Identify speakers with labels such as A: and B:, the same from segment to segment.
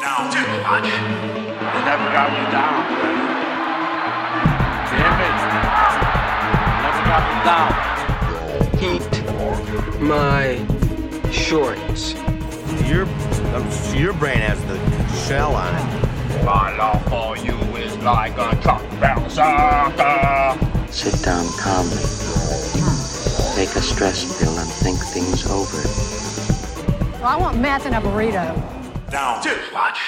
A: down too much. They never got me down. Damn it. Never got me down.
B: Heat my shorts.
C: Your, um, your brain has the shell on it.
A: My love for you is like a truck bouncer.
D: Sit down calmly. Take a stress pill and think things over.
E: Well, I want meth and a burrito.
A: Down too much.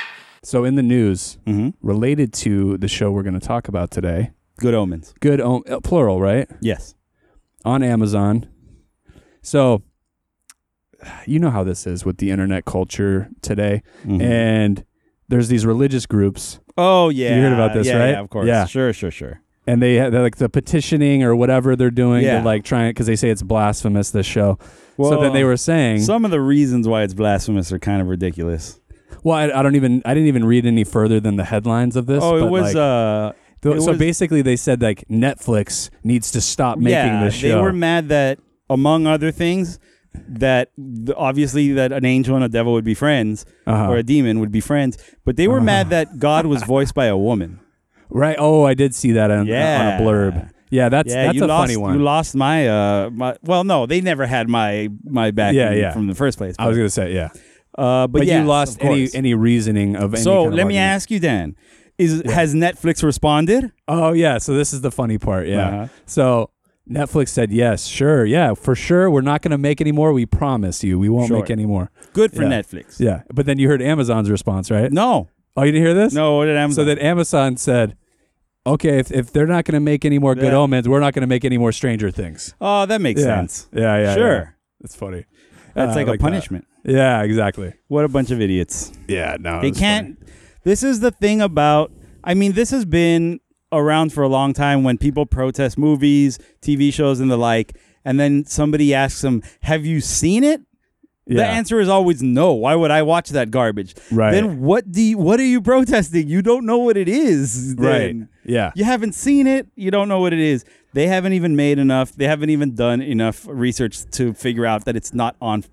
F: So in the news
G: Mm-hmm.
F: related to the show we're going to talk about today,
G: Good omens.
F: good om- uh, plural, right?
G: Yes.
F: On Amazon. So you know how this is with the internet culture today
G: Mm-hmm.
F: and there's these religious groups
G: Oh yeah.
F: You heard about this,
G: yeah,
F: right?
G: Yeah, of course.
F: Yeah.
G: Sure, sure, sure.
F: and they they're like the petitioning or whatever they're doing
G: Yeah.
F: they're like trying because they say it's blasphemous this show so then
G: Well,
F: they were saying
G: Some of the reasons why it's blasphemous are kind of ridiculous.
F: well I, I don't even i didn't even read any further than the headlines of this
G: Oh, it
F: but,
G: was
F: like,
G: uh
F: th-
G: it
F: so
G: was-
F: basically they said like netflix needs to stop making
G: yeah,
F: this show
G: They were mad that among other things that th- obviously that an angel and a devil would be friends
F: Uh-huh.
G: or a demon would be friends, but they were mad that God was voiced by a woman.
F: right oh i did see that on,
G: Yeah.
F: on a blurb yeah that's
G: yeah,
F: that's
G: you
F: a
G: lost
F: funny one
G: you lost my uh my well no, they never had my my back
F: Yeah,
G: in-
F: yeah.
G: from the first place.
F: i was
G: but-
F: gonna say yeah
G: uh but,
F: but
G: yes,
F: you lost
G: of
F: any
G: course.
F: any reasoning of any
G: So
F: kind of
G: let me
F: argument.
G: ask you, Dan, is has Netflix responded?
F: Oh yeah, so this is the funny part. Yeah.
G: Uh-huh.
F: So Netflix said yes, sure, yeah, for sure. We're not going to make any more. We promise you, we won't
G: Sure.
F: make any more.
G: Good for
F: Yeah.
G: Netflix.
F: Yeah. But then you heard Amazon's response, right?
G: No,
F: Oh, you didn't hear this?
G: no, what did Amazon?
F: So then Amazon said, "Okay, if, if they're not going to make any more Good
G: Yeah.
F: Omens, we're not going to make any more Stranger Things."
G: oh, that makes
F: yeah.
G: sense.
F: Yeah, yeah.
G: Sure.
F: yeah. That's funny.
G: That's
F: Uh,
G: like
F: I
G: a
F: that.
G: punishment.
F: Yeah, exactly.
G: What a bunch of idiots.
F: Yeah, no.
G: they
F: it was
G: can't. This is the thing about. I mean, this has been around for a long time when people protest movies, TV shows, and the like. And then somebody asks them, "Have you seen it?"
F: funny.
G: The
F: Yeah.
G: answer is always no. Why would I watch that garbage?
F: Right.
G: Then what do you, what are you protesting? You don't know what it is.
F: Right.
G: then.
F: Yeah.
G: You haven't seen it. You don't know what it is. They haven't even made enough. They haven't even done enough research to figure out that it's not on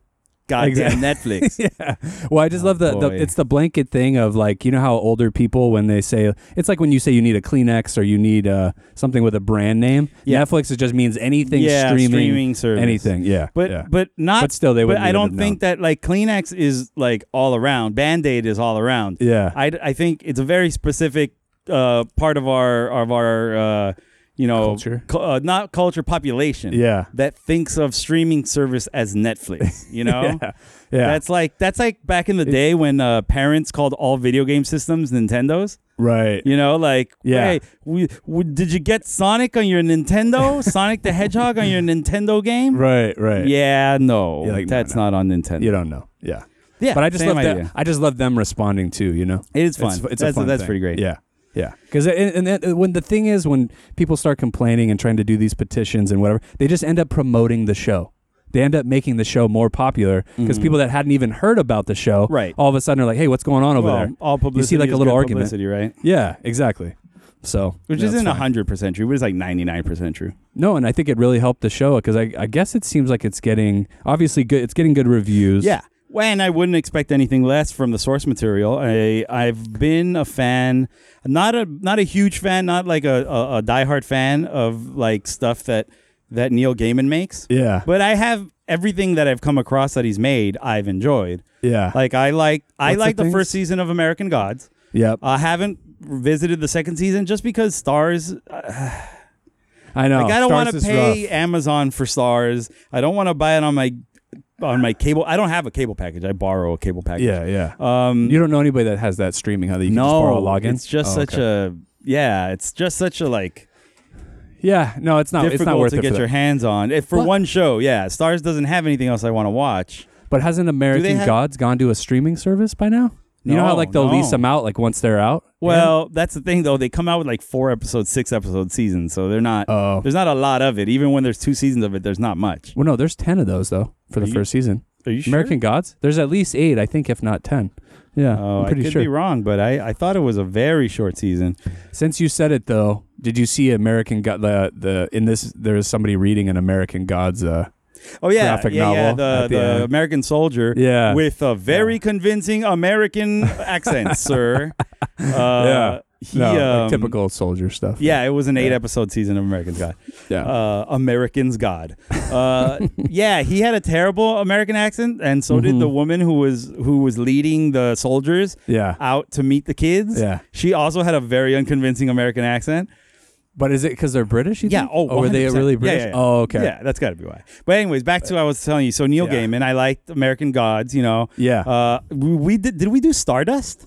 G: goddamn Netflix.
F: yeah. Well, I just love the, the
G: Oh, boy.
F: it's the blanket thing of like you know how older people when they say it's like when you say you need a Kleenex or you need uh, something with a brand name.
G: Yeah.
F: Netflix it just means anything
G: Yeah,
F: streaming,
G: streaming service.
F: anything. Yeah,
G: But
F: yeah.
G: but not.
F: But still, they
G: But
F: wouldn't
G: I
F: even
G: don't
F: have
G: think that like Kleenex is like all around. Band Aid is all around.
F: Yeah.
G: I, I think it's a very specific uh, part of our of our uh, you know
F: Culture?
G: cu- uh, not culture population.
F: Yeah.
G: That thinks of streaming service as Netflix. You know.
F: yeah, yeah,
G: That's like that's like back in the day when uh, parents called all video game systems Nintendos.
F: right.
G: You know, like
F: Yeah.
G: hey, we, we, did you get Sonic on your Nintendo? Sonic the Hedgehog on your Nintendo game?
F: Right, right.
G: Yeah, no,
F: You're like, no,
G: that's
F: no.
G: not on Nintendo.
F: you don't know. Yeah,
G: yeah,
F: but I just
G: same
F: love
G: idea.
F: that. I just love them responding too. You know,
G: It is fun.
F: It's, it's
G: That's-
F: a fun
G: that's
F: thing.
G: pretty great.
F: Yeah, yeah. Because and, and that- when the thing is, when people start complaining and trying to do these petitions and whatever, they just end up promoting the show. They end up making the show more popular because people that hadn't even heard about the show,
G: Mm-hmm. Right.
F: All of a sudden are like, "Hey, what's going on over
G: Well,
F: there?"
G: all
F: You
G: publicity.
F: see like
G: is
F: a little
G: good
F: argument.
G: publicity, right?
F: Yeah, exactly. So,
G: Which
F: yeah,
G: isn't
F: it's fine.
G: hundred percent true, but it's like ninety nine percent true.
F: No, and I think it really helped the show because I, I guess it seems like it's getting obviously good. It's getting good reviews.
G: Yeah. When I wouldn't expect anything less from the source material. I I've been a fan, not a not a huge fan, not like a, a, a diehard fan of like stuff that that Neil Gaiman makes.
F: yeah,
G: But I have everything that I've come across that he's made, I've enjoyed.
F: yeah,
G: Like I like I
F: What's the
G: like the
F: things?
G: first season of American Gods.
F: yep.
G: I haven't visited the second season just because stars
F: I know.
G: like I
F: Stars
G: don't want to
F: is
G: pay
F: rough.
G: Amazon for stars. I don't want to buy it on my on my cable. I don't have a cable package. I borrow a cable package.
F: Yeah, yeah. Um, you don't know anybody that has that streaming, how that you can just borrow a
G: No,
F: login.
G: it's just
F: Oh,
G: such
F: okay.
G: a yeah. It's just such a like
F: yeah. No, Oh, it's not. It's not
G: difficult
F: worth
G: to
F: it.
G: get
F: for
G: your
F: that.
G: hands on. If for
F: But-
G: one show, yeah, Stars doesn't have anything else I want to watch.
F: But hasn't American
G: have-
F: Gods gone to a streaming service by now? You know
G: No,
F: how like they'll lease
G: no.
F: them out like once they're out.
G: Well, that's the thing though. They come out with like four episodes, six episode seasons, so they're not.
F: Oh.
G: There's not a lot of it. Even when there's two seasons of it, there's not much.
F: well, no, there's ten of those though for the
G: you-
F: first season.
G: Are you sure?
F: American Gods, there's at least eight, I think, if not ten. Yeah,
G: Oh,
F: I'm
G: I
F: pretty
G: could
F: sure.
G: be wrong, but I, I thought it was a very short season.
F: Since you said it though, did you see American God? The the in this there is somebody reading an American Gods uh,
G: Oh yeah,
F: graphic
G: yeah, yeah,
F: novel
G: the,
F: at the
G: the
F: end.
G: American Soldier.
F: Yeah.
G: with a very convincing American accent, sir. Uh, yeah, he,
F: no, like
G: um,
F: typical soldier stuff.
G: Yeah, it was an eight-episode season of American's God.
F: Yeah.
G: uh, American's God. Uh, yeah, he had a terrible American accent, and so did the
F: Mm-hmm.
G: woman who was who was leading the soldiers
F: Yeah.
G: out to meet the kids.
F: Yeah.
G: she also had a very unconvincing American accent.
F: But is it because they're British? You
G: Yeah.
F: Think?
G: Oh,
F: Or were they
G: 100%.
F: really
G: Yeah,
F: British?
G: yeah, yeah.
F: Oh, okay.
G: Yeah, that's got to be why. But anyways, back to what I was telling you. So Neil
F: Yeah.
G: Gaiman, I liked American Gods. You know.
F: Yeah.
G: Uh, we, we did. Did we do Stardust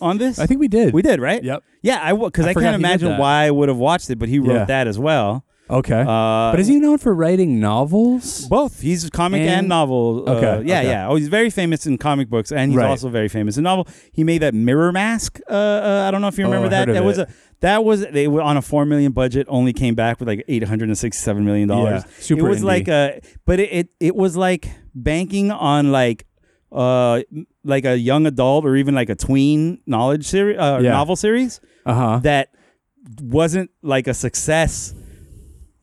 G: on this?
F: I think we did.
G: we did, right?
F: Yep.
G: Yeah, I because
F: I
G: I,
F: forgot
G: can't
F: he did
G: imagine
F: that.
G: why I would have watched it, but he wrote
F: Yeah.
G: that as well.
F: Okay.
G: Uh,
F: but is he known for writing novels?
G: Both. He's comic and,
F: And-
G: novel. uh,
F: Okay,
G: yeah,
F: okay.
G: yeah. Oh, he's very famous in comic books, and he's
F: Right.
G: also very famous in novel. He made that Mirror Mask. Uh, uh, I don't know if you
F: Oh,
G: remember
F: I heard
G: that.
F: of
G: that was
F: it.
G: a that was they were on a four million budget, only came back with like eight hundred and sixty-seven million dollars.
F: Yeah, super
G: It was
F: indie.
G: like a, but it, it it was like banking on like uh m- like a young adult or even like a tween knowledge series uh,
F: Yeah.
G: novel series
F: Uh huh.
G: that wasn't like a success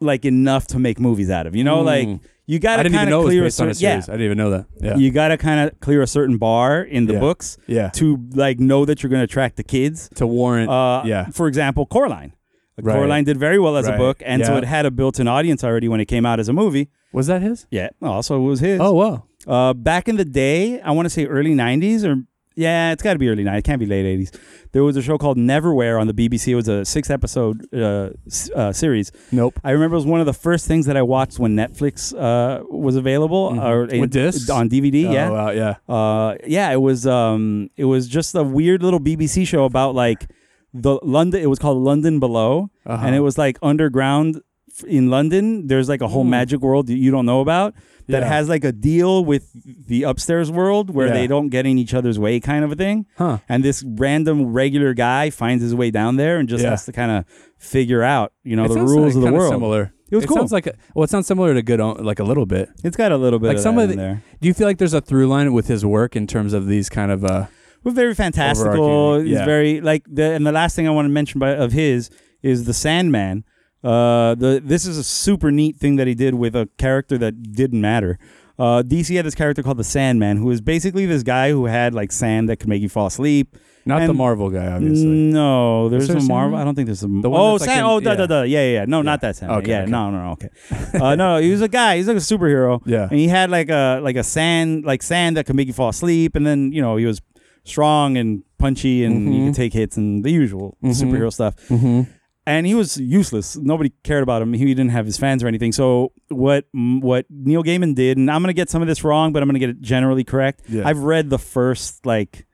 G: like enough to make movies out of you know like
F: Mm.
G: you gotta
F: I didn't
G: kinda
F: even know it was
G: clear
F: based on a
G: cer- yeah.
F: series. I didn't even know that. Yeah.
G: you gotta kind of clear a certain bar in the
F: Yeah.
G: books
F: Yeah.
G: to like know that you're gonna attract the kids
F: to warrant.
G: uh
F: yeah.
G: for example coraline
F: Right.
G: coraline did very well as a
F: Right.
G: book and so
F: Yeah.
G: it had a built-in audience already when it came out as a movie
F: Was that his?
G: yeah also it was his
F: Oh wow.
G: uh, back in the day, I want to say early 90s or yeah, it's got to be early 90s. It can't be late 80s. There was a show called Neverwhere on the BBC. It was a six episode uh, s- uh, series.
F: Nope.
G: I remember it was one of the first things that I watched when Netflix uh, was available or
F: Mm-hmm. With discs?
G: on DVD. yeah.
F: Oh wow. Yeah.
G: Uh, yeah, it was um, it was just a weird little BBC show about like the London. It was called London Below,
F: Uh-huh.
G: and it was like underground f- in London. There's like a whole magic world that you don't know about that
F: Hmm. Yeah.
G: has like a deal with the upstairs world where
F: Yeah.
G: they don't get in each other's way, kind of a thing.
F: Huh.
G: And this random regular guy finds his way down there and just
F: Yeah.
G: has to kind of figure out, you know,
F: It
G: the
F: sounds
G: rules
F: like
G: of the
F: kinda
G: world.
F: Similar.
G: It was cool.
F: sounds like a, well, it sounds similar to good, O- like a little bit.
G: It's got a little bit
F: Like
G: of
F: some
G: that
F: of
G: in
F: the-
G: there.
F: Do you feel like there's a through line with his work in terms of these kind of uh
G: Well, very fantastical.
F: Overarching,
G: He's
F: yeah.
G: very like the and the last thing I want to mention by, of his is the Sandman. Uh, the this is a super neat thing that he did with a character that didn't matter. Uh, DC had this character called the Sandman, who is basically this guy who had like sand that could make you fall asleep.
F: not the
G: And-
F: Marvel guy, obviously.
G: No, there's
F: Is there
G: a
F: a
G: Marvel.
F: Sandman?
G: I don't think there's a.
F: one
G: oh,
F: that's like
G: Sand.
F: in-
G: oh, da, da,
F: yeah.
G: da. Yeah, yeah, yeah. No, not that Sandman.
F: Okay,
G: yeah,
F: okay.
G: no, no, no. Okay. uh, no, no, he was a guy. He's like a superhero.
F: Yeah.
G: And he had like a like a sand like sand that could make you fall asleep, and then you know he was strong and punchy, and
F: Mm-hmm.
G: you could take hits and the usual superhero stuff.
F: Mhm.
G: And he was useless. Nobody cared about him. He didn't have his fans or anything. So what what Neil Gaiman did, and I'm gonna get some of this wrong, but I'm gonna get it generally correct.
F: Yeah.
G: I've read the first like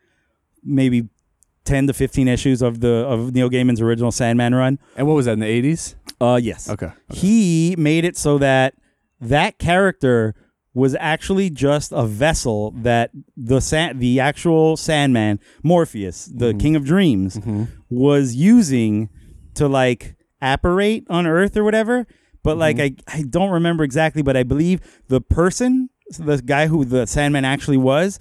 G: maybe 10 to 15 issues of the of Neil Gaiman's original Sandman run.
F: And what was that in the 80s?
G: Uh yes.
F: Okay. okay.
G: He made it so that that character was actually just a vessel that the san- the actual Sandman Morpheus, the King of Dreams, was using to like apparate on Earth or whatever. But like I, I don't remember exactly, but I believe the person, the guy who the Sandman actually was,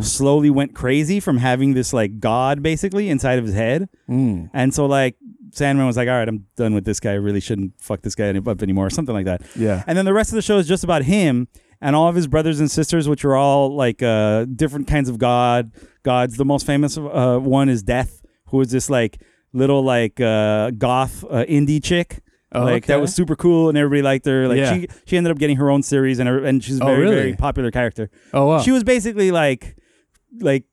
G: slowly went crazy from having this like god basically inside of his head.
F: Mm.
G: And so like Sandman was like, all right, I'm done with this guy. I really shouldn't fuck this guy any- up anymore, or something like that.
F: Yeah.
G: And then the rest of the show is just about him and all of his brothers and sisters, which are all like uh, different kinds of god gods. The most famous uh, one is Death, who is this like little like uh, goth uh, indie chick.
F: Oh,
G: like that
F: okay.
G: was super cool, and everybody liked her. Like
F: Yeah. Oh,
G: she, she ended up getting her own series, and her, and she's a very
F: really?
G: very popular character.
F: Oh wow.
G: She was basically like, like,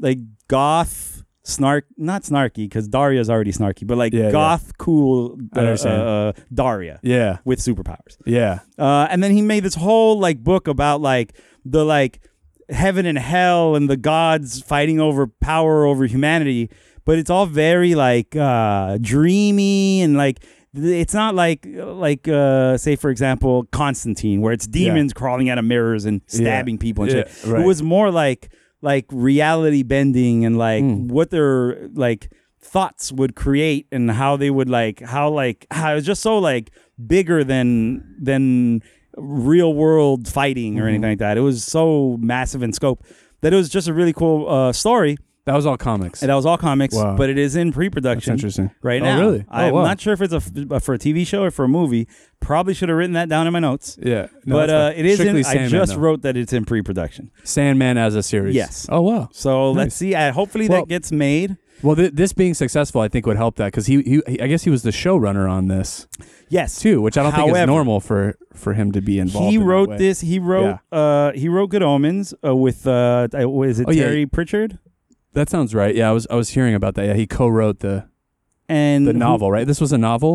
G: like goth snark, not snarky because Daria's already snarky, but like
F: Yeah, yeah.
G: goth cool
F: I understand.
G: uh, uh, Daria
F: yeah.
G: with superpowers.
F: Yeah.
G: Uh, and then he made this whole like book about like the like heaven and hell and the gods fighting over power over humanity. But it's all very like uh, dreamy and like th- it's not like like uh, say for example Constantine where it's demons crawling out of mirrors and stabbing people and shit.
F: Yeah, right.
G: It was more like like reality bending and like
F: Hmm.
G: what their like thoughts would create and how they would like how like how it was just so like bigger than than real world
F: Mm-hmm.
G: fighting or anything like that. It was so massive in scope that it was just a really cool uh, story
F: That was all comics.
G: And that was all comics,
F: Wow.
G: but it is in pre-production.
F: That's interesting.
G: Right
F: Oh,
G: now,
F: really? Oh,
G: I'm
F: wow.
G: not sure if it's a f- for a TV show or for a movie. Probably should have written that down in my notes.
F: yeah, No,
G: but uh,
F: that's fine.
G: it is. In,
F: Strictly
G: I
F: Sandman,
G: just
F: though.
G: wrote that it's in pre-production.
F: Sandman as a series.
G: Yes.
F: Oh wow.
G: So let's
F: Nice.
G: see. I, hopefully
F: Well-
G: that gets made.
F: Well, th- this being successful, I think would help that because he, he, he- I guess he was the showrunner on this
G: Yes.
F: too, which I don't think is
G: However,
F: normal for for him to be involved.
G: He
F: in that
G: wrote
F: way.
G: this. He wrote. Uh, he wrote Good Omens uh, with. Uh, I- what is it
F: Oh, yeah.
G: Terry Pritchard
F: That sounds right. Yeah, I was I was hearing about that. Yeah, he co-wrote the
G: and
F: the
G: who-
F: novel. Right. This was a novel,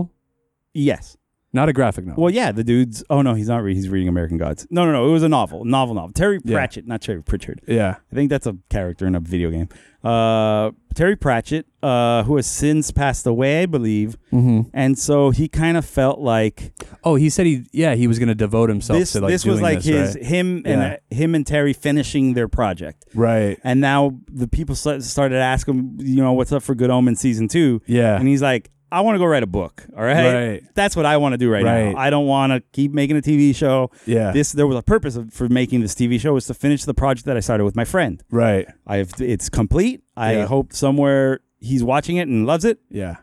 G: yes.
F: not a graphic novel.
G: Well, yeah. The dude's. Oh no, he's not. Re- he's reading American Gods. No, no, no. It was a novel. Novel. Novel. Terry
F: Yeah.
G: Pratchett, not Terry Pritchard.
F: yeah.
G: I think that's a character in a video game. Uh, Terry Pratchett, uh, who has since passed away, I believe,
F: Mm-hmm.
G: and so he kind of felt like
F: Oh, he said he yeah he was going to devote himself
G: this.
F: to like
G: this was
F: doing
G: like
F: this,
G: his
F: right?
G: him and
F: Yeah.
G: uh, him and Terry finishing their project.
F: Right.
G: And now the people sta- started asking, him, you know, what's up for Good Omen season two?
F: Yeah.
G: And he's like, I want to go write a book. All right.
F: Right.
G: That's what I want to do right,
F: Right.
G: now. I don't want to keep making a TV show.
F: Yeah.
G: This there was a purpose of, for making this TV show was to finish the project that I started with my friend.
F: Right.
G: I have it's complete. I
F: Yeah.
G: hope somewhere he's watching it and loves it.
F: Yeah.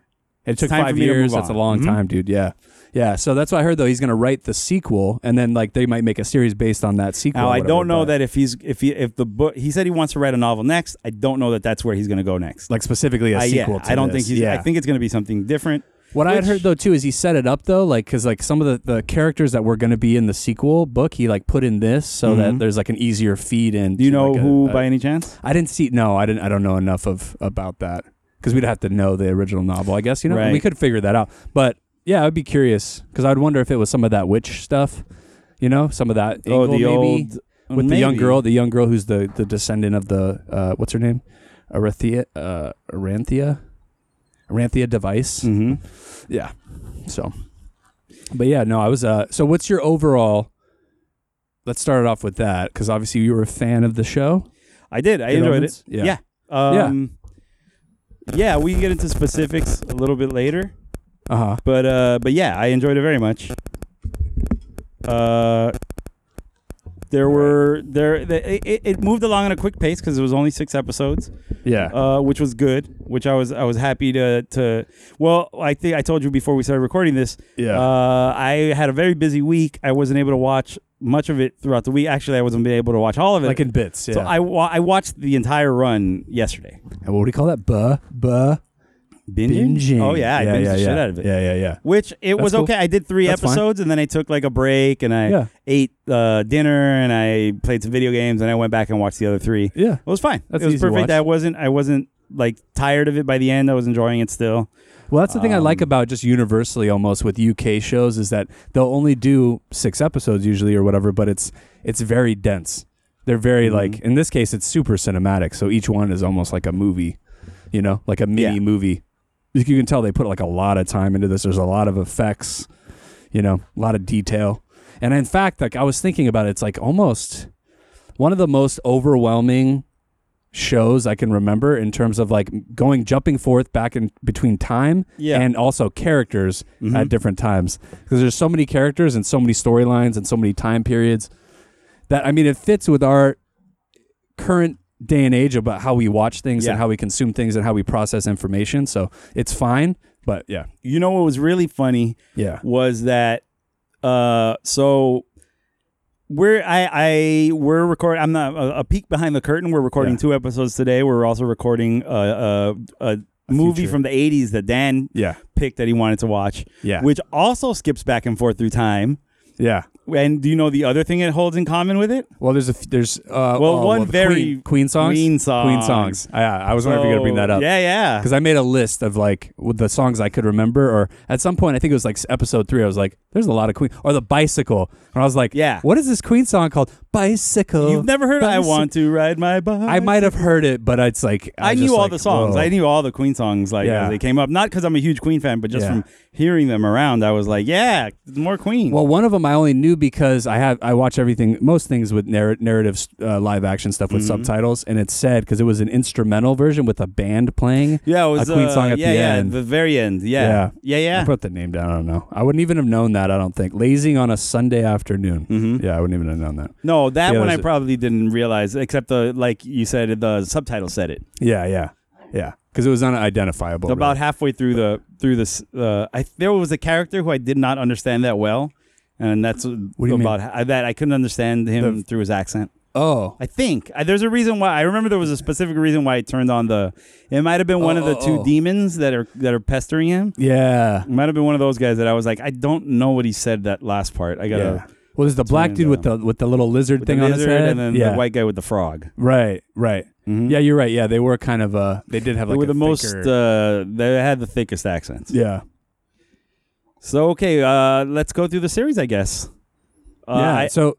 F: It took
G: time
F: five
G: for me to
F: years.
G: move
F: That's a
G: on.
F: long
G: Mhm.
F: time, dude. Yeah. Yeah. So that's what I heard though. He's gonna write the sequel and then like they might make a series based on that sequel.
G: Now
F: or
G: I
F: whatever,
G: don't know
F: but-
G: that if he's if he if the book he said he wants to write a novel next. I don't know that that's where he's going to go next.
F: like specifically a
G: I, yeah,
F: sequel to
G: I don't
F: this.
G: think he's.
F: yeah.
G: I think it's going to be something different.
F: what I had
G: which-
F: heard though too is he set it up though, like because like some of the, the characters that were gonna be in the sequel book, he like put in this so that
G: Mhm.
F: there's like an easier feed in.
G: Do you
F: to,
G: know
F: like, a-
G: who
F: a-
G: by any chance?
F: I didn't see. No, I didn't. I don't know enough of about that because we'd have to know the original novel. I guess you know we
G: Right.
F: could figure that out. But yeah, I'd be curious because I'd wonder if it was some of that witch stuff. You know, some of that
G: Oh,
F: angle maybe with the young
G: uh, maybe.
F: girl, the young girl who's the the descendant of the uh, what's her name, Arathia, uh, Aranthia, Aranthia device.
G: Mhm.
F: Yeah. So, but yeah, no, I was. Uh, so, what's your overall? Let's start it off with that because obviously you were a fan of the show.
G: I did. I
F: Good
G: enjoyed
F: Omens?
G: it.
F: Yeah.
G: Yeah. Um, yeah. We can get into specifics a little bit later,
F: Uh huh.
G: but uh, but yeah, I enjoyed it very much. Uh, there were there the, it, it moved along at a quick pace because it was only six episodes,
F: Yeah.
G: uh, which was good. Which I was I was happy to to. Well, I think I told you before we started recording this.
F: Yeah.
G: Uh, I had a very busy week. I wasn't able to watch much of it throughout the week. Actually, I wasn't able to watch all of it.
F: like in bits. Yeah.
G: So I wa- I watched the entire run yesterday.
F: And what do you call that? Buh, buh,
G: Binging?
F: binging.
G: Oh yeah, I binged
F: yeah,
G: the
F: yeah.
G: shit out of it.
F: Yeah, yeah, yeah.
G: Which it was
F: cool.
G: okay. I did three
F: That's fine.
G: episodes and then I took like a break and I
F: Yeah.
G: ate uh, dinner and I played some video games and I went back and watched the other three.
F: Yeah.
G: It was fine.
F: That's
G: it was
F: easy to
G: perfect.
F: watch.
G: I wasn't I wasn't like tired of it by the end. I was enjoying it still.
F: Well, that's the thing I like
G: Um,
F: about just universally almost with UK shows is that they'll only do six episodes usually or whatever, but it's it's very dense. They're very like in this case it's super cinematic, so each one is almost like a movie, you know, like a mini
G: Yeah.
F: movie. You you can tell they put like a lot of time into this. There's a lot of effects, you know, a lot of detail. And in fact, like I was thinking about it, it's like almost one of the most overwhelming shows I can remember in terms of like going jumping forth back in between time
G: Yeah.
F: and also characters at different times because there's so many characters and so many storylines and so many time periods that I mean it fits with our current day and age about how we watch things
G: Yeah.
F: and how we consume things and how we process information so it's fine but yeah
G: You know what was really funny
F: yeah
G: was that uh so we're I I we're recording. I'm not a, a peek behind the curtain. We're recording
F: Yeah.
G: two episodes today. We're also recording a a, a movie
F: future.
G: from the 80s that Dan
F: yeah
G: picked that he wanted to watch.
F: Yeah.
G: which also skips back and forth through time.
F: yeah
G: And do you know the other thing it holds in common with it?
F: well there's a f- there's uh
G: Well,
F: one
G: one very
F: queen, queen songs
G: Queen
F: queen
G: songs.
F: songs yeah I was wondering if you could bring that up
G: Yeah, yeah.
F: because I made a list of like with the songs I could remember, or at some point I think it was like s- episode three. I was like, "There's a lot of Queen," or the bicycle, and I was like,
G: Yeah.
F: what is this Queen song called? Bicycle."
G: You've never heard of I
F: bicycle."
G: want to ride my bike.
F: I might have heard it, but it's like
G: I,
F: was
G: knew
F: just
G: all
F: like,
G: the songs.
F: whoa.
G: I knew all the Queen songs like
F: Yeah.
G: as they came up. Not because I'm a huge Queen fan, but just
F: Yeah.
G: from hearing them around, I was like, yeah, more Queen.
F: Well, one of them I I only knew because I have I watch everything, most things with narr- narrative uh, live action stuff with
G: Mm-hmm.
F: subtitles, and it said because it was an instrumental version with a band playing.
G: Yeah, it was
F: a Queen
G: uh,
F: song at
G: yeah,
F: the
G: yeah,
F: end.
G: the very end. Yeah, yeah, yeah.
F: I put the name down. I don't know. I wouldn't even have known that. I don't think lazing on a Sunday afternoon. Yeah, I wouldn't even have known that.
G: Mm-hmm. no, that
F: Yeah,
G: one I
F: there's a-
G: probably didn't realize, except the like you said, the subtitle said it
F: Yeah, yeah, yeah. Because it was unidentifiable.
G: about
F: really.
G: halfway through the through this. Uh, I, there was a character who I did not understand that well, and that's
F: you mean?
G: about how- that I couldn't understand him
F: The-
G: through his accent.
F: oh,
G: I think I, there's a reason why I remember there was a specific reason why I turned on the. It might have been one
F: Oh,
G: of the
F: oh,
G: two
F: oh.
G: demons that are that are pestering him.
F: yeah,
G: It might have been one of those guys that I was like, I don't know what he said that last part. I gotta.
F: yeah. Well, there's the black
G: it
F: dude with the with the little lizard
G: with
F: thing
G: the
F: on his
G: lizard
F: head,
G: and then
F: yeah,
G: the white guy with the frog. Mm-hmm.
F: right, right. Yeah, you're right. Yeah, they were kind of uh, they did have
G: They
F: like
G: were
F: a
G: the most.
F: thicker-
G: Uh, they had the thickest accents.
F: yeah,
G: So okay, uh, let's go through the series, I guess. Uh,
F: yeah.
G: I- Mm-hmm.
F: so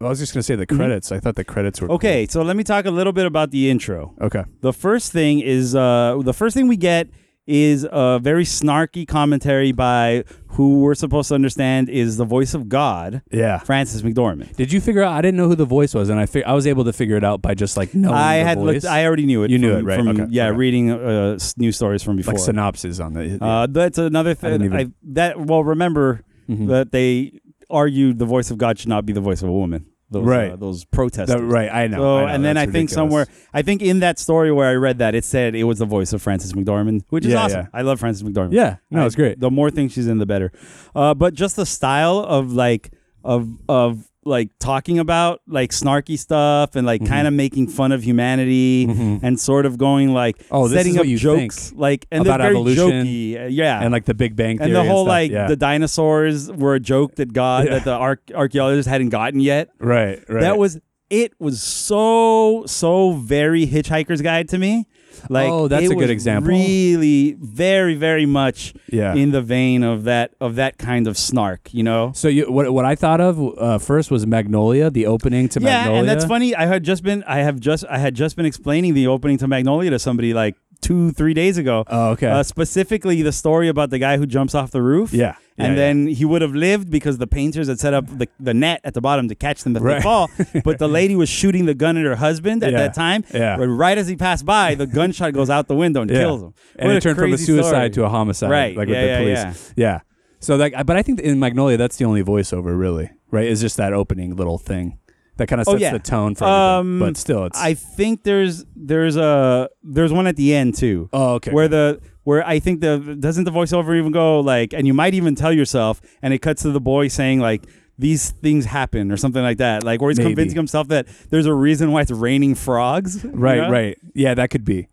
F: I was just gonna say the credits. I thought the credits were
G: okay, so let me talk a little bit about the intro.
F: cool. Okay.
G: The first thing is uh, the first thing we get is a very snarky commentary by who we're supposed to understand is the voice of God,
F: Yeah.
G: Francis McDormand.
F: Did you figure out? I didn't know who the voice was, and I fig- I was able to figure it out by just like knowing
G: I
F: the
G: had
F: voice.
G: looked. I already knew it.
F: You knew
G: from-
F: it, right?
G: From,
F: Okay,
G: Yeah,
F: okay.
G: reading uh, s- news stories from before.
F: like synopsis on the.
G: Uh, that's another
F: didn't Hmm.
G: thing.
F: even-
G: I- that well, remember
F: mm-hmm.
G: that they argued the voice of God should not be the voice of a woman. Those,
F: Right.
G: Uh, those protesters.
F: That- right, I know,
G: So,
F: I know,
G: and then I
F: that's
G: think
F: ridiculous.
G: somewhere, I think in that story where I read that, it said it was the voice of Frances McDormand, which is
F: Yeah,
G: awesome.
F: yeah.
G: I love Frances McDormand.
F: Yeah. No,
G: I-
F: it's great.
G: The more things she's in, the better. Uh, but just the style of like of of like talking about like snarky stuff and like
F: Mm-hmm.
G: kind of making fun of humanity and sort of going like
F: Oh, this
G: setting
F: is
G: up
F: what you
G: jokes
F: think
G: like and they're
F: about
G: very
F: evolution
G: jokey. Uh, yeah,
F: and like the Big Bang Theory
G: and the whole
F: stuff,
G: like
F: yeah.
G: the dinosaurs were a joke that God
F: Yeah.
G: that the arch- archaeologists hadn't gotten yet.
F: right right
G: That was it was so so very Hitchhiker's Guide to me. Like
F: Oh, that's
G: it
F: a good
G: was
F: example.
G: Really, very very much
F: Yeah.
G: in the vein of that of that kind of snark. You know.
F: So you, what what I thought of uh, first was Magnolia, the opening to
G: Yeah,
F: Magnolia.
G: and that's funny. I had just been I have just I had just been explaining the opening to Magnolia to somebody like two three days ago.
F: Oh, okay.
G: Uh, specifically, the story about the guy who jumps off the roof.
F: Yeah.
G: and
F: Yeah,
G: then he would have lived because the painters had set up the, the net at the bottom to catch them if they
F: Right.
G: fall. But the lady was shooting the gun at her husband at
F: Yeah.
G: that time.
F: Yeah.
G: But right as he passed by, the gunshot goes out the window and
F: Yeah.
G: kills him.
F: And
G: What
F: it turned from a
G: crazy
F: suicide
G: story.
F: to a homicide,
G: Right.
F: Like
G: Yeah,
F: with the
G: yeah,
F: police. Yeah. So like, I- but I think in Magnolia, that's the only voiceover really, right? Is just that opening little thing that kind of
G: Oh,
F: sets
G: yeah.
F: the tone for.
G: Um,
F: everything. But still, it's
G: I think there's there's a there's one at the end too.
F: Oh, okay.
G: Where the where I think the doesn't the voiceover even go like, and you might even tell yourself, and it cuts to the boy saying like. These things happen, or something like that. Like, where he's
F: Maybe.
G: convincing himself that there's a reason why it's raining frogs. you
F: right,
G: know?
F: right. Yeah, that could be.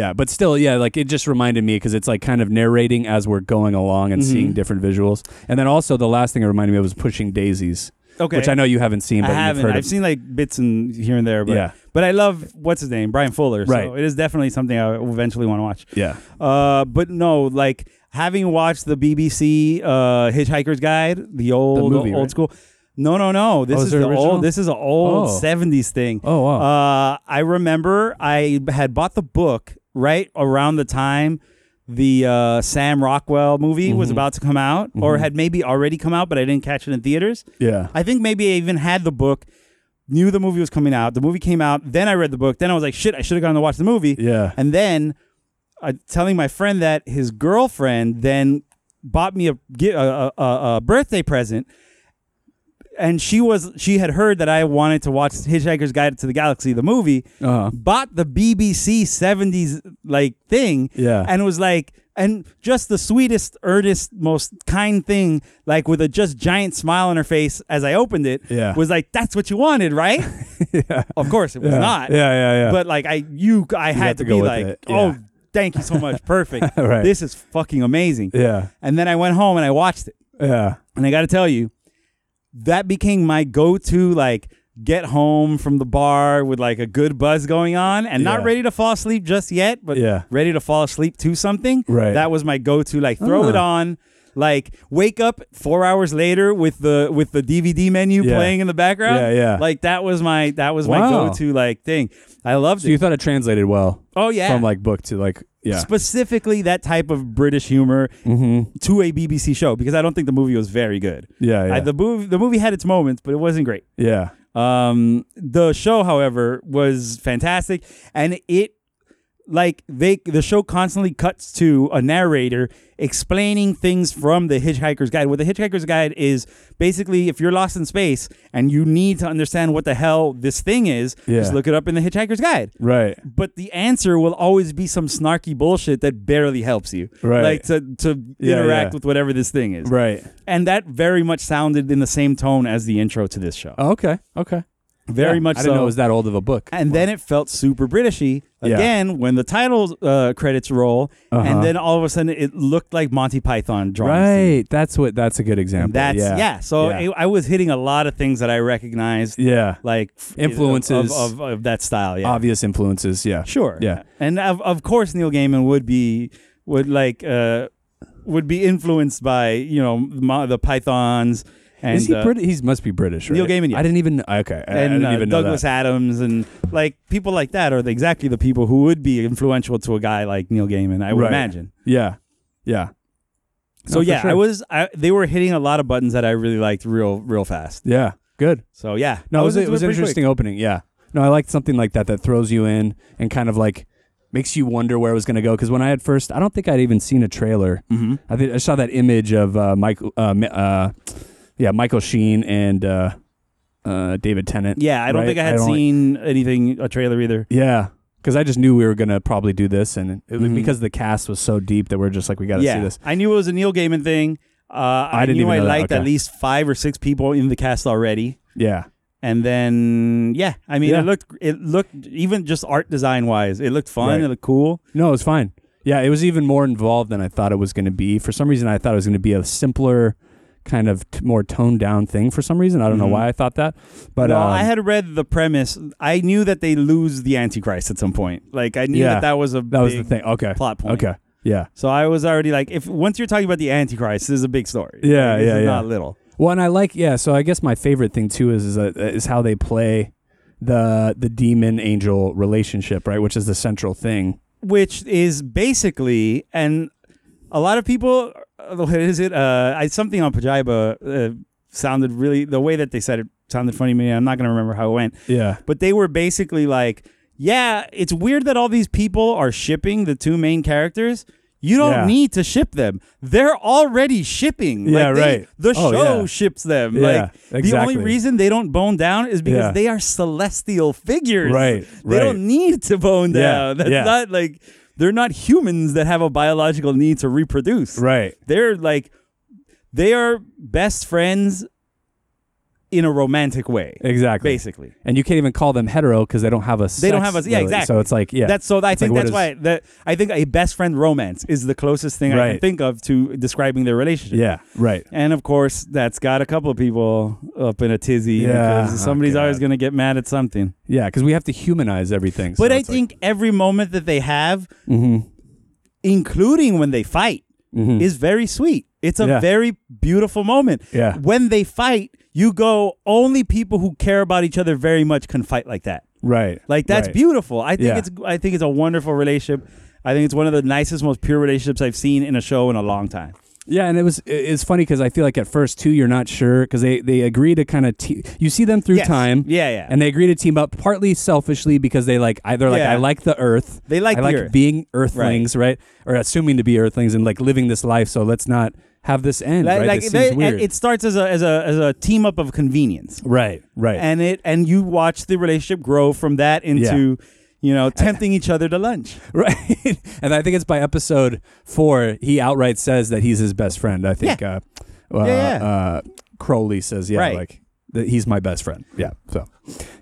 F: Yeah, but still, yeah, like it just reminded me because it's like kind of narrating as we're going along
G: Mm-hmm.
F: and seeing different visuals, and then also the last thing it reminded me of was Pushing Daisies,
G: Okay.
F: which I know you haven't seen, but
G: I
F: you've
G: haven't.
F: heard
G: I've
F: of.
G: seen like bits and here and there, but
F: Yeah.
G: but I love what's his name, Brian Fuller.
F: Right.
G: So it is definitely something I eventually want to watch.
F: yeah,
G: Uh, but no, like having watched the BBC uh, Hitchhiker's Guide, the old
F: The movie,
G: old
F: right?
G: school. No, no, no. This
F: Oh, is
G: is
F: it
G: the
F: original?
G: old. This is an old
F: Oh.
G: '70s thing.
F: Oh, wow.
G: Uh, I remember I had bought the book right around the time the uh, Sam Rockwell movie was
F: Mm-hmm.
G: about to come out, or had maybe already come out, but I didn't catch it in theaters.
F: yeah.
G: I think maybe I even had the book, knew the movie was coming out. The movie came out, then I read the book, then I was like, shit, I should have gone to watch the movie.
F: Yeah.
G: And then uh, telling my friend that his girlfriend then bought me a, gi- a, a, a, a birthday present. And she was she had heard that I wanted to watch Hitchhiker's Guide to the Galaxy, the movie,
F: Uh-huh.
G: bought the BBC seventies like thing,
F: Yeah.
G: and was like, and just the sweetest, earnest, most kind thing, like with a just giant smile on her face as I opened it,
F: Yeah.
G: was like, "That's what you wanted, right?" Of course, it was
F: Yeah.
G: not.
F: Yeah, yeah, yeah.
G: But like, I you, I had
F: have
G: to,
F: to go
G: be
F: with
G: like,
F: it.
G: "Oh,
F: Yeah.
G: thank you so much, perfect.
F: Right.
G: This is fucking amazing."
F: Yeah.
G: And then I went home and I watched it.
F: Yeah.
G: And I got to tell you, that became my go to, like, get home from the bar with like a good buzz going on and not
F: Yeah.
G: ready to fall asleep just yet, but
F: Yeah.
G: ready to fall asleep to something.
F: Right.
G: That was my go to, like, throw it
F: Ah.
G: on. Like wake up four hours later with the with the DVD menu
F: Yeah.
G: playing in the background.
F: Yeah, yeah.
G: Like that was my that was my
F: Wow.
G: go to like thing. I loved
F: So
G: it.
F: you thought it translated well
G: oh yeah.
F: from like book to like Yeah. Mm-hmm.
G: specifically that type of British humor to a BBC show because I don't think the movie was very good.
F: Yeah, yeah.
G: I, the movie the movie had its moments, but it wasn't great.
F: yeah.
G: Um, the show, however, was fantastic, and it like they the show constantly cuts to a narrator explaining things from the Hitchhiker's Guide. What the Hitchhiker's Guide is basically, if you're lost in space and you need to understand what the hell this thing is, just
F: Yeah.
G: look it up in the Hitchhiker's Guide
F: Right.
G: but the answer will always be some snarky bullshit that barely helps you.
F: Right.
G: Like to, to
F: Yeah,
G: interact
F: yeah.
G: with whatever this thing is.
F: Right.
G: And that very much sounded in the same tone as the intro to this show.
F: Oh, okay. Okay.
G: very
F: Yeah.
G: much
F: I didn't
G: so.
F: know it was that old of a book.
G: and then it felt super Britishy
F: Yeah.
G: again when the title uh, credits roll,
F: Uh-huh.
G: and then all of a sudden it looked like Monty Python drawings. to me.
F: right. That's what. That's a good example.
G: That's yeah.
F: yeah.
G: So
F: Yeah.
G: It, I was hitting a lot of things that I recognized,
F: Yeah.
G: like f-
F: Influences.
G: of, of, of that style. Yeah.
F: Obvious influences. Yeah.
G: Sure.
F: Yeah.
G: And of, of course Neil Gaiman would be would like uh would be influenced by, you know, mo- the Pythons and
F: Is he
G: uh,
F: British? He must be British, right?
G: Neil Gaiman, yeah.
F: I didn't even. Okay. I, I
G: and
F: didn't
G: uh,
F: even know
G: Douglas
F: that.
G: Adams and like people like that are the, exactly the people who would be influential to a guy like Neil Gaiman, I would
F: Right.
G: imagine.
F: Yeah. Yeah.
G: So
F: for
G: yeah,
F: sure.
G: I was I, they were hitting a lot of buttons that I really liked real real fast.
F: Yeah. Good.
G: So yeah.
F: No,
G: I
F: it was, it
G: into
F: was
G: pretty quick.
F: interesting opening. Yeah. No, I liked something like that that throws you in and kind of like makes you wonder where it was going to go. Because when I had first, I don't think I'd even seen a trailer. Mm-hmm. I think I saw that image of uh, Michael, uh, Mi- uh, yeah, Michael Sheen and uh, uh, David Tennant.
G: Yeah, I don't
F: right?
G: think I had
F: don't-
G: seen anything a trailer either.
F: yeah. Because I just knew we were going to probably do this, and it
G: Mm-hmm.
F: was because the cast was so deep that we're just like, we got to see this.
G: I knew it was a Neil Gaiman thing. Uh, I,
F: didn't
G: knew
F: even
G: I
F: know that.
G: liked at
F: Okay.
G: least five or six people in the cast already.
F: Yeah.
G: And then yeah, I mean
F: Yeah.
G: it looked it looked even just art design wise, it looked fun,
F: Right.
G: it looked cool.
F: No, it was fine. Yeah, it was even more involved than I thought it was going to be. For some reason, I thought it was going to be a simpler, kind of t- more toned down thing. For some reason, I don't know why I thought that. But
G: well,
F: um,
G: Mm-hmm. I had read the premise. I knew that they lose the Antichrist at some point. Like I knew
F: Yeah.
G: that that was a
F: that was the
G: big-
F: thing. Okay,
G: plot point.
F: Okay, yeah,
G: So I was already like, if once you're talking about the Antichrist, this is a big story.
F: Yeah,
G: Like, this
F: yeah, yeah.
G: is Not little.
F: Well, and I like yeah. So I guess my favorite thing too is is, uh, is how they play the the demon angel relationship, right? Which is the central thing.
G: which is basically and a lot of people uh, what is it uh I, something on Pajiba uh, sounded really the way that they said it sounded funny to me i'm not going to remember how it went
F: Yeah.
G: but they were basically like yeah it's weird that all these people are shipping the two main characters you don't
F: Yeah.
G: need to ship them. They're already shipping.
F: Yeah,
G: like they-
F: right.
G: The
F: Oh,
G: show
F: yeah.
G: ships them.
F: Yeah,
G: like the only
F: exactly.
G: reason they don't bone down is because
F: Yeah.
G: they are celestial figures.
F: Right,
G: They
F: right.
G: don't need to bone
F: Yeah,
G: down. That's
F: yeah.
G: not not like they're not humans that have a biological need to reproduce.
F: Right.
G: They're like they are best friends in a romantic way.
F: Exactly.
G: Basically.
F: And you can't even call them hetero because they don't have a.
G: They don't have a yeah, exactly.
F: So it's like yeah.
G: That's so I
F: It's
G: think
F: like, what
G: that's
F: is-
G: why that I think a best friend romance is the closest thing I can
F: Right.
G: think of to describing their relationship.
F: Yeah. Right.
G: And of course, that's got a couple of people up in a tizzy
F: Yeah.
G: because
F: Oh,
G: somebody's
F: God.
G: always going to get mad at something.
F: Yeah, because we have to humanize everything. so
G: But I
F: it's like- mm-hmm.
G: think every moment that they have, including when they fight, is very sweet. It's a
F: Yeah.
G: very beautiful moment.
F: Yeah.
G: When they fight, you go, only people who care about each other very much can fight like that.
F: right,
G: Like that's
F: right.
G: beautiful. I think
F: Yeah.
G: it's I think it's a wonderful relationship. I think it's one of the nicest, most pure relationships I've seen in a show in a long time.
F: Yeah, and it was it- it's funny because I feel like at first too you're not sure because they they agree to kind of te- you see them through
G: Yes.
F: time.
G: Yeah, yeah.
F: And they agree to team up partly selfishly because they like I- they're like
G: Yeah.
F: I like the Earth.
G: They like
F: I
G: the
F: like
G: Earth."
F: being Earthlings, right. Or assuming to be Earthlings and like living this life. So let's not have this end.
G: Like,
F: right?
G: like
F: this
G: they-
F: seems weird.
G: and it starts as a as a as a team up of convenience.
F: right, right.
G: and it and you watch the relationship grow from that into you know tempting each other to lunch
F: Right. and I think it's by episode four, he outright says that he's his best friend. I think
G: Yeah.
F: uh, uh,
G: Yeah, yeah.
F: uh Crowley says, yeah,
G: Right.
F: like that he's my best friend. Yeah. So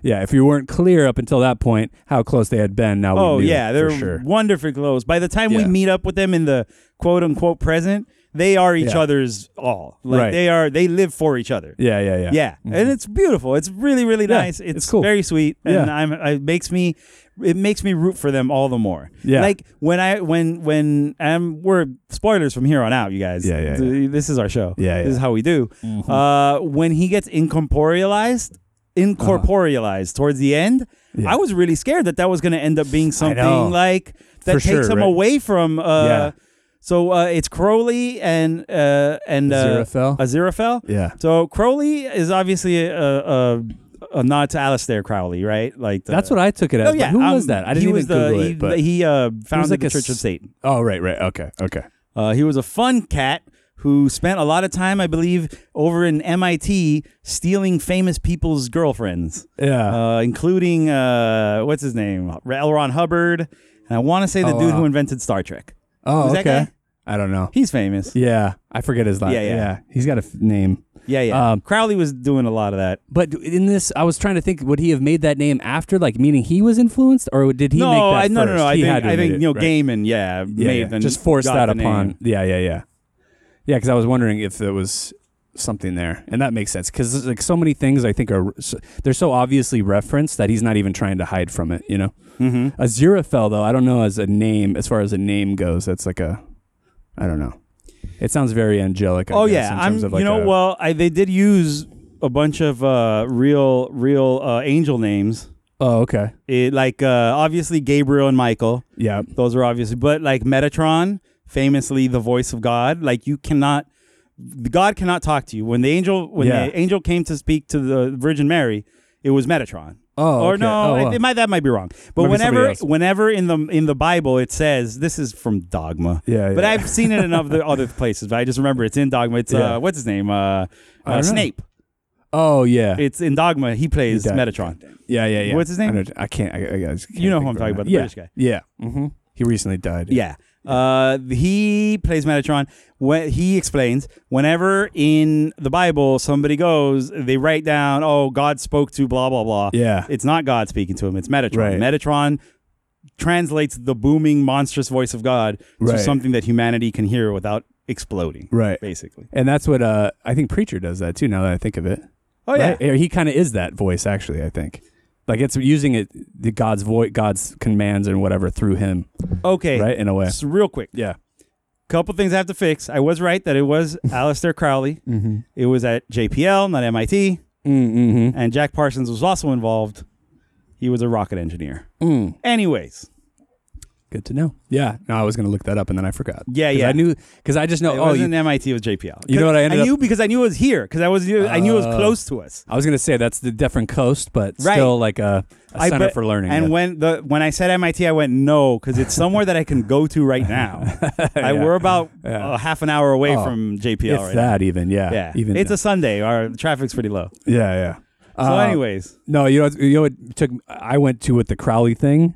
F: yeah, if you weren't clear up until that point how close they had been, now
G: oh
F: we knew
G: yeah
F: for
G: they're
F: sure.
G: wonderfully close by the time we
F: Yeah.
G: meet up with them in the quote unquote present they are each
F: Yeah.
G: other's all like
F: Right.
G: they are they live for each other
F: Yeah, yeah, Mm-hmm. yeah.
G: Yeah, and it's beautiful. It's really, really
F: Yeah,
G: nice. It's,
F: it's cool.
G: very sweet, and
F: Yeah.
G: I'm it makes me it makes me root for them all the more.
F: Yeah.
G: like when I when when um we're spoilers from here on out, you guys.
F: Yeah, yeah,
G: Th- This is our show.
F: Yeah, Mm-hmm. yeah.
G: this is how we do. Uh, when he gets incorporealized. Incorporealized towards the end,
F: Yeah.
G: I was really scared that that was going to end up being something
F: know.
G: like that
F: For
G: takes
F: sure,
G: him
F: right.
G: away from. Uh,
F: Yeah.
G: So uh, it's Crowley and uh, and uh,
F: Aziraphale?
G: Aziraphale.
F: Yeah.
G: So Crowley is obviously a, a, a nod to Alistair Crowley, right? Like the,
F: That's what I took it as.
G: No,
F: but
G: yeah.
F: who
G: um,
F: was that? I didn't
G: he
F: even
G: was the,
F: Google
G: he,
F: it. But
G: he uh, founded
F: like
G: the
F: a
G: Church of
F: s-
G: Satan.
F: oh, right, right. Okay, okay.
G: Uh, he was a fun cat who spent a lot of time, I believe, over in MIT stealing famous people's girlfriends,
F: Yeah.
G: uh, including uh, what's his name, L. Ron Hubbard, and I want to say the
F: Oh,
G: dude
F: wow.
G: who invented Star Trek.
F: oh,
G: was
F: okay.
G: that guy?
F: I don't know.
G: He's famous.
F: Yeah, I forget his last.
G: Yeah,
F: Yeah,
G: yeah.
F: yeah. He's got a f- name.
G: Yeah, yeah.
F: Um,
G: Crowley was doing a lot of that.
F: But in this, I was trying to think: would he have made that name after, like, meaning he was influenced, or did he
G: no,
F: make that
G: I, no, no,
F: first?
G: no. I
F: He had
G: think
F: to
G: I
F: have
G: think
F: made it,
G: you know
F: right.
G: Gaiman. Yeah,
F: Yeah,
G: made
F: yeah.
G: the-
F: just forced
G: got
F: that
G: the name.
F: upon. Yeah, yeah, yeah, yeah. Because I was wondering if there was something there, and that makes sense. Because like so many things, I think are so, they're so obviously referenced that he's not even trying to hide from it. You know, mm-hmm. Aziraphale though, I don't know as a name as far as a name goes. That's like a, I don't know. It sounds very angelic. I
G: Oh
F: guess,
G: yeah,
F: in
G: I'm.
F: terms of like
G: you know,
F: a-
G: well, I, they did use a bunch of uh, real, real uh, angel names.
F: Oh, okay.
G: It, like uh, obviously Gabriel and Michael.
F: Yeah.
G: Those are obviously, but like Metatron, famously the voice of God. Like you cannot, God cannot talk to you. When the angel, when
F: Yeah.
G: the angel came to speak to the Virgin Mary, it was Metatron.
F: Oh,
G: or
F: okay.
G: no,
F: Oh,
G: I-
F: wow.
G: it might that might be wrong. But
F: Might be somebody
G: whenever,
F: else.
G: whenever in the in the Bible it says this is from Dogma.
F: Yeah,
G: But
F: yeah.
G: I've seen it in other other places. But I just remember it's in Dogma. It's
F: Yeah.
G: uh, what's his name? Uh,
F: don't
G: uh
F: know.
G: Snape.
F: Oh yeah.
G: It's in Dogma. He plays
F: died.
G: Metatron.
F: yeah, yeah, yeah.
G: what's his name?
F: I, don't- I can't. I, I, just can't
G: You know
F: think
G: who I'm
F: right
G: talking
F: now.
G: about, the
F: yeah.
G: British guy.
F: Yeah. Mm-hmm. He recently died.
G: Yeah. Uh, he plays Metatron. When he explains, whenever in the Bible somebody goes, they write down, "Oh, God spoke to blah blah blah."
F: Yeah.
G: it's not God speaking to him; it's Metatron.
F: Right.
G: Metatron translates the booming, monstrous voice of God to
F: Right.
G: something that humanity can hear without exploding.
F: Right.
G: basically.
F: And that's what uh, I think Preacher does that too. Now that I think of it.
G: Oh yeah,
F: Right? Or He kind of is that voice actually. I think. Like it's using it, the God's voice, God's commands and whatever through him,
G: okay.
F: right? In a way.
G: So real quick,
F: Yeah.
G: couple things I have to fix. I was right that it was Aleister Crowley. It was at JPL, not MIT.
F: Mm-hmm.
G: and Jack Parsons was also involved. He was a rocket engineer.
F: Mm.
G: Anyways,
F: Good to know. Yeah. No, I was gonna look that up and then I forgot.
G: Yeah,
F: 'Cause
G: yeah.
F: I knew because I just know.
G: it
F: oh,
G: wasn't
F: you,
G: MIT with JPL.
F: You know what I ended
G: I
F: up-
G: knew because I knew it was here because I was I knew it was
F: Oh.
G: close to us.
F: I was gonna say that's the different coast, but
G: Right.
F: still like a, a
G: I
F: center
G: bet-
F: for learning.
G: And
F: yeah.
G: when the when I said MIT, I went no because it's somewhere that I can go to right now. I,
F: Yeah.
G: we're about
F: Yeah.
G: uh, half an hour away
F: Oh.
G: from JPL
F: If
G: right
F: that even, yeah,
G: now. Yeah,
F: even
G: it's a Sunday. Our traffic's pretty low.
F: yeah, yeah. Uh,
G: So, anyways,
F: no, you know, what- you know, it took. I went to with the Crowley thing,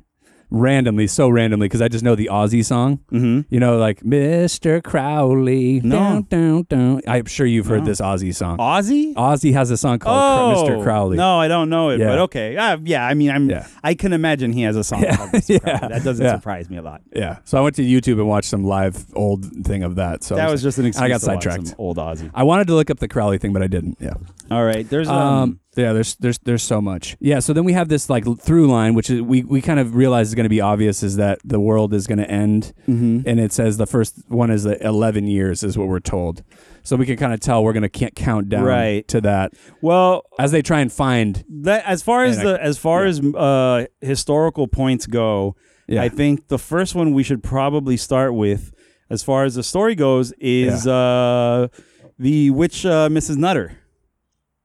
F: randomly, so randomly, because I just know the Aussie song. Mm-hmm. You know, like Mr. Crowley.
G: No.
F: Dun, dun, dun. I'm sure you've heard this Aussie song.
G: Aussie.
F: Aussie has a song called Cr- Mr. oh, Crowley.
G: Oh, No, I don't know it,
F: Yeah.
G: but okay. Uh, yeah, I mean, I'm.
F: Yeah.
G: I can imagine he has a song called Mr. Crowley. That doesn't
F: Yeah.
G: surprise me a lot.
F: Yeah. So I went to YouTube and watched some live old thing of that. So I
G: That was
F: like-
G: just an excuse.
F: I got
G: to watch
F: sidetracked.
G: some old Aussie.
F: I wanted to look up the Crowley thing, but I didn't. Yeah.
G: All right, there's um,
F: Um, yeah, there's there's there's so much. Yeah, so then we have this like l- through line, which is we, we kind of realize is going to be obvious is that the world is going to end,
G: mm-hmm.
F: and it says the first one is that eleven years is what we're told, so we can kind of tell we're going to count down
G: Right.
F: to that
G: well,
F: as they try and find.
G: that as far as
F: And I-
G: the as far as uh, historical points go,
F: Yeah.
G: I think the first one we should probably start with, as far as the story goes, is
F: Yeah.
G: uh, the witch uh, Mrs. Nutter.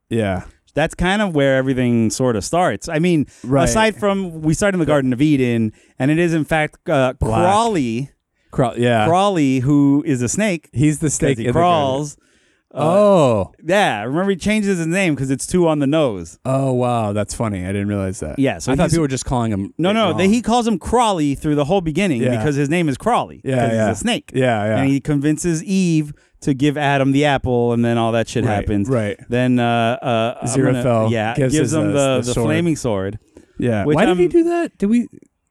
F: Yeah,
G: That's kind of where everything sort of starts. I mean,
F: Right.
G: aside from we start in the Garden of Eden, and it is in fact uh, Crawley,
F: Crow, yeah,
G: Crawley who is a snake. 'cause
F: he's the snake.
G: he
F: in the
G: crawls.
F: garden. oh,
G: Yeah, remember he changes his name because it's two on the nose.
F: oh wow, that's funny. I didn't realize that.
G: Yeah, so
F: I thought
G: he's-
F: people were just calling him.
G: No,
F: it
G: no,
F: wrong.
G: they, he calls him Crawley through the whole beginning
F: Yeah.
G: because his name is Crawley.
F: Yeah,
G: 'cause
F: yeah.
G: he's a snake.
F: Yeah, yeah.
G: And he convinces Eve to give Adam the apple, and then all that shit
F: Right,
G: happens.
F: right.
G: Then uh, uh, I'm gonna-
F: Xerophil
G: yeah,
F: gives his,
G: him
F: uh,
G: the,
F: the
G: the
F: sword.
G: flaming sword.
F: Yeah,
G: which
F: why did he
G: I'm-
F: do that? Did we?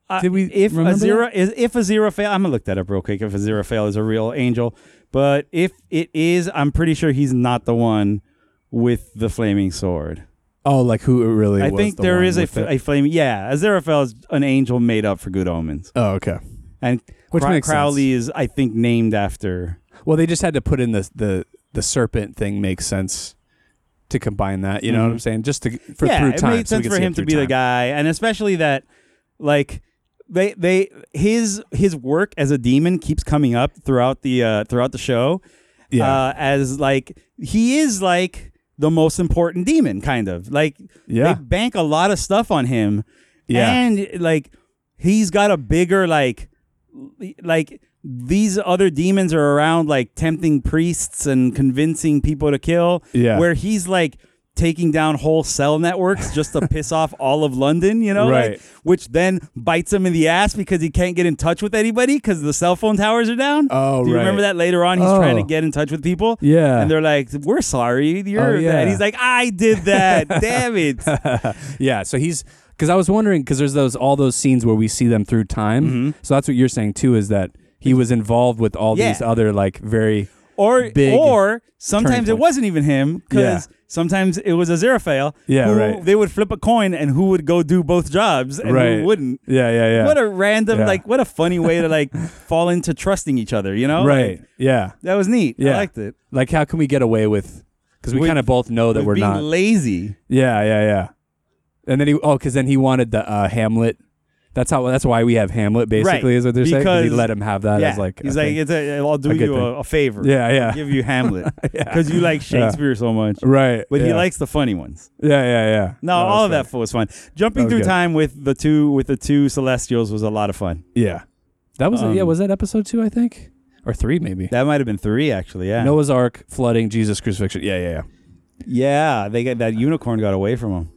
G: Uh,
F: Did we
G: If a
F: remember
G: zero, is, if a zero fail, I'm gonna look that up real quick. If a zero fail is a real angel, but if it is, I'm pretty sure he's not the one with the flaming sword.
F: Oh, like who it really?
G: I
F: was
G: think
F: the
G: there
F: one
G: is a,
F: with
G: f- a
F: it.
G: flaming. Yeah, Aziraphale is an angel made up for good omens,
F: Oh, okay.
G: and
F: Which
G: Crow-
F: makes sense.
G: Crowley is, I think, named after.
F: Well, they just had to put in the the the serpent thing makes sense to combine that. You know what I'm saying? Just to for
G: Mm-hmm. yeah,
F: through time,
G: it made
F: so we
G: sense
F: can
G: for
F: see
G: him
F: it
G: to
F: through
G: be the
F: time.
G: guy, and especially that, like, they they his his work as a demon keeps coming up throughout the uh, throughout the show.
F: Yeah.
G: Uh, as like he is like the most important demon, kind of like
F: Yeah.
G: they bank a lot of stuff on him.
F: Yeah.
G: And like he's got a bigger like like these other demons are around like tempting priests and convincing people to kill.
F: Yeah.
G: Where he's like taking down whole cell networks just to piss off all of London, you know? like,
F: Right.
G: which then bites him in the ass because he can't get in touch with anybody because the cell phone towers are down.
F: Oh,
G: Do you remember
F: right.
G: that later on? He's
F: Oh.
G: trying to get in touch with people.
F: Yeah.
G: And they're like, we're sorry. You're
F: Oh, yeah.
G: that. He's like, I did that. Damn it.
F: Yeah, so he's because I was wondering because there's those all those scenes where we see them through time.
G: Mm-hmm.
F: So that's what you're saying too is that he was involved with all
G: Yeah.
F: these other like very
G: or
F: big
G: or sometimes it
F: point.
G: wasn't even him because
F: Yeah.
G: sometimes it was a Aziraphale.
F: Yeah,
G: who-
F: right.
G: They would flip a coin and who would go do both jobs and
F: right
G: who wouldn't.
F: Yeah, yeah, yeah.
G: What a random
F: Yeah.
G: like what a funny way to like fall into trusting each other. You know,
F: right.
G: Like,
F: yeah,
G: that was neat.
F: yeah.
G: I liked it.
F: Like how can we get away with? Because we
G: With-
F: kind of both know that
G: With
F: we're
G: being
F: not.
G: lazy.
F: yeah, yeah, yeah. And then he oh because then he wanted the uh, Hamlet. That's how. That's why we have Hamlet. Basically, is what they're saying. he
G: Because-
F: let him have that.
G: yeah,
F: as like a
G: he's like,
F: thing.
G: it's a, I'll do
F: A good
G: you
F: thing.
G: a, a favor.
F: yeah, yeah,
G: give you Hamlet because you like Shakespeare so much.
F: right.
G: But he
F: yeah.
G: likes the funny ones.
F: Yeah, yeah, yeah.
G: No,
F: that's
G: all of
F: fair.
G: that was fun.
F: That
G: Jumping
F: was
G: through
F: good.
G: time with the two with the two Celestials was a lot of fun.
F: Yeah, that was yeah.
G: Um,
F: Was that episode two? I think or three maybe.
G: That might have been three, actually. Yeah.
F: Noah's Ark, flooding, Jesus crucifixion. Yeah, yeah, yeah.
G: Yeah, they got that unicorn got away from him.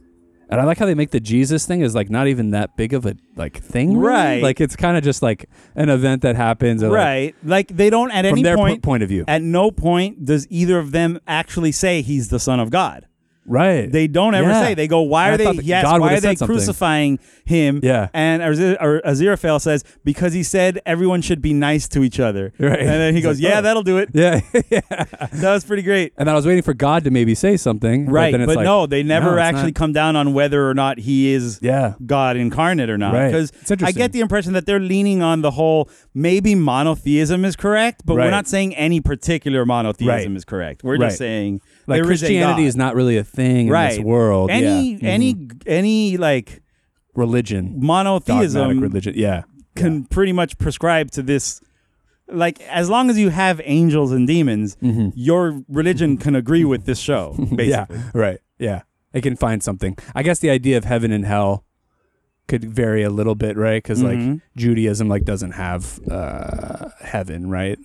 F: And I like how they make the Jesus thing is like not even that big of a like thing, really.
G: Right.
F: Like it's kind of just like an event that happens, or, like,
G: Right. Like they don't at
F: from
G: any
F: their po-
G: point,
F: point of view.
G: At no point does either of them actually say he's the son of God.
F: right.
G: They don't ever
F: Yeah.
G: say. They go, "Why
F: And I
G: are they?
F: thought that
G: Yes,
F: God
G: why
F: would've
G: are they
F: said something.
G: crucifying him?"
F: Yeah.
G: And Azir- or Aziraphale says because he said everyone should be nice to each other.
F: Right.
G: And then he
F: It's
G: goes,
F: like,
G: "Yeah,
F: oh."
G: that'll do it."
F: Yeah, yeah.
G: That was pretty great.
F: And I was waiting for God to maybe say something.
G: Right,
F: But, then
G: but,
F: it's like,
G: no, they
F: no,
G: never
F: it's
G: actually
F: not-
G: come down on whether or not he is
F: Yeah.
G: God incarnate or not.
F: Right.
G: Because
F: It's interesting.
G: I get the impression that they're leaning on the whole maybe monotheism is correct, but
F: Right.
G: we're not saying any particular monotheism
F: Right.
G: is correct. We're
F: Right.
G: just saying
F: Like
G: there is a
F: Christianity
G: God.
F: is, not really a thing
G: right
F: in this world.
G: Any
F: yeah. Mm-hmm.
G: any any like
F: religion, dogmatic
G: monotheism
F: religion. Yeah.
G: can pretty much prescribe to this. Like as long as you have angels and demons, your religion can agree with this show. Basically,
F: Mm. Mm-hmm. Yeah, right. Yeah, they can find something. I guess the idea of heaven and hell could vary a little bit, right? Because
G: Mm-hmm.
F: like Judaism like doesn't have uh, heaven, right?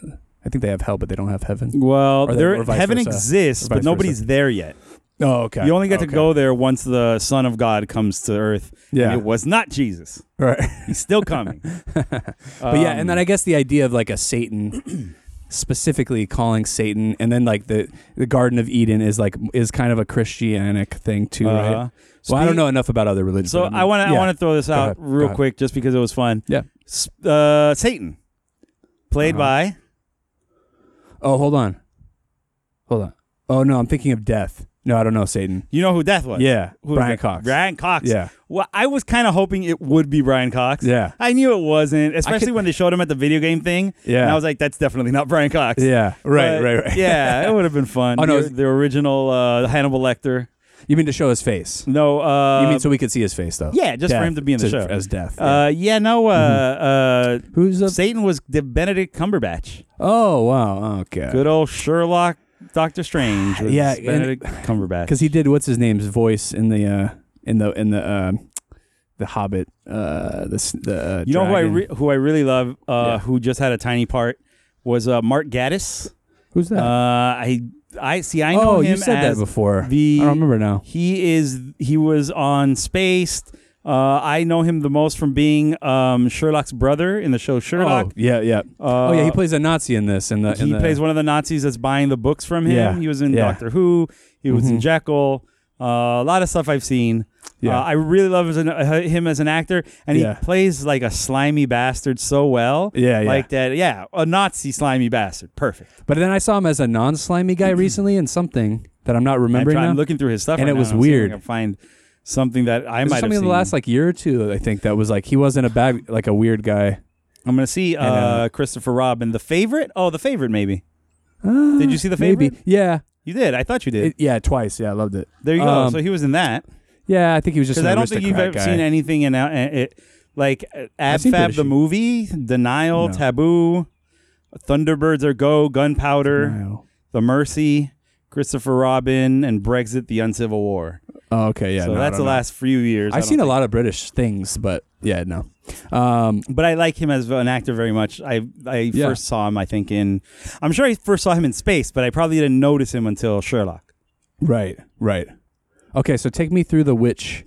F: I think they have hell, but they don't have heaven.
G: Well,
F: Or they-
G: there,
F: or vice
G: heaven
F: versa.
G: exists,
F: Or
G: but
F: vice
G: nobody's
F: versa.
G: there yet.
F: Oh, okay.
G: You only get
F: Okay.
G: to go there once the Son of God comes to earth. and
F: Yeah.
G: it was not Jesus.
F: right?
G: He's still coming.
F: but yeah, and then
G: Um,
F: I guess the idea of like a Satan. specifically calling satan and then like the the garden of eden is like is kind of a christianic thing too right
G: Uh-huh.
F: well i don't
G: Spe-
F: know enough about other religions
G: So
F: but mean,
G: I want to
F: yeah.
G: I want to throw this out
F: ahead. Go
G: real
F: ahead.
G: quick, just because it was fun.
F: yeah
G: S- Uh, Satan, played
F: Uh-huh.
G: by
F: oh hold on hold on oh no i'm thinking of death no i don't know satan
G: you know who Death was.
F: Yeah,
G: Who was
F: Brian
G: it?
F: Cox.
G: Brian Cox.
F: Yeah.
G: Well, I was kind of hoping it would be Brian Cox.
F: Yeah.
G: I knew it wasn't, especially when they showed him at the video game thing.
F: Yeah.
G: And I was like, that's definitely not Brian Cox.
F: Yeah, right,
G: But,
F: right, right.
G: yeah, it would have been fun.
F: Oh, no.
G: the, the original uh, Hannibal Lecter.
F: You mean to show his face?
G: No, uh,
F: you mean so we could see his face though?
G: yeah, just for
F: Death,
G: him to be in the show
F: as death. yeah. Mm-hmm.
G: Uh, yeah, no, uh,
F: Who's
G: uh,
F: the?
G: Satan was the Benedict Cumberbatch.
F: oh wow, okay.
G: Good old Sherlock, Doctor Strange. Was
F: Yeah, and-
G: Benedict Cumberbatch.
F: Because he did what's his name's voice in the uh in the in the um the Hobbit uh the s- the uh,
G: you know who I
F: dragon.
G: re- who I really love, uh,
F: Yeah.
G: who just had a tiny part, was uh, Mark Gaddis.
F: who's
G: Uh,
F: that?
G: I I see. I know
F: oh,
G: him
F: you said that
G: as
F: before.
G: the-
F: I don't remember now.
G: He is. He was on Spaced. Uh, I know him the most from being um, Sherlock's brother in the show Sherlock. Uh,
F: Oh yeah, yeah. oh yeah, he plays a Nazi in this. In the in
G: he
F: the-
G: plays one of the Nazis that's buying the books from him.
F: Uh, Yeah,
G: He was in
F: yeah. Mm-hmm.
G: Doctor Who. He was in Jekyll. Uh, a lot of stuff I've seen.
F: Yeah.
G: Uh, I really love his, uh, him as an actor, and he
F: Yeah.
G: plays like a slimy bastard so well.
F: Yeah, yeah.
G: like that. Yeah, a Nazi slimy bastard. Perfect.
F: But then I saw him as a non slimy guy recently in something that I'm not
G: I'm,
F: remembering
G: trying,
F: now.
G: I'm looking through his stuff,
F: And
G: right
F: it was
G: now. I'm seeing if
F: weird.
G: I can find something that I
F: There's
G: might have
F: something
G: seen.
F: in the last like year or two, I think, that was like he wasn't a bad like a weird guy.
G: I'm gonna see uh,
F: uh,
G: Christopher Robin, the favorite. Oh, the favorite maybe. did you see the favorite?
F: Maybe. Yeah.
G: You did. I thought you did.
F: It- yeah, twice. Yeah, I loved it.
G: there you go.
F: Um,
G: so he was in that.
F: Yeah, I think he was just
G: Because
F: an
G: I don't think you've
F: aristocrat
G: ever
F: guy.
G: seen anything in uh, uh, it. like uh, Ab
F: seen
G: Fab
F: British
G: the
F: Heat.
G: movie, Denial,
F: No.
G: Taboo, Thunderbirds Are Go, Gunpowder,
F: Denial.
G: The Mercy, Christopher Robin, and Brexit, The Uncivil War.
F: Oh, okay, yeah.
G: so
F: no, I
G: that's the
F: don't know.
G: last few years.
F: I've
G: don't
F: seen a
G: think-
F: lot of British things, but yeah, no. Um,
G: but I like him as an actor very much. I I
F: Yeah.
G: first saw him, I think, in I'm sure I first saw him in space, but I probably didn't notice him until Sherlock.
F: right, right. Okay, so take me through the witch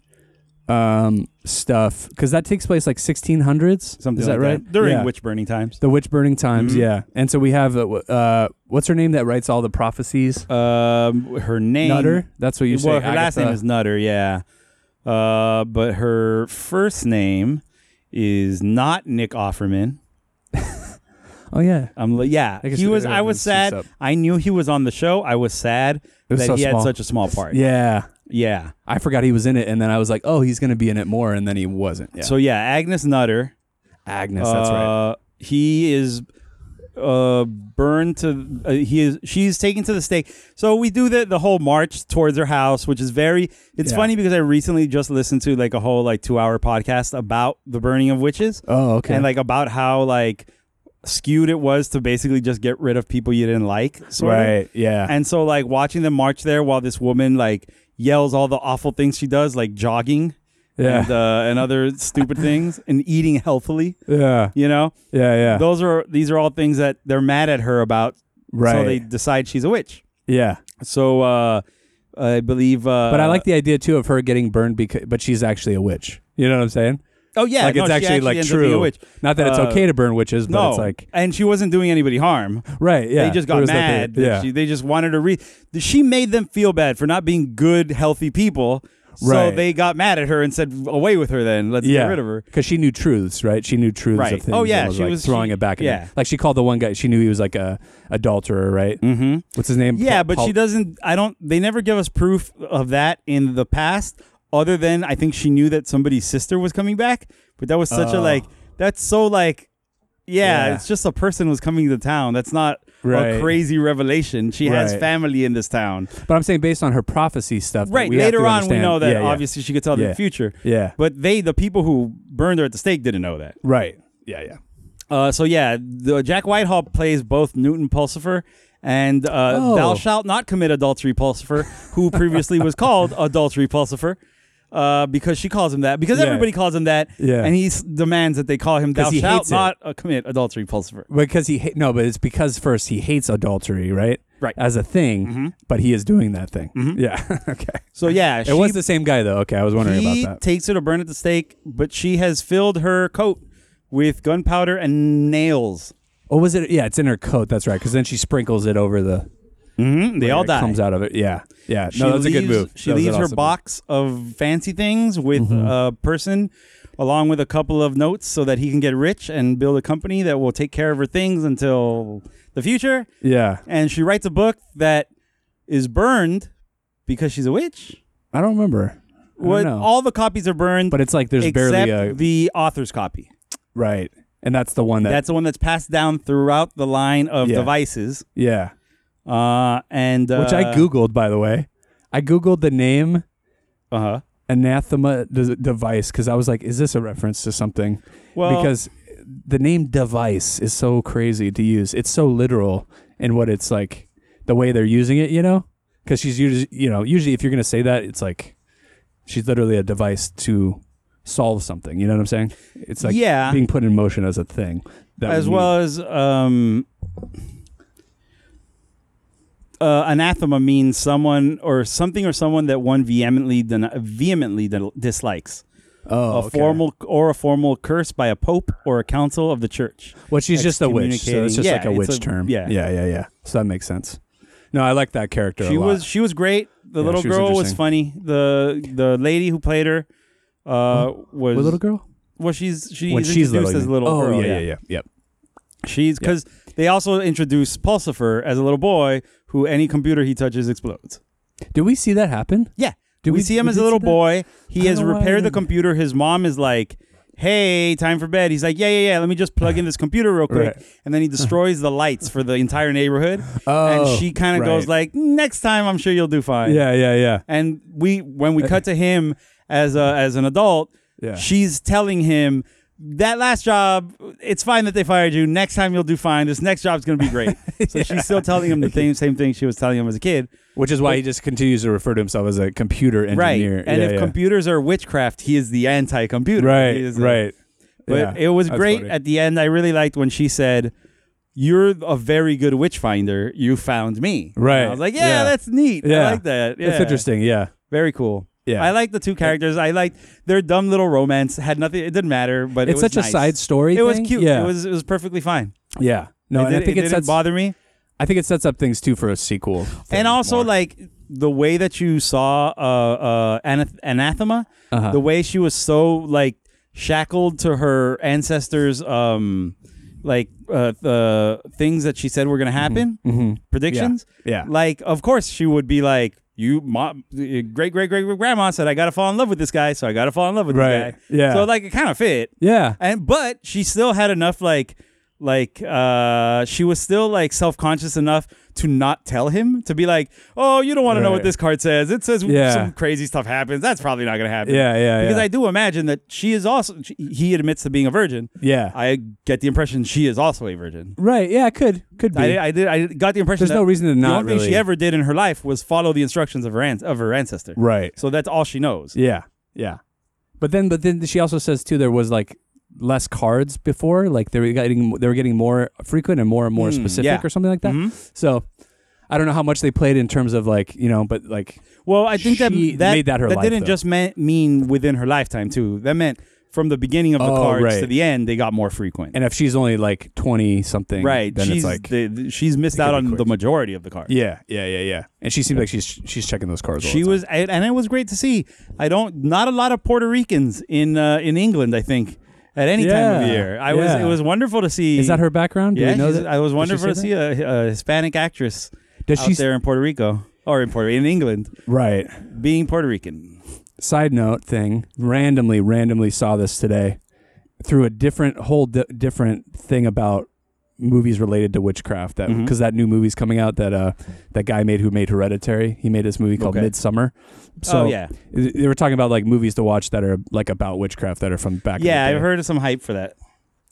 F: um, stuff because that takes place like 1600s.
G: Something
F: Is that Mm-hmm.
G: like
F: right?
G: That. During
F: Yeah.
G: witch burning times.
F: The witch burning times, yeah. And so we have uh, w- uh, what's her name that writes all the prophecies?
G: Um, her name
F: Nutter. That's what you say.
G: well, her last
F: Agatha.
G: name is Nutter, yeah. Uh, but her first name is not Nick Offerman.
F: Oh yeah.
G: I'm li- yeah,
F: I guess
G: he
F: it-
G: was.
F: it
G: I was
F: was
G: sad.
F: mixed up.
G: I knew he was on the show. I was sad
F: was
G: that
F: so
G: he
F: small.
G: had such a small part.
F: Yeah.
G: yeah.
F: I forgot he was in it, and then I was like, oh, he's gonna be in it more, and then he wasn't. Yeah.
G: So yeah, Agnes Nutter.
F: Agnes, that's right.
G: Uh, He is uh burned to uh, he is she's taken to the stake so we do the the whole march towards her house which is very it's
F: Yeah.
G: funny because i recently just listened to like a whole like two hour podcast about the burning of witches
F: Oh, okay.
G: and like about how like skewed it was to basically just get rid of people you didn't like sort of.
F: right, yeah.
G: and so like watching them march there while this woman like yells all the awful things she does like jogging
F: Yeah.
G: and, uh, and other stupid things and eating healthily
F: yeah,
G: you know
F: yeah, yeah.
G: those are these are all things that they're mad at her about so
F: Right.
G: they decide she's a witch
F: yeah.
G: so uh i believe uh
F: But I like the idea too of her getting burned because, but she's actually a witch. You know what I'm saying?
G: oh yeah
F: like
G: no,
F: it's
G: she
F: actually, like
G: ends up being
F: true.
G: a witch.
F: Not that it's
G: Uh,
F: okay to burn witches, but
G: no
F: it's like
G: and she wasn't doing anybody harm
F: right. Yeah,
G: they just
F: There
G: got
F: was nothing-
G: mad that
F: yeah,
G: she, they just wanted to read she made them feel bad for not being good healthy people so
F: Right.
G: they got mad at her and said away with her then let's
F: yeah,
G: get rid of her
F: because she knew truths, right? She knew truths
G: Right.
F: of things.
G: Oh, yeah,
F: and was,
G: she
F: like,
G: was-
F: throwing
G: she-
F: it back. at him.
G: yeah.
F: like she called the one guy. She knew he was like a adulterer, right?
G: mm-hmm
F: What's his name?
G: Yeah,
F: Paul-
G: but
F: Paul-
G: she doesn't. I don't. They never give us proof of that in the past, other than I think she knew that somebody's sister was coming back. But that was such a
F: Oh.
G: like. That's so like. Yeah,
F: Yeah.
G: it's just a person was coming to town. That's not
F: Right.
G: a crazy revelation. She has
F: Right.
G: family in this town.
F: But I'm saying based on her prophecy stuff. that
G: Right.
F: we have
G: Later
F: to
G: on, we
F: understand-
G: know that
F: Yeah, yeah.
G: obviously she could tell
F: Yeah.
G: the future.
F: Yeah.
G: But they, the people who burned her at the stake, didn't know that.
F: Right. Yeah. Yeah.
G: Uh, so yeah, the Jack Whitehall plays both Newton Pulsifer and uh,
F: Oh.
G: Thou shalt not commit adultery, Pulsifer, who previously was called adultery, Pulsifer, uh, because she calls him that. Because
F: Yeah.
G: everybody calls him that,
F: Yeah.
G: and he s- demands that they call him Thou
F: 'Cause he
G: shalt
F: hates it.
G: not uh, commit adultery, Pulsifer.
F: Because he ha- no, but it's because first he hates adultery, right?
G: Right. Mm-hmm.
F: As a thing, but he is doing that thing. Yeah. okay.
G: So yeah,
F: It was the same guy though. Okay, I was wondering
G: he
F: about that.
G: takes her to burn at the stake, but she has filled her coat with gunpowder and nails.
F: oh, was it? Yeah, it's in her coat. That's right. Because then she sprinkles it over the.
G: Mm-hmm. They all
F: it
G: die.
F: comes out of it. Yeah. Yeah.
G: She
F: no, that's a good
G: leaves-
F: move. Mm-hmm.
G: She
F: That was an
G: leaves her
F: awesome
G: box of fancy things with a person, along with a couple of notes, so that he can get rich and build a company that will take care of her things until the future.
F: move. Yeah.
G: And she writes a book that is burned because she's a witch.
F: I don't remember. I don't
G: What
F: know.
G: all the copies are burned,
F: But it's like there's
G: except
F: barely a
G: the author's copy.
F: right, and that's the one that.
G: That's the one that's passed down throughout the line of
F: Yeah.
G: devices.
F: yeah.
G: Uh, and uh,
F: Which I googled, by the way. I googled the name
G: Uh huh.
F: anathema d- device because I was like, is this a reference to something?
G: Well-
F: because the name device is so crazy to use. It's so literal in what it's like, the way they're using it. You know, because she's usually, you know, usually if you're gonna say that, it's like she's literally a device to solve something. You know what I'm saying? It's like
G: Yeah.
F: being put in motion as a thing. That
G: as
F: we need.
G: well as um, uh, anathema means someone or something or someone that one vehemently den- vehemently del- dislikes.
F: Oh,
G: a
F: okay.
G: formal or a formal curse by a pope or a council of the church.
F: Well, she's just a witch. So it's
G: excommunicating-
F: just
G: Yeah,
F: like a
G: it's
F: witch
G: a-
F: term.
G: yeah.
F: yeah, yeah, yeah. So that makes sense. No, I like that character.
G: She
F: a lot.
G: was she was great. The
F: Yeah,
G: little
F: she was
G: girl was,
F: interesting.
G: funny. The the lady who played her uh,
F: What
G: was
F: little girl.
G: well she's she's
F: when she's little,
G: introduced as
F: you
G: a
F: mean.
G: little
F: oh,
G: girl.
F: yeah, yeah, yeah, yep.
G: She's because they also introduce Pulsifer as a little boy who any computer he touches explodes.
F: Did we see that happen?
G: Yeah.
F: Did
G: we,
F: we-
G: see him
F: we
G: as a
F: did
G: little
F: see that?
G: boy. He
F: I
G: has
F: don't know why I
G: repaired the
F: didn't-
G: computer. His mom is like, hey, time for bed. He's like, yeah, yeah, yeah. Let me just plug in this computer real quick.
F: Right.
G: And then he destroys the lights for the entire neighborhood.
F: Oh,
G: and she kind of goes like, next time, I'm sure you'll do fine.
F: Yeah, yeah, yeah.
G: And we when we cut to him as a, as an adult,
F: Yeah.
G: she's telling him that last job, it's fine that they fired you. Next time you'll do fine. This next job's gonna be great. So she's still telling him the same same thing she was telling him as a kid.
F: Which is why he just continues to refer to himself as a computer engineer.
G: Right. And
F: Yeah,
G: if
F: yeah.
G: computers are witchcraft, he is the anti-computer.
F: right,
G: He is a-
F: right.
G: But
F: Yeah,
G: it was
F: that's
G: great
F: funny.
G: at the end. I really liked when she said, "You're a very good witch finder. You found me." And
F: Right.
G: I was like, "Yeah,
F: Yeah.
G: that's neat.
F: Yeah.
G: I like that.
F: It's
G: Yeah.
F: interesting. Yeah.
G: Very cool."
F: Yeah.
G: I like the two characters. I liked their dumb little romance. Had nothing. It didn't matter. But
F: It's
G: it was
F: such a
G: nice.
F: side story
G: It was
F: thing?
G: cute.
F: Yeah.
G: It was. It was perfectly fine.
F: Yeah. No,
G: it
F: and I
G: did-
F: think
G: it
F: it,
G: didn't
F: sets.
G: bother me.
F: I think it sets up things too for a sequel.
G: and also
F: more.
G: like the way that you saw uh, uh, Anath- anathema
F: Uh-huh.
G: the way she was so like shackled to her ancestors um like uh, the things that she said were going to happen predictions
F: Mm-hmm. Yeah. Yeah.
G: like of course she would be like you mom great great great grandma said i gotta fall in love with this guy so i gotta fall in love with
F: Right.
G: this guy
F: Yeah.
G: so like it kind of fit
F: yeah,
G: and but she still had enough like like uh she was still like self-conscious enough to not tell him to be like oh you don't want to know
F: Right.
G: what this card says it says
F: Yeah.
G: some crazy stuff happens that's probably not gonna happen
F: Yeah, yeah,
G: because
F: yeah.
G: i do imagine that she is also she, he admits to being a virgin
F: Yeah.
G: i get the impression she is also a virgin
F: right. Yeah, it could could be.
G: I, I did. I got the impression
F: There's
G: that
F: no reason to
G: The
F: not
G: only thing
F: really-
G: she ever did in her life was follow the instructions of her an- of her ancestor.
F: Right.
G: So that's all she knows.
F: yeah, yeah. But then, but then she also says too there was like less cards before, like they were getting they were getting more frequent and more and more specific
G: Hmm, yeah.
F: or something like
G: Mm-hmm.
F: that. So. I don't know how much they played in terms of like you know, but like
G: Well, I think that
F: She
G: that,
F: made that her life,
G: didn't
F: though.
G: just meant, mean within her lifetime too. That meant from the beginning of the
F: Oh,
G: cards
F: right.
G: to the end, they got more frequent.
F: and if she's only like twenty something,
G: right?
F: Then
G: she's
F: it's like
G: the- the- she's missed out
F: be
G: on
F: quick.
G: the majority of the cards.
F: yeah, yeah, yeah, yeah. And she seems like she's she's checking those cards. all
G: She
F: the time.
G: was, I, and it was great to see. I don't, not a lot of Puerto Ricans in uh, in England. I think at any time of
F: Yeah,
G: year, I
F: yeah.
G: was. It was wonderful to see.
F: Is that her background? Do
G: Yeah,
F: we know
G: she's-
F: that?
G: I was
F: Did she
G: wonderful
F: say
G: to see
F: that?
G: a, a Hispanic actress
F: Does
G: out
F: she s-
G: there in Puerto Rico or in Puerto in England
F: Right.
G: being Puerto Rican.
F: Side note thing. Randomly, randomly saw this today through a different whole di- different thing about movies related to witchcraft. That
G: Mm-hmm.
F: because that new movie's coming out that uh that guy made who made Hereditary. He made this movie called
G: Okay.
F: Midsummer. So
G: Oh, yeah.
F: th- they were talking about like movies to watch that are like about witchcraft that are from back. in the
G: Yeah,
F: day.
G: I've heard of some hype for that.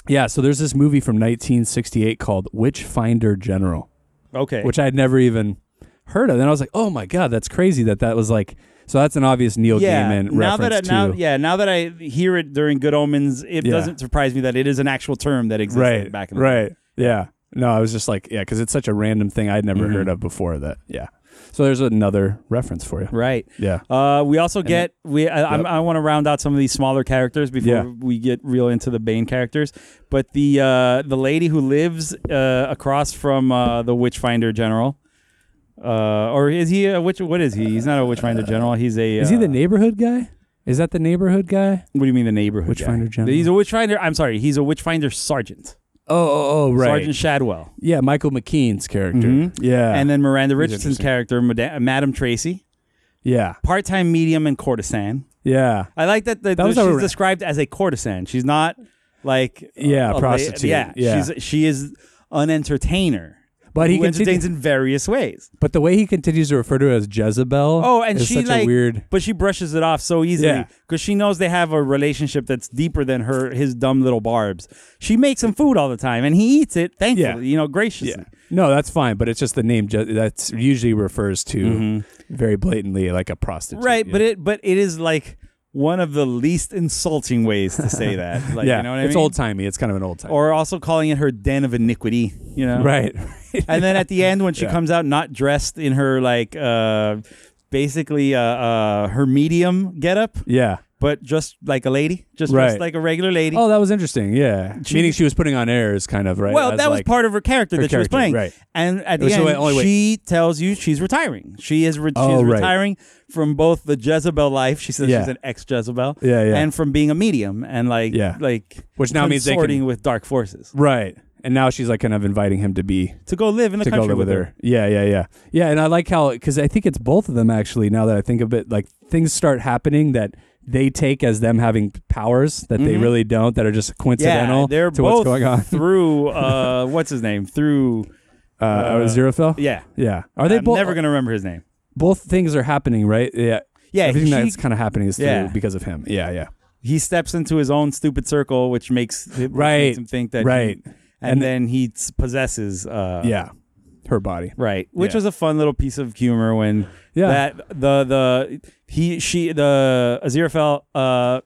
F: Yeah, so there's this movie from 1968 called Witchfinder General.
G: Okay,
F: which I had never even heard of. And I was like, oh my god, that's crazy that that was like. So that's an obvious Neil Gaiman
G: now
F: reference
G: that
F: to.
G: I, now, yeah, now that I hear it during Good Omens, it
F: Yeah.
G: doesn't surprise me that it is an actual term that existed
F: right,
G: back in the
F: right, yeah. No, I was just like, yeah, because it's such a random thing I'd never
G: Mm-hmm.
F: heard of before. That yeah. So there's another reference for you.
G: right.
F: Yeah.
G: Uh, we also get we. I, I'm-
F: Yep.
G: I want to round out some of these smaller characters before
F: Yeah.
G: we get real into the Bane characters. But the uh, the lady who lives uh, across from uh, the Witchfinder General, uh, or is he a witch? What is he? He's not a Witchfinder General. He's a.
F: Is he
G: uh,
F: the neighborhood guy? Is that the neighborhood guy?
G: What do you mean the neighborhood? guy?
F: Witchfinder General.
G: He's a Witchfinder. I'm sorry. He's a Witchfinder Sergeant.
F: Oh, oh, oh, right.
G: Sergeant Shadwell.
F: yeah, Michael McKean's character.
G: Mhm.
F: Yeah,
G: and then Miranda Richardson's
F: interesting.
G: character, Mada- Madam Tracy,
F: yeah,
G: part-time medium and courtesan.
F: yeah,
G: I like that, the,
F: That was
G: she's
F: a-
G: described as a courtesan. She's not like a-
F: Yeah,
G: a la-
F: prostitute.
G: yeah,
F: Yeah.
G: she's she is an entertainer,
F: But he
G: who entertains
F: continu-
G: in various ways.
F: but the way he continues to refer to her as Jezebel.
G: Oh, and
F: is
G: she
F: such
G: like
F: a weird.
G: but she brushes it off so easily
F: Yeah.
G: because she knows they have a relationship that's deeper than her his dumb little barbs. She makes him food all the time, and he eats it thankfully,
F: Yeah.
G: you know, graciously.
F: Yeah. No, that's fine, but it's just the name ju- that's usually refers to very blatantly like a prostitute.
G: Mm-hmm. right
F: you
G: but
F: know?
G: it but it is like one of the least insulting ways to say that like
F: yeah,
G: you know what i
F: it's
G: mean
F: old timey. It's kind of an old time.
G: or also calling it her den of iniquity you know
F: right.
G: and then at the end when she
F: Yeah.
G: comes out not dressed in her like uh basically uh, uh her medium getup
F: yeah.
G: but just like a lady just
F: Right.
G: dressed like a regular lady
F: Oh, that was interesting. Yeah. Meaning she was putting on airs, kind of right.
G: well,
F: as,
G: that was
F: like-
G: part of her character
F: her
G: that she was
F: character,
G: playing.
F: right.
G: And at
F: It was
G: the
F: the
G: end,
F: way- only way-
G: she tells you she's retiring. She is re-
F: Oh,
G: she's
F: right.
G: retiring from both the Jezebel life. She says
F: Yeah.
G: she's an ex Jezebel.
F: Yeah, yeah.
G: And from being a medium and like
F: Yeah.
G: like
F: Which now means they
G: consorting
F: can-
G: with dark forces
F: right. And now she's like kind of inviting him to be
G: to go live in the
F: to go
G: country
F: live with her. Yeah, yeah, yeah, yeah. And I like how because I think it's both of them actually. Now that I think of it, like things start happening that they take as them having powers that they really don't, that are just coincidental
G: Mm-hmm. Yeah, they're
F: to
G: both
F: what's going on.
G: through uh, what's his name through.
F: Uh, uh, Xerophil?
G: Yeah,
F: Yeah. Are they
G: I'm
F: both
G: never gonna remember his name.
F: both things are happening, right? Yeah.
G: Yeah,
F: Everything
G: she-
F: that's kind of happening is through
G: Yeah.
F: because of him. Yeah, yeah.
G: he steps into his own stupid circle, which makes it
F: Right.
G: makes him think that
F: Right.
G: he-
F: And-
G: and, then he s- possesses uh,
F: yeah, her body.
G: Right, which
F: Yeah.
G: was a fun little piece of humor when
F: Yeah.
G: that the the he she the Aziraphale uh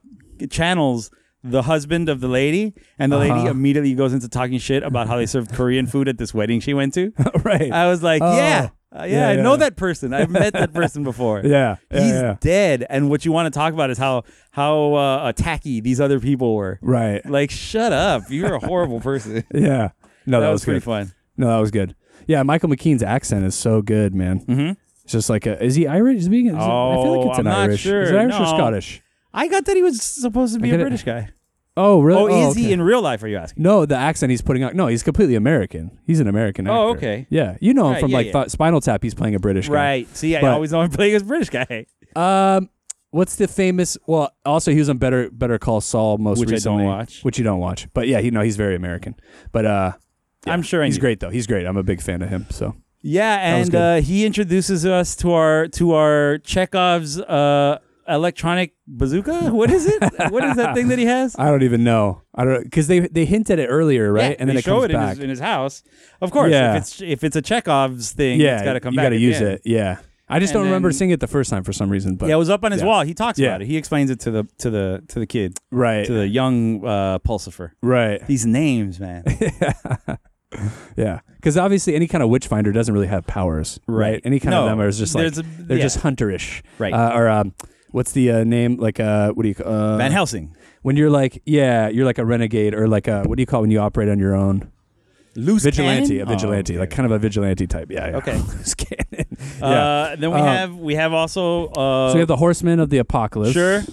G: channels the husband of the lady, and the
F: Uh-huh.
G: lady immediately goes into talking shit about how they served Korean food at this wedding she went to.
F: right.
G: I was like,
F: Oh.
G: yeah, uh, yeah,
F: Yeah,
G: I
F: yeah.
G: know that person. I've met that person before.
F: Yeah, yeah,
G: he's
F: yeah.
G: dead. And what you want to talk about is how how uh, tacky these other people were.
F: right.
G: Like, shut up! You're a horrible person.
F: Yeah. No, that,
G: that was pretty
F: good.
G: fun.
F: No, that was good. Yeah, Michael McKean's accent is so good, man. Mm-hmm. It's just like, a, is he Irish? Is he, is it- I feel like
G: Oh,
F: it's an
G: I'm not
F: Irish. Is it
G: sure.
F: Irish or
G: No.
F: Scottish?
G: I got that he was supposed to be
F: get
G: a
F: it.
G: British guy.
F: Oh, really?
G: Oh, is he
F: okay.
G: in real life? Are you asking?
F: No, the accent he's putting on. No, he's completely American. He's an American.
G: Oh,
F: actor.
G: okay.
F: Yeah, you know him
G: Right,
F: from
G: yeah,
F: like
G: yeah.
F: Th- Spinal Tap. He's playing a British guy.
G: Right. See, I
F: But-
G: always know I'm playing as British guy.
F: Um, what's the famous? Well, also he was on Better Better Call Saul most
G: Which I don't
F: recently,
G: watch.
F: Which you don't watch, but yeah, he no, he's very American. But uh,
G: I'm sure I
F: he's
G: knew.
F: great though. He's great. I'm a big fan of him. So
G: Yeah,
F: was
G: and
F: good.
G: uh, he introduces us to our to our Chekhov's uh, electronic bazooka. What is it? what is that thing that he has?
F: I don't even know. I don't because they they hint at it earlier, Uh, right?
G: Yeah,
F: and then
G: they
F: it
G: show
F: comes
G: it in
F: back.
G: his, in his house. Of course,
F: Yeah.
G: if it's if it's a Chekhov's thing,
F: yeah,
G: it's got to come
F: you
G: back.
F: gotta
G: at the
F: use
G: end.
F: it. Yeah, I just
G: And
F: don't remember
G: then-
F: seeing it the first time for some reason. But
G: Yeah, it was up on his
F: yeah.
G: wall. He talks
F: Yeah.
G: about it. He explains it to the to the to the kid,
F: right,
G: to the young uh, pulsifer.
F: right.
G: These names, man.
F: Yeah, because obviously any kind of witch finder doesn't really have powers, right?
G: Right.
F: Any kind of
G: No,
F: them are just like
G: there's a-
F: they're
G: yeah.
F: just hunterish,
G: Right.
F: Uh, or um, what's the uh, name? Like uh, what do you ca- uh,
G: Van Helsing,
F: when you're like yeah, you're like a renegade or like a what do you call it when you operate on your own?
G: loose
F: Vigilante,
G: cannon?
F: a vigilante,
G: Oh, okay.
F: like kind of a vigilante type. Yeah. yeah.
G: Okay.
F: Loose cannon. yeah.
G: Uh, then we
F: Uh,
G: have we have also uh,
F: so we have the Horsemen of the Apocalypse.
G: sure.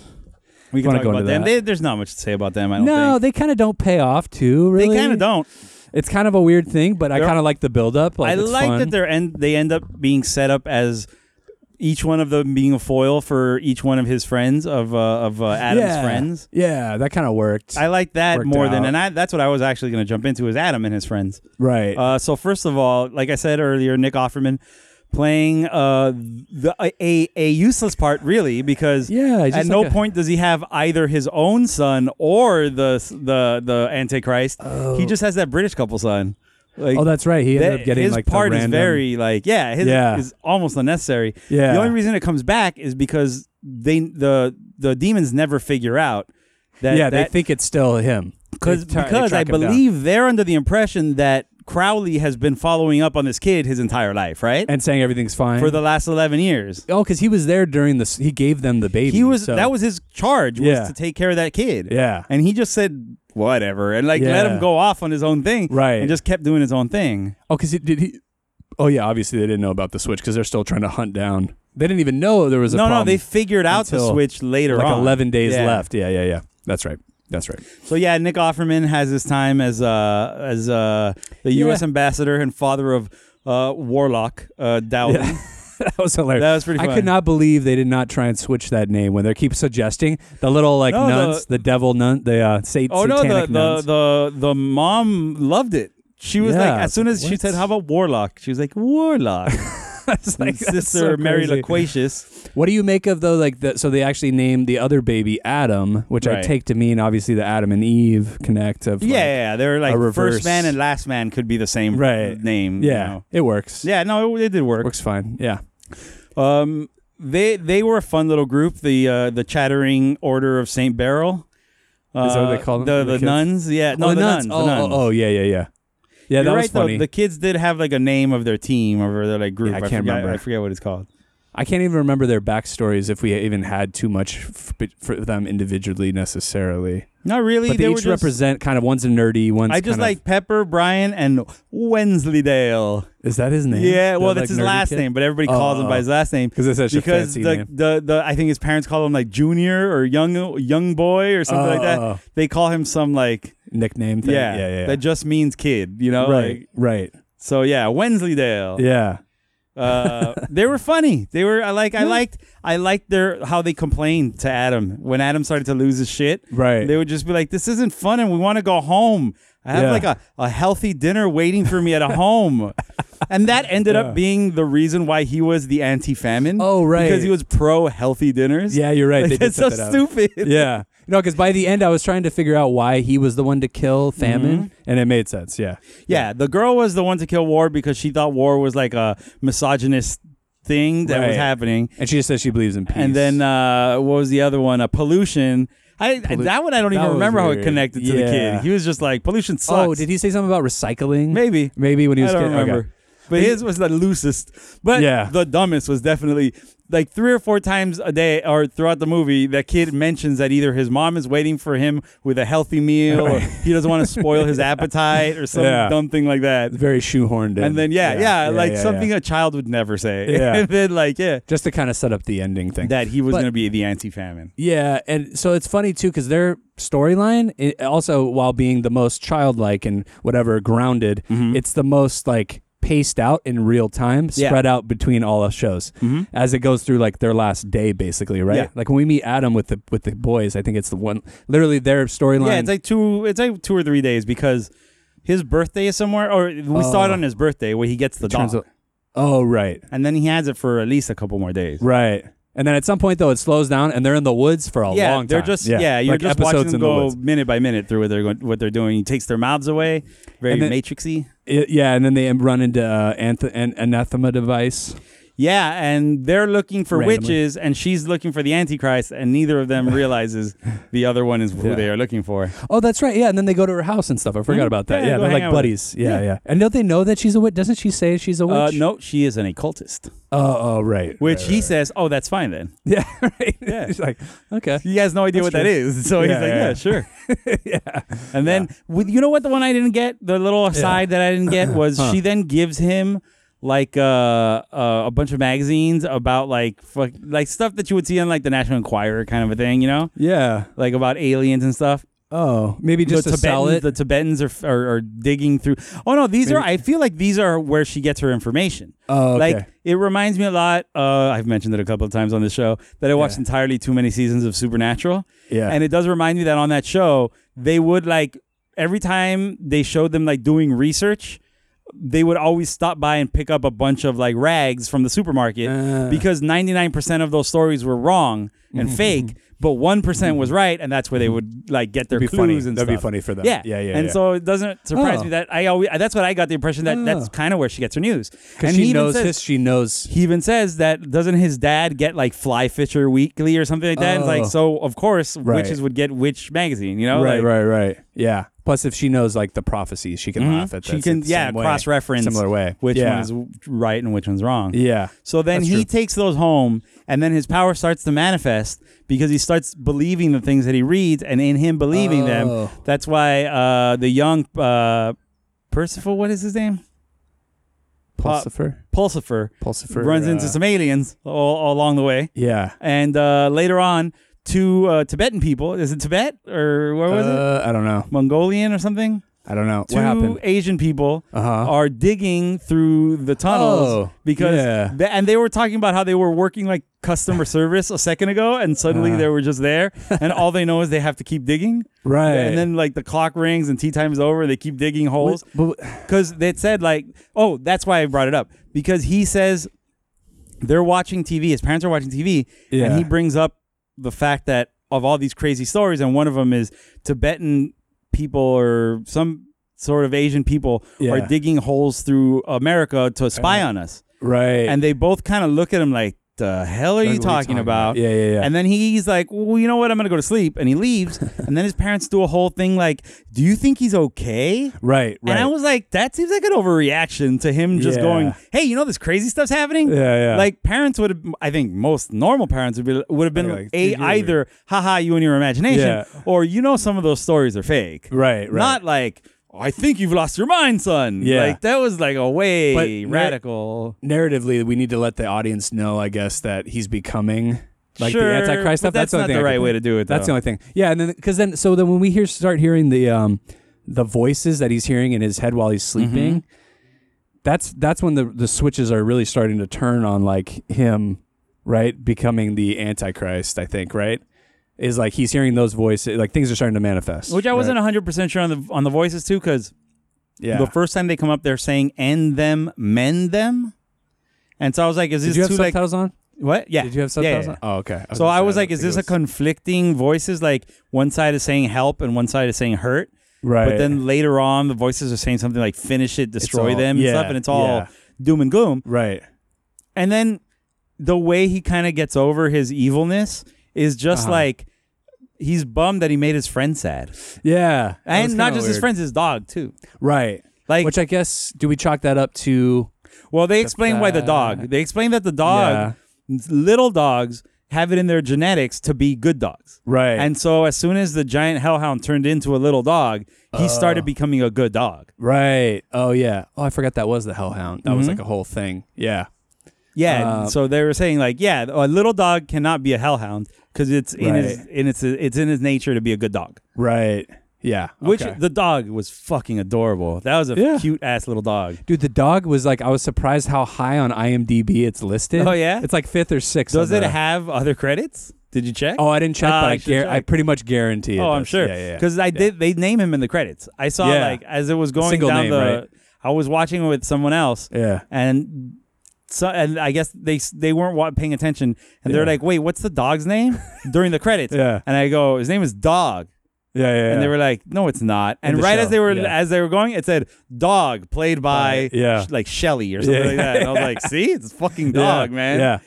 G: We can
F: Wanna
G: talk
F: go
G: about
F: into
G: them.
F: that.
G: They, there's not much to say about them. I don't
F: No,
G: think.
F: they kind of don't pay off too. Really,
G: kind of don't.
F: It's kind of a weird thing, but I
G: They're-
F: kind of like the build up. Like
G: I
F: it's
G: like
F: fun.
G: that they're end. They end up being set up as each one of them being a foil for each one of his friends of uh, of uh, Adam's
F: yeah.
G: friends.
F: Yeah, that kind of worked.
G: I like that
F: Worked
G: more than,
F: out.
G: and I, that's what I was actually going to jump into is Adam and his friends.
F: right.
G: Uh, so first of all, like I said earlier, Nick Offerman playing uh, the, a a useless part really because
F: Yeah, he's
G: at
F: just
G: no
F: like a-
G: point does he have either his own son or the the the Antichrist. He just has that British couple son. Like,
F: oh, that's right. He ended
G: that-
F: up getting
G: his
F: like the
G: part
F: random-
G: is very like yeah his
F: Yeah.
G: is almost unnecessary.
F: Yeah.
G: the only reason it comes back is because they the the demons never figure out that
F: yeah,
G: that
F: they think it's still him.
G: Cause,
F: They tra- they
G: because I
F: track him down.
G: believe they're under the impression that Crowley has been following up on this kid his entire life, right?
F: and saying everything's fine
G: For the last 11 years.
F: oh, because he was there during this. He gave them the baby.
G: He was
F: so-
G: that was his charge was
F: Yeah.
G: to take care of that kid.
F: Yeah.
G: And he just said whatever and like
F: Yeah.
G: let him go off on his own thing
F: Right.
G: and just kept doing his own thing.
F: oh, because did he? Oh yeah, obviously they didn't know about the switch because they're still trying to hunt down. They didn't even know there was a
G: No, no,
F: problem
G: they figured out the
F: until,
G: switch later
F: like
G: on.
F: 11 days
G: Yeah.
F: left. Yeah, yeah, yeah. That's right. That's right.
G: So yeah, Nick Offerman has his time as uh as uh the US
F: Yeah.
G: ambassador and father of uh Warlock uh Dowling.
F: That was hilarious.
G: That was pretty
F: I could
G: fun.
F: not believe they did not try and switch that name when they keep suggesting the little like
G: No, the-
F: nuns, the, devil nun, the uh, sat-
G: Oh no,
F: satanic
G: the, the
F: nuns.
G: the the mom loved it. She was
F: Yeah,
G: like, as soon as she
F: what?
G: said, "How about Warlock?" She was like, "Warlock."
F: It's
G: And
F: like, that's
G: sister
F: so
G: Mary
F: crazy.
G: Loquacious.
F: What do you make of though? Like, the, so they actually named the other baby Adam, which I
G: Right.
F: take to mean obviously the Adam and Eve connect of like-
G: yeah, yeah, yeah, they're like
F: reverse-
G: first man and last man could be the same
F: Right.
G: name. you
F: yeah,
G: know.
F: it works.
G: yeah. No, it, it did work.
F: works fine. Yeah,
G: Um, they they were a fun little group. The uh, the Chattering Order of Saint Beryl. Uh,
F: Is that what they call them,
G: The,
F: the
G: the,
F: kids?
G: nuns. Yeah, no,
F: Oh,
G: the nuns.
F: Oh,
G: the nuns.
F: oh, oh, yeah, yeah, yeah, yeah. that
G: You're
F: was
G: right,
F: funny.
G: Though, the kids did have like a name of their team or their like group.
F: I
G: I,
F: can't
G: forgot,
F: remember.
G: I forget what it's called.
F: I can't even remember their backstories if we even had too much f- for them individually necessarily.
G: Not really.
F: But they,
G: were
F: each
G: just-
F: represent kind of one's a nerdy, one's
G: I just
F: kind
G: like Pepper, Brian, and Wensleydale.
F: Of, is that his name?
G: Yeah, well, that's his last name, but everybody calls him by his last name
F: Oh, 'Cause it's such a
G: because
F: fancy
G: the,
F: name.
G: the the I think his parents call him like Junior or Young Young Boy or something like
F: Oh.
G: that. They call him some like
F: nickname. Thing.
G: yeah,
F: yeah, yeah.
G: that just means kid, you know?
F: right,
G: Like,
F: right.
G: so yeah, Wensleydale.
F: Yeah,
G: Uh, they were funny. They were I like I liked I liked their how they complained to Adam when Adam started to lose his shit.
F: Right.
G: They would just be like, This isn't fun and we want to go home. I have
F: Yeah.
G: like a, a healthy dinner waiting for me at a home. and that ended
F: Yeah.
G: up being the reason why he was the anti famine.
F: Oh, right.
G: Because he was pro healthy dinners.
F: yeah. You're right.
G: Like,
F: they did
G: that's so
F: set that up.
G: stupid.
F: Yeah, You know, because by the end, I was trying to figure out why he was the one to kill Famine,
G: Mm-hmm.
F: and it made sense. Yeah.
G: Yeah, the girl was the one to kill War because she thought War was like a misogynist thing that was
F: Right.
G: happening.
F: And she just says she believes in peace.
G: And then uh, what was the other one? A pollution. I,
F: Pollu-
G: that one I don't
F: That
G: even
F: was
G: remember how it
F: weird.
G: connected to the
F: Yeah.
G: kid. He was just like pollution sucks.
F: oh, did he say something about recycling?
G: Maybe.
F: Maybe when he was
G: I don't
F: kid- okay.
G: remember. But his was the loosest. But
F: Yeah.
G: the dumbest was definitely like three or four times a day or throughout the movie, that kid mentions that either his mom is waiting for him with a healthy meal or he doesn't want to spoil his appetite or some
F: Yeah.
G: dumb thing like that.
F: Very shoehorned in.
G: And then yeah, yeah, like
F: yeah,
G: something
F: yeah.
G: a child would never say.
F: Yeah.
G: and then like yeah,
F: just to kind of set up the ending thing.
G: that he was
F: But-
G: gonna be the anti-famine.
F: Yeah, and so it's funny too because their storyline, i- also while being the most childlike and whatever grounded, it's the most like paced out in real time,
G: Mm-hmm. Yeah.
F: spread out between all of shows as it goes through like their last day, basically, right?
G: Yeah.
F: Like when we meet Adam with the with the boys, I think it's the one literally their storyline.
G: Yeah, it's like two, it's like two or three days because his birthday is somewhere, or we saw it
F: Oh.
G: on his birthday where he gets the dog,
F: turns out- oh right,
G: and then he has it for at least a couple more days.
F: right. And then at some point though, it slows down, and they're in the woods for a
G: yeah,
F: long time.
G: they're just yeah, you're
F: Like
G: just watching
F: episodes
G: them
F: in the
G: go
F: woods.
G: minute by minute through what they're going, what they're doing. He takes their mouths away, very
F: And then-
G: matrixy.
F: It- yeah, and then they run into uh, anth- an anathema device.
G: Yeah, and they're looking for
F: Randomly.
G: witches, and she's looking for the Antichrist, and neither of them realizes the other one is who
F: Yeah.
G: they are looking for.
F: Oh, that's right. Yeah, and then they go to her house and stuff. I forgot
G: Mhm.
F: about that.
G: Yeah,
F: Yeah,
G: go
F: they're
G: hang
F: like
G: out with
F: buddies.
G: her.
F: Yeah,
G: Yeah.
F: yeah, And don't they know that she's a witch? Doesn't she say she's a witch?
G: Uh, no, she is an occultist,
F: Oh, oh, right.
G: which
F: right,
G: he
F: right.
G: says, "Oh, that's fine then."
F: Yeah, right.
G: Yeah.
F: She's like, okay.
G: He has no idea
F: That's
G: what that
F: true.
G: is, so
F: Yeah,
G: he's like,
F: yeah.
G: "Yeah, sure." And then, with, you know what? The one I didn't get, the little aside that I didn't get was she then gives him like uh, uh, a bunch of magazines about like fuck, like stuff that you would see on like the National Enquirer kind of a thing, you know,
F: Yeah.
G: like about aliens and stuff.
F: Oh, maybe just
G: the
F: to sell
G: Tibetans,
F: it.
G: the Tibetans are, are are digging through. Oh no, these are. I feel like these are where she gets her information.
F: Oh, okay.
G: Like it reminds me a lot. Uh, I've mentioned it a couple of times on the show that I watched
F: Yeah.
G: entirely too many seasons of Supernatural.
F: Yeah.
G: and it does remind me that on that show they would like every time they showed them like doing research, they would always stop by and pick up a bunch of like rags from the supermarket
F: Ah.
G: because ninety nine percent of those stories were wrong and fake, but one percent was right, and that's where they would like get their
F: That'd be
G: clues
F: funny.
G: and
F: That'd be
G: stuff.
F: funny for them.
G: Yeah,
F: Yeah, yeah,
G: And
F: yeah.
G: so it doesn't surprise
F: Oh.
G: me that I always that's what I got the impression that that's
F: Oh.
G: kind of where she gets her news.
F: Because
G: And he
F: she
G: even
F: knows
G: says-
F: his. She knows.
G: he even says that doesn't his dad get like Fly Fisher Weekly or something like that? It's
F: Oh.
G: like so, of course,
F: Right.
G: witches would get Witch magazine, you know?
F: right,
G: Like,
F: right, right. Yeah. Plus, if she knows like the prophecies, she can
G: Mhm.
F: laugh at.
G: She
F: this
G: can
F: in the
G: yeah
F: same way.
G: cross reference
F: similar way.
G: which
F: yeah.
G: one is w- right and which one's wrong.
F: Yeah.
G: So then
F: That's
G: he
F: true.
G: takes those home, and then his power starts to manifest because he starts believing the things that he reads, and in him believing
F: Oh.
G: them, that's why uh, the young uh, Percival, what is his name?
F: Pulsifer.
G: Pulsifer
F: Pulsifer.
G: runs into
F: uh,
G: some aliens all along the way.
F: Yeah.
G: and uh, later on two uh, Tibetan people. Is it Tibet or where was it?
F: Uh, I don't know.
G: Mongolian or something?
F: I don't know.
G: Two
F: what happened?
G: Asian people
F: Uh-huh.
G: are digging through the tunnels
F: Oh,
G: because,
F: yeah.
G: they- and they were talking about how they were working like customer service a second ago, and suddenly
F: Uh.
G: they were just there, and all they know is they have to keep digging.
F: Right.
G: And then like the clock rings and tea time is over, they keep digging holes
F: But-
G: because they said like, oh, that's why I brought it up because he says they're watching TV. His parents are watching TV,
F: Yeah.
G: and he brings up the fact that of all these crazy stories, and one of them is Tibetan people or some sort of Asian people
F: Yeah.
G: are digging holes through America to spy on us,
F: Right.
G: and they both kind of look at him like, "The hell are you
F: What are
G: talking about?"
F: Yeah, yeah, yeah.
G: And then he's like, well, you know what? I'm going to go to sleep. And he leaves. and then his parents do a whole thing like, do you think he's okay?
F: right, right.
G: And I was like, that seems like an overreaction to him just
F: Yeah.
G: going, hey, you know this crazy stuff's happening?
F: Yeah, yeah.
G: Like parents would have, I think most normal parents would be would have been
F: Like, like,
G: a
F: did you-
G: either, haha, you and your imagination,
F: Yeah.
G: or you know some of those stories are fake,
F: Right, right.
G: Not like, I think you've lost your mind, son.
F: Yeah.
G: like that was like a
F: But
G: way
F: na-
G: radical.
F: Narratively, we need to let the audience know, I guess, that he's becoming like
G: Sure,
F: the Antichrist
G: but
F: stuff. That's,
G: that's
F: the only
G: not
F: thing
G: the
F: I could
G: right way
F: think.
G: to do it,
F: That's the
G: though.
F: only thing. Yeah, and then because then so then when we hear start hearing the um the voices that he's hearing in his head while he's
G: Mm-hmm.
F: sleeping, that's that's when the the switches are really starting to turn on like him, right, becoming the Antichrist. I think right is like he's hearing those voices, like things are starting to manifest.
G: Which I
F: right?
G: wasn't 100 percent sure on the on the voices too, because
F: Yeah.
G: the first time they come up, they're saying "end them, mend them," and so I was like, "Is
F: Did
G: this
F: you have
G: too like?"
F: subtitles on?
G: What? Yeah.
F: Did you have
G: Yeah, yeah,
F: subtitles?
G: yeah.
F: on? Oh, okay.
G: So
F: gonna
G: I
F: say,
G: was
F: don't
G: like, is
F: think
G: this
F: it
G: a
F: was-
G: conflicting voices? Like one side is saying help and one side is saying hurt.
F: right?
G: But then later on, the voices are saying something like finish it, destroy
F: all-
G: them, and
F: yeah,
G: stuff, and it's all
F: yeah.
G: doom and gloom.
F: right,
G: And then the way he kind of gets over his evilness is just
F: Uh-huh.
G: like he's bummed that he made his friend sad,
F: yeah, That was
G: and not
F: kinda
G: just his
F: weird.
G: friends, his dog too.
F: right?
G: Like-
F: which I guess do we chalk that up to?
G: Well, they explain why the dog.
F: fact-
G: They explain that the dog, little dogs, have it in their genetics to be good dogs.
F: Right.
G: And so as soon as the giant hellhound turned into a little dog, he
F: Uh.
G: started becoming a good dog.
F: Right. Oh yeah. Oh, I forgot that was the Hellhound. That was like a whole thing. Yeah.
G: Yeah.
F: Uh,
G: and so they were saying like, yeah, a little dog cannot be a hellhound because it's in his
F: Right.
G: in its it's in his nature to be a good dog.
F: Right. Yeah.
G: Which
F: Okay.
G: the dog was fucking adorable. That was a
F: Yeah.
G: cute ass little dog.
F: dude, the dog was like, I was surprised how high on IMDb it's listed.
G: Oh, yeah?
F: It's like fifth or sixth.
G: Does
F: on
G: it
F: the-
G: have other credits? Did you check?
F: Oh, I didn't check,
G: Ah,
F: but
G: I
F: I,
G: should
F: guar- I
G: check.
F: pretty much guarantee. It
G: Oh, I'm
F: does.
G: sure.
F: Yeah, yeah. yeah.
G: Because I did. They name him in the credits. I saw
F: Yeah.
G: like as it was going
F: Single
G: down
F: name,
G: the.
F: right?
G: I was watching it with someone else.
F: Yeah.
G: And so, and I guess they s- they weren't wa- paying attention, and they're
F: Yeah.
G: like, "Wait, what's the dog's name?" during the credits.
F: Yeah.
G: And I go, "His name is Dog."
F: Yeah, yeah, yeah.
G: And they were like, "No, it's not." And
F: the
G: right as
F: show,
G: they were
F: yeah.
G: as they were going, it said "Dog" played by
F: By- yeah.
G: sh- like Shelly or something
F: Yeah.
G: like that. And I was like, "See, it's fucking Dog,
F: yeah.
G: man."
F: Yeah.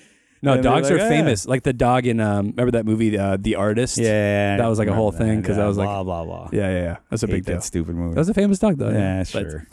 F: No,
G: And they're
F: dogs
G: like,
F: are
G: "Ah."
F: famous. Like the dog in um, remember that movie, uh, The Artist?
G: Yeah.
F: That was like a whole
G: Remember
F: thing, 'cause I was like-
G: blah blah blah.
F: Yeah, yeah, yeah. That's a
G: Hate
F: big
G: that
F: deal.
G: stupid movie.
F: That was a famous dog though.
G: Yeah,
F: But-
G: sure.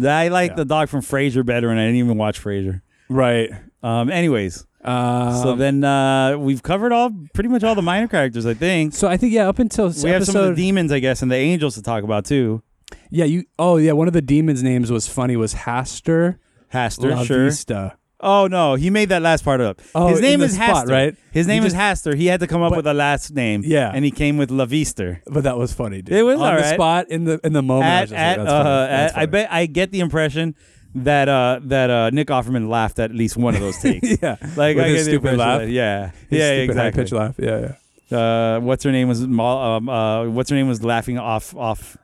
G: I like the dog from Frasier better, and I didn't even watch Frasier.
F: Right.
G: Um, anyways,
F: Um,
G: so then uh, we've covered all pretty much all the minor characters, I think.
F: so I think yeah, up until
G: we have some of
F: episode-
G: the demons, I guess, and the angels to talk about too.
F: Yeah, you. Oh, yeah. One of the demons' names was funny. Was Haster
G: Haster,
F: La
G: sure.
F: Vista.
G: Oh no, he made that last part up.
F: Oh,
G: His
F: in
G: name
F: the
G: is
F: spot,
G: Haster,
F: right?
G: His
F: You
G: name is
F: just-
G: Haster. He had to come up with a last name.
F: Yeah.
G: and he came with Lavister.
F: But that was funny. Dude.
G: It was
F: on
G: all
F: the
G: right.
F: spot in the in the moment. I was
G: At,
F: just
G: at,
F: like, Oh, that's funny.
G: uh,
F: That's
G: at, I
F: funny.
G: bet I get the impression that uh, that uh, Nick Offerman laughed at at least one of those takes.
F: Yeah.
G: Like
F: With
G: I
F: his
G: get the
F: stupid
G: impression
F: laugh.
G: that- yeah,
F: His
G: yeah,
F: stupid
G: exactly.
F: Pitch laugh. Yeah, yeah.
G: uh, what's her name was Mal- um, uh, what's her name was laughing off off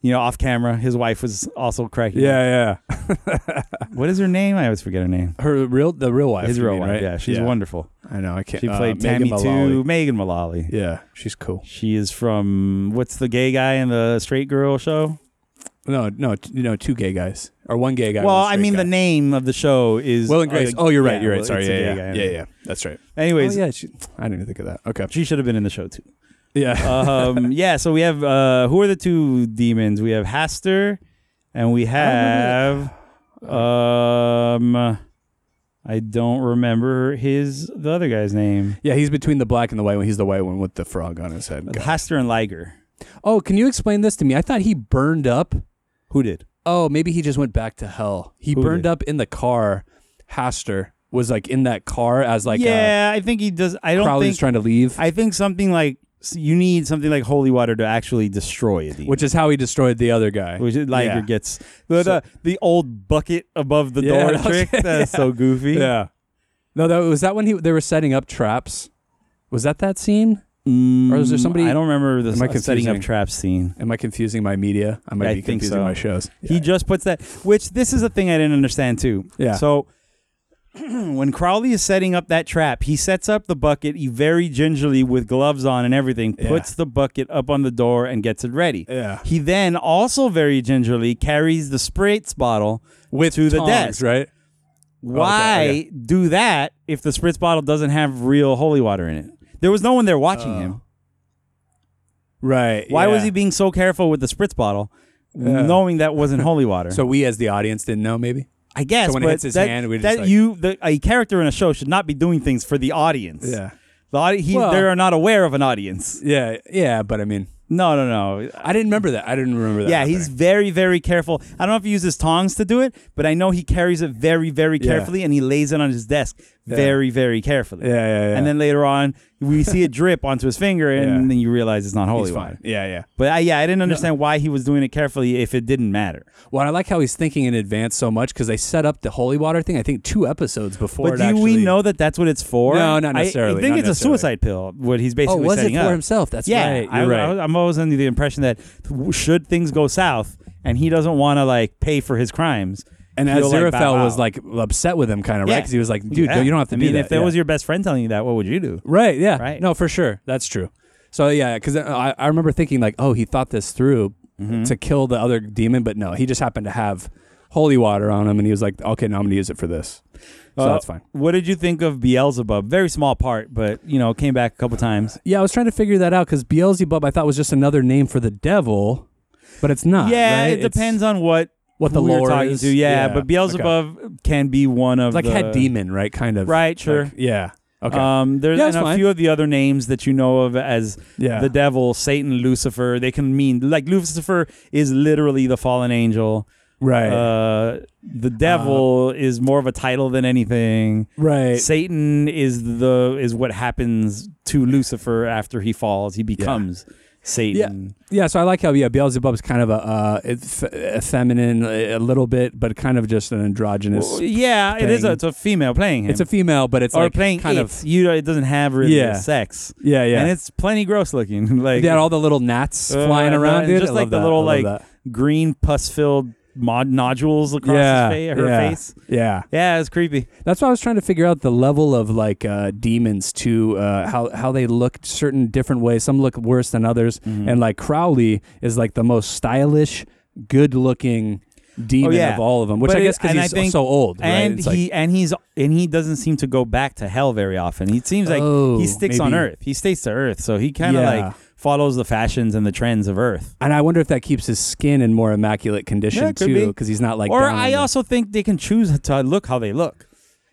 G: you know off camera his wife was also cracking up.
F: Yeah, yeah.
G: what is her name i always forget her name
F: Her real, the real wife.
G: his
F: you
G: real
F: mean,
G: wife
F: right?
G: yeah she's wonderful
F: I know. I can't.
G: she
F: uh,
G: played
F: Megan
G: tammy too
F: Mullally.
G: megan mullally
F: Yeah, she's cool.
G: she is from what's the gay guy and the straight girl show
F: No, no, t- you know, two gay guys or one gay guy.
G: well
F: one
G: i
F: straight
G: mean the
F: guy.
G: name of the show is uh,
F: Will and Grace. Oh, you're right.
G: yeah,
F: you're right.
G: Will-
F: Sorry.
G: it's a
F: Yeah,
G: gay
F: yeah,
G: guy.
F: yeah, yeah. That's right. Oh,
G: anyways
F: yeah. She, I didn't even think of that. Okay.
G: she should have been in the show too
F: Yeah.
G: um, yeah, so we have uh, who are the two demons? We have Haster, and we have um, I don't remember his the other guy's name.
F: Yeah, he's between the black and the white one. He's the white one with the frog on his head.
G: Haster and Liger.
F: Oh, can you explain this to me? I thought he burned up.
G: Who did?
F: Oh, maybe he just went back to hell. He
G: Who
F: burned
G: did?
F: up in the car. Haster was like in that car as like uh,
G: yeah, I think he does. I don't
F: Crowley's
G: think.
F: trying to leave,
G: I think something like s- you need something like holy water to actually destroy a demon.
F: which is how he destroyed the other guy.
G: which is- Liger
F: Yeah.
G: gets the, the the old bucket above the
F: Yeah,
G: door
F: okay,
G: trick. That's so goofy.
F: yeah. No, that was that when he they were setting up traps. Was that that scene?
G: Mm,
F: Or is there somebody-
G: I don't remember the
F: Am I
G: s- setting up
F: confusing?
G: trap scene.
F: Am I confusing my media? I might
G: I
F: be
G: think
F: confusing
G: so.
F: my shows.
G: He just puts that, which this is a thing I didn't understand too.
F: Yeah.
G: So when Crowley is setting up that trap, he sets up the bucket he very gingerly with gloves on and everything,
F: Yeah.
G: puts the bucket up on the door and gets it ready.
F: Yeah.
G: He then also very gingerly carries the spritz bottle
F: with
G: to the
F: tongs,
G: desk.
F: right?
G: Why
F: okay,
G: do that if the spritz bottle doesn't have real holy water in it? There was no one there watching him.
F: Right.
G: Why was
F: Oh, yeah.
G: he being so careful with the spritz bottle,
F: Yeah.
G: knowing that wasn't holy water?
F: So we as the audience didn't know maybe.
G: I guess.
F: So when it
G: but
F: hits his
G: that,
F: hand, we're just
G: that
F: like-
G: you the, a character in a show should not be doing things for the audience. the audi- he,
F: Well-
G: they are not aware of an audience.
F: Yeah, yeah, but I mean,
G: No, no, no.
F: I didn't remember that. I didn't remember that.
G: Yeah, he's
F: happening.
G: very, very careful. I don't know if he uses tongs to do it, but I know he carries it very, very
F: Yeah.
G: carefully, and he lays it on his desk very, very carefully.
F: Yeah, yeah, yeah.
G: And then later on, we see it drip onto his finger, and
F: Yeah.
G: then you realize it's not holy
F: he's
G: water.
F: fine. Yeah, yeah.
G: But I, yeah, I didn't understand why he was doing it carefully if it didn't matter.
F: Well, I like how he's thinking in advance so much because they set up the holy water thing. I think two episodes before.
G: But
F: it
G: do
F: actually,
G: we know that that's what it's for?
F: No, not
G: I- I,
F: necessarily,
G: think
F: not
G: it's
F: necessarily.
G: a suicide pill. What he's
F: Oh,
G: basically
F: was it
G: setting
F: for
G: up.
F: himself? That's
G: yeah,
F: right. You're
G: I,
F: right.
G: I, am always under the impression that w- should things go south and he doesn't want to like pay for his crimes,
F: And
G: feel like
F: Aziraphale
G: Bow
F: was
G: Wow.
F: like upset with him, kind of, right?
G: Yeah.
F: Because he was like, dude, you don't have to
G: I
F: do
G: mean,
F: that.
G: if that
F: Yeah.
G: was your best friend telling you that, what would you do?
F: Right. Yeah.
G: Right.
F: No, for sure. That's true. So yeah, because I, I remember thinking like, oh, he thought this through
G: Mm-hmm.
F: to kill the other demon, but no, he just happened to have holy water on him, and he was like, okay, now I'm gonna use it for this. So
G: Uh,
F: that's fine.
G: What did you think of Beelzebub? Very small part, but you know, came back a couple times.
F: Yeah, I was trying to figure that out because Beelzebub I thought was just another name for the devil, but it's not.
G: yeah,
F: Ah, right?
G: it depends on what
F: what the
G: who
F: lore
G: you're talking
F: is.
G: to.
F: Yeah,
G: Yeah, but Beelzebub can be one of
F: It's like
G: the,
F: head demon, right? Kind of.
G: Right, sure.
F: Like, yeah. Okay.
G: Um, there's
F: Yeah,
G: and
F: it's
G: a
F: fine.
G: few of the other names that you know of as
F: Yeah.
G: the devil, Satan, Lucifer. They can mean like Lucifer is literally the fallen angel.
F: right.
G: Uh, the devil is more of a title than anything.
F: right.
G: Satan is the is what happens to Lucifer after he falls. He becomes Satan.
F: Yeah, so I like how yeah, Beelzebub's kind of a, uh, it's f- a feminine a a little bit, but kind of just an androgynous.
G: Well, yeah, it is. A,
F: thing.
G: it's a female playing him.
F: it's a female, but it's
G: or
F: like
G: playing
F: kind
G: it.
F: of
G: You know, it doesn't have really
F: Yeah.
G: sex.
F: yeah, yeah.
G: and it's plenty gross looking. like
F: they had all the little gnats
G: Uh,
F: flying
G: and
F: around,
G: the-
F: dude.
G: Just
F: I
G: like
F: love
G: the
F: that.
G: little
F: I love
G: like
F: that.
G: green pus filled mod nodules across
F: yeah,
G: his face, her
F: yeah,
G: face.
F: Yeah,
G: Yeah, it's creepy.
F: that's why I was trying to figure out the level of like uh, demons too, uh, how how they look certain different ways. Some look worse than others,
G: Mm-hmm.
F: and like Crowley is like the most stylish, good looking demon
G: oh yeah,
F: of all of them, which
G: But
F: I
G: it-
F: guess because
G: and I
F: he's
G: think-
F: so old, right?
G: and
F: It's like-
G: he and he's and he doesn't seem to go back to hell very often. He seems like
F: Oh,
G: he sticks on
F: maybe.
G: Earth. He stays to Earth, so he kind of
F: Yeah.
G: like follows the fashions and the trends of Earth.
F: And I wonder if that keeps his skin in more immaculate condition
G: Yeah, it could
F: too,
G: be.
F: because he's not like.
G: or
F: down in
G: I
F: the-
G: also think they can choose to look how they look.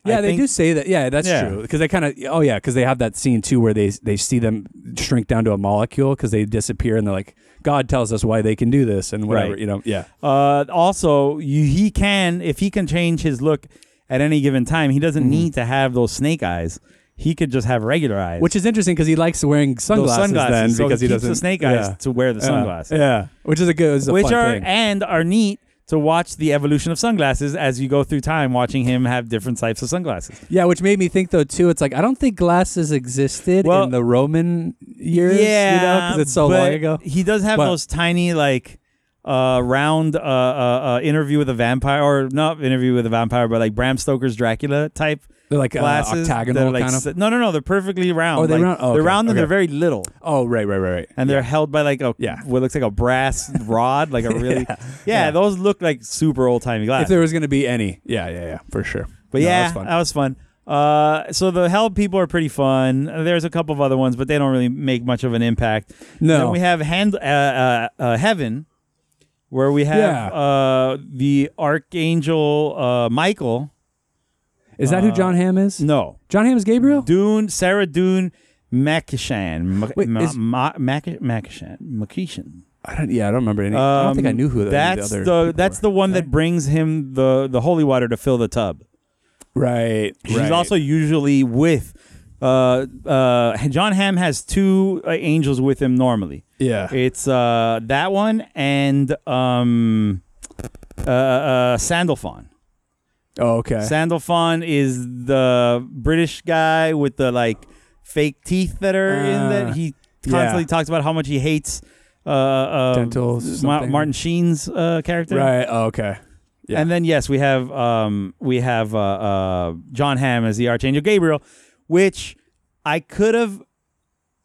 F: Yeah,
G: I
F: they
G: think-
F: do say that. Yeah, that's
G: Yeah.
F: true. Because they kind of. Oh yeah, because they have that scene too where they they see them shrink down to a molecule because they disappear and they're like, God tells us why they can do this and whatever.
G: Right.
F: You know. Yeah.
G: Uh, also, you, he can if he can change his look at any given time. He doesn't need to have those snake eyes. He could just have regular eyes.
F: Which is interesting because he likes wearing
G: those
F: sunglasses, then
G: so
F: because
G: he,
F: he
G: keeps
F: doesn't
G: the snake eyes
F: yeah.
G: to wear the
F: Yeah.
G: sunglasses.
F: Yeah. Which is a good. Is a
G: which
F: fun
G: are
F: thing.
G: and are neat to watch the evolution of sunglasses as you go through time watching him have different types of sunglasses.
F: yeah, which made me think though too. It's like I don't think glasses existed
G: Well,
F: in the Roman years. You know, because it's so
G: but
F: long ago.
G: He does have
F: But-
G: those tiny like uh round uh, uh uh interview with a vampire or not interview with a vampire but like Bram Stoker's Dracula type
F: They're like uh,
G: glasses. that are,
F: octagonal
G: like,
F: kind of.
G: s- No, no, no, they're perfectly round.
F: Oh, they're
G: like,
F: round? Oh,
G: they're
F: okay,
G: round and
F: okay.
G: they're very little.
F: Oh, right, right, right, right.
G: and they're held by like a
F: Yeah.
G: what looks like a brass rod, like a really yeah. Those look like super old timey
F: if
G: glasses.
F: there was going to be any, yeah, yeah, yeah, for sure.
G: but
F: No,
G: yeah,
F: that's fun.
G: that was fun. Uh, so the hell people are pretty fun. There's a couple of other ones, but they don't really make much of an impact.
F: No.
G: Then we have hand uh, uh, uh, heaven, where we have
F: Yeah.
G: uh, the archangel uh, Michael.
F: is that who John Hamm is?
G: No,
F: John Hamm is Gabriel.
G: Dune Sarah Dune Makishan. Ma-
F: Wait,
G: Ma-
F: is-
G: Ma- Mac- Makishan. Makishan.
F: I don't. Yeah, I don't remember any. I don't think I
G: Um,
F: knew who the,
G: That's
F: the other.
G: the
F: people
G: that's
F: were.
G: the one that brings him the the holy water to fill the tub.
F: right.
G: She's
F: right.
G: also usually with. Uh, uh, John Hamm has two uh, angels with him normally.
F: yeah.
G: It's uh that one and um uh, uh Sandalphon.
F: oh, okay.
G: Sandalphon is the British guy with the like fake teeth that are in
F: Uh,
G: that. He constantly
F: yeah.
G: talks about how much he hates uh, uh
F: Dental
G: Ma-
F: something.
G: Martin Sheen's uh character.
F: right. Oh, okay. Yeah.
G: And then yes, we have um, we have uh, uh, John Hamm as the Archangel Gabriel, which I could have.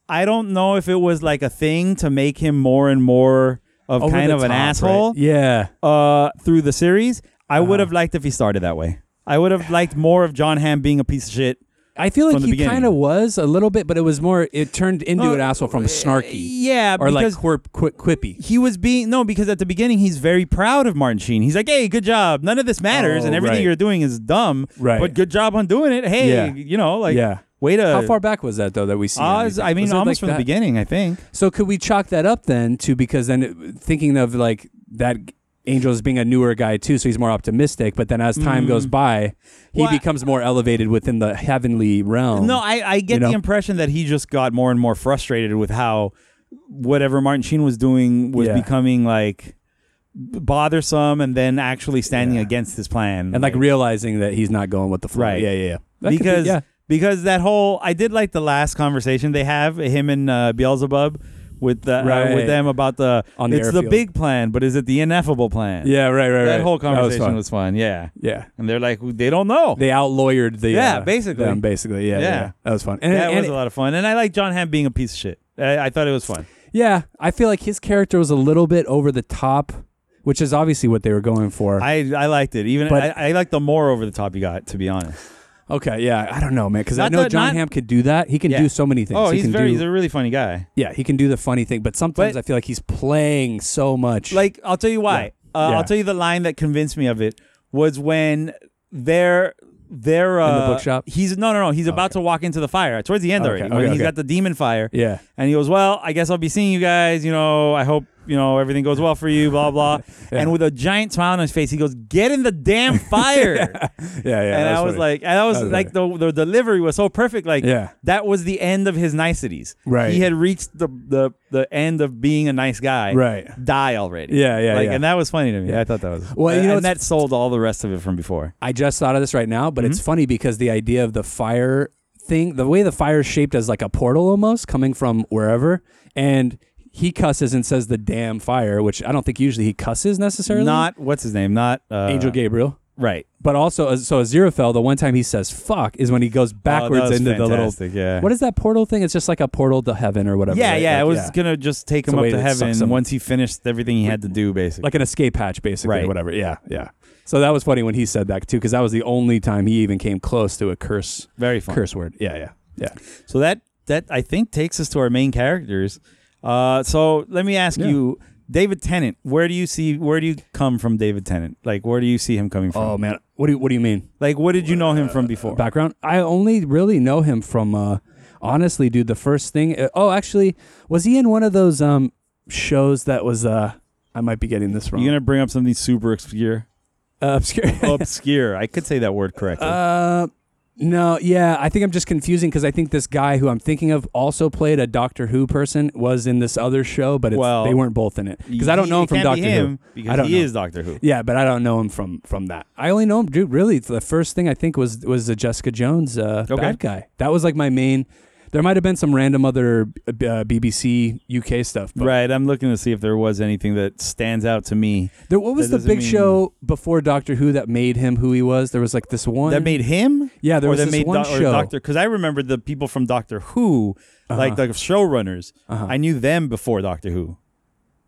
G: I don't know if it was like a thing to make him more and more of
F: Over
G: kind
F: the
G: of an
F: top, right?
G: asshole
F: Yeah. Uh-huh.
G: uh, through the series. I would have liked if he started that way. I would have liked more of John Hamm being a piece of shit.
F: I feel like
G: From the
F: he
G: beginning.
F: kind of was a little bit, but it was more. It turned into
G: Uh,
F: an asshole from snarky
G: Yeah,
F: or like
G: because
F: quirp, quip, quippy.
G: he was being no because at the beginning he's very proud of Martin Sheen. He's like, "Hey, good job. None of this matters,
F: Oh,
G: and everything
F: right.
G: you're doing is dumb.
F: Right.
G: But good job on doing it. Hey,
F: Yeah.
G: you know, like,
F: Yeah.
G: way to
F: How far back was that though that we see?
G: Uh,
F: him?
G: it's- I mean,
F: Was it,
G: almost
F: like,
G: from
F: that-
G: the beginning, I think.
F: So could we chalk that up then to because then it- thinking of like that angel as being a newer guy too, so he's more optimistic. But then as time goes by, he
G: Mm. Well, I-
F: becomes more elevated within the heavenly realm.
G: No, I, I get
F: You know?
G: the impression that he just got more and more frustrated with how whatever Martin Sheen was doing was
F: Yeah.
G: becoming like b- bothersome, and then actually standing
F: Yeah.
G: against his plan
F: and like realizing that he's not going with the flow.
G: Right.
F: Yeah, yeah, yeah. That could be-
G: because
F: yeah.
G: because that whole I did like the last conversation they have him and uh, Beelzebub with the, uh,
F: Right.
G: with them about the
F: On the
G: it's the
F: airfield.
G: big plan, but is it the ineffable plan?
F: Yeah, right, right, right.
G: that whole
F: That was
G: conversation
F: fun.
G: was, fun. Yeah,
F: yeah.
G: and they're like, they don't know.
F: They outlawyered the
G: Yeah,
F: uh,
G: basically.
F: them, basically yeah, yeah
G: Yeah.
F: that was fun and,
G: that
F: and
G: was
F: it-
G: a lot of fun, and I like John Hamm being a piece of shit. I, I thought it was fun.
F: yeah I feel like his character was a little bit over the top which is obviously what they were going for
G: I, I liked it. Even
F: But-
G: I, I liked the more over the top you got. To be honest,
F: okay yeah I don't know man because I
G: Not
F: know
G: the-
F: John
G: not-
F: Hamm could do that he can
G: Yeah.
F: do so many things
G: oh,
F: he
G: he's
F: can
G: very
F: do
G: he's a really funny guy.
F: yeah he can do the funny thing but sometimes
G: But-
F: I feel like he's playing so much
G: Like I'll tell you why.
F: Yeah.
G: Uh,
F: Yeah.
G: I'll tell you the line that convinced me of it was when they're they're uh,
F: bookshop?
G: He's no no no. He's about to walk into the fire towards the end
F: Okay,
G: already.
F: okay,
G: when he's
F: okay.
G: got the demon fire.
F: yeah
G: And he goes, Well, I guess I'll be seeing you guys. You know, I hope, you know, everything goes well for you, blah, blah. And with a giant smile on his face, he goes, Get in the damn fire.
F: yeah yeah
G: and
F: that
G: I was
F: funny.
G: like, and I was,
F: That was
G: like, the, the delivery was so perfect. Like,
F: Yeah.
G: that was the end of his niceties.
F: Right.
G: He had reached the, the, the end of being a nice guy.
F: Right.
G: Die already.
F: Yeah, yeah,
G: Like,
F: yeah.
G: and that was funny to me. I thought that was,
F: Well, you know,
G: and
F: it's-
G: that sold all the rest of it from before.
F: I just thought of this right now, but it's
G: Mm-hmm.
F: funny because the idea of the fire thing, the way the fire is shaped as like a portal almost coming from wherever, and he cusses and says the damn fire, which I don't think usually he cusses necessarily.
G: Not, what's his name? Not uh,
F: Angel Gabriel.
G: Right.
F: But also, uh, so Aziraphale, the one time he says "fuck" is when he goes backwards
G: Oh, was
F: into the
G: fantastic,
F: little.
G: yeah.
F: What is that portal thing? It's just like a portal to heaven or whatever.
G: Yeah,
F: right?
G: yeah.
F: Like,
G: it was gonna just take him
F: a
G: up
F: way
G: to
F: that sucks
G: heaven
F: him-
G: once he finished everything he had to do, basically.
F: like an escape hatch, basically, or
G: Right.
F: whatever. Yeah, yeah. So that was funny when he said that too, because that was the only time he even came close to a curse,
G: Very fun.
F: curse word. Yeah, yeah, yeah.
G: So that that I think takes us to our main characters. Uh, so let me ask
F: Yeah.
G: you, David Tennant. Where do you see? Where do you come from, David Tennant? Like, where do you see him coming from?
F: Oh man, what do you, what do you mean?
G: like, what did you know him
F: uh,
G: from before?
F: Background? I only really know him from uh honestly dude the first thing uh, Oh, actually, was he in one of those um shows that was uh I might be getting this wrong.
G: You're gonna Oh, bring up something super obscure.
F: uh, obscure.
G: obscure. I could say that word correctly.
F: uh no, yeah, I think I'm just confusing because I think this guy who I'm thinking of also played a Doctor Who person was in this other show, but it's,
G: Well,
F: they weren't both in it because I don't
G: He-
F: know him
G: it
F: from
G: can't
F: Doctor
G: be him
F: Who.
G: Because
F: I don't
G: he
F: know.
G: is Doctor Who.
F: Yeah, but I don't know him from from that. I only know him, dude. Really, the first thing I think was was the Jessica Jones uh,
G: Okay.
F: bad guy. That was like my main. There might have been some random other uh, BBC UK stuff, but
G: Right. I'm looking to see if there was anything that stands out to me.
F: there, what was
G: That
F: the
G: doesn't
F: big
G: mean-
F: show before Doctor Who that made him who he was? There was like this one
G: that made him.
F: Yeah, there
G: or
F: was
G: that
F: this
G: made
F: one
G: Doc- or
F: show.
G: Doctor because I remember the people from Doctor Who, like
F: Uh-huh.
G: the showrunners. I knew them before Doctor Who,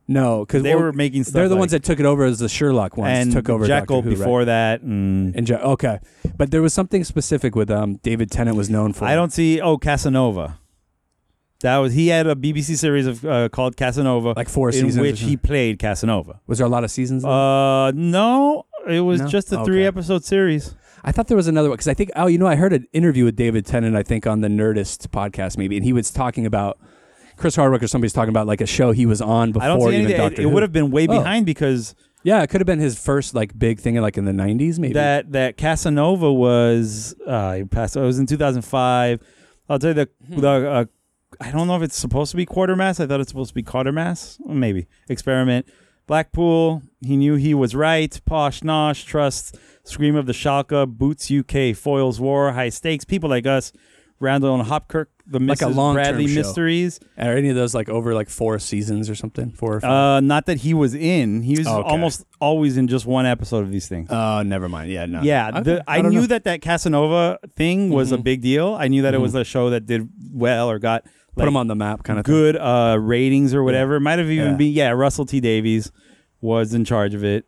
F: no because
G: they were making stuff
F: They're the ones
G: like-
F: that took it over as the Sherlock ones
G: and
F: took over
G: Jekyll
F: Doctor Who, right?
G: before that. And
F: And Je- okay, but there was something specific with um David Tennant was known for.
G: I don't see. Oh, Casanova. That was he had a BBC series of uh, called Casanova,
F: Like four
G: in
F: seasons or
G: which he
F: something.
G: played Casanova.
F: Was there a lot of seasons? of that?
G: Uh, no, it was
F: No?
G: just a
F: Okay.
G: three episode series.
F: I thought there was another one because I think oh you know I heard an interview with David Tennant I think on the Nerdist podcast maybe and he was talking about Chris Hardwick or somebody's talking about like a show he was on before
G: I don't see
F: even
G: anything. It,
F: Doctor
G: it
F: Who.
G: would have been way
F: Oh.
G: behind because
F: yeah it could have been his first like big thing like in the nineties maybe
G: that that Casanova was uh, he passed. It was in 2005. I'll tell you the
F: Hmm.
G: the. Uh, I don't know if it's supposed to be quartermass. I thought it's supposed to be quartermass. Maybe experiment. Blackpool. He knew he was right. Posh Nosh. Trust. Scream of the Shalka. Boots UK. Foils War. High stakes. People like us. Randall and Hopkirk. The
F: Like a
G: Mrs.
F: long-term
G: Bradley
F: show.
G: mysteries.
F: or any of those like over like four seasons or something four or five.
G: Uh, not that he was in. He was
F: Okay.
G: almost always in just one episode of these things.
F: Oh, never mind. Yeah, no.
G: uh, Yeah,
F: Okay.
G: the, I,
F: don't
G: knew
F: know. Mm-hmm.
G: that that Casanova thing was a big deal. I knew that it was a show that did well or got
F: Put
G: like,
F: him on the map, kind of Thing.
G: good uh, ratings or whatever. Might have even
F: Yeah.
G: been yeah. Russell T Davies was in charge of it.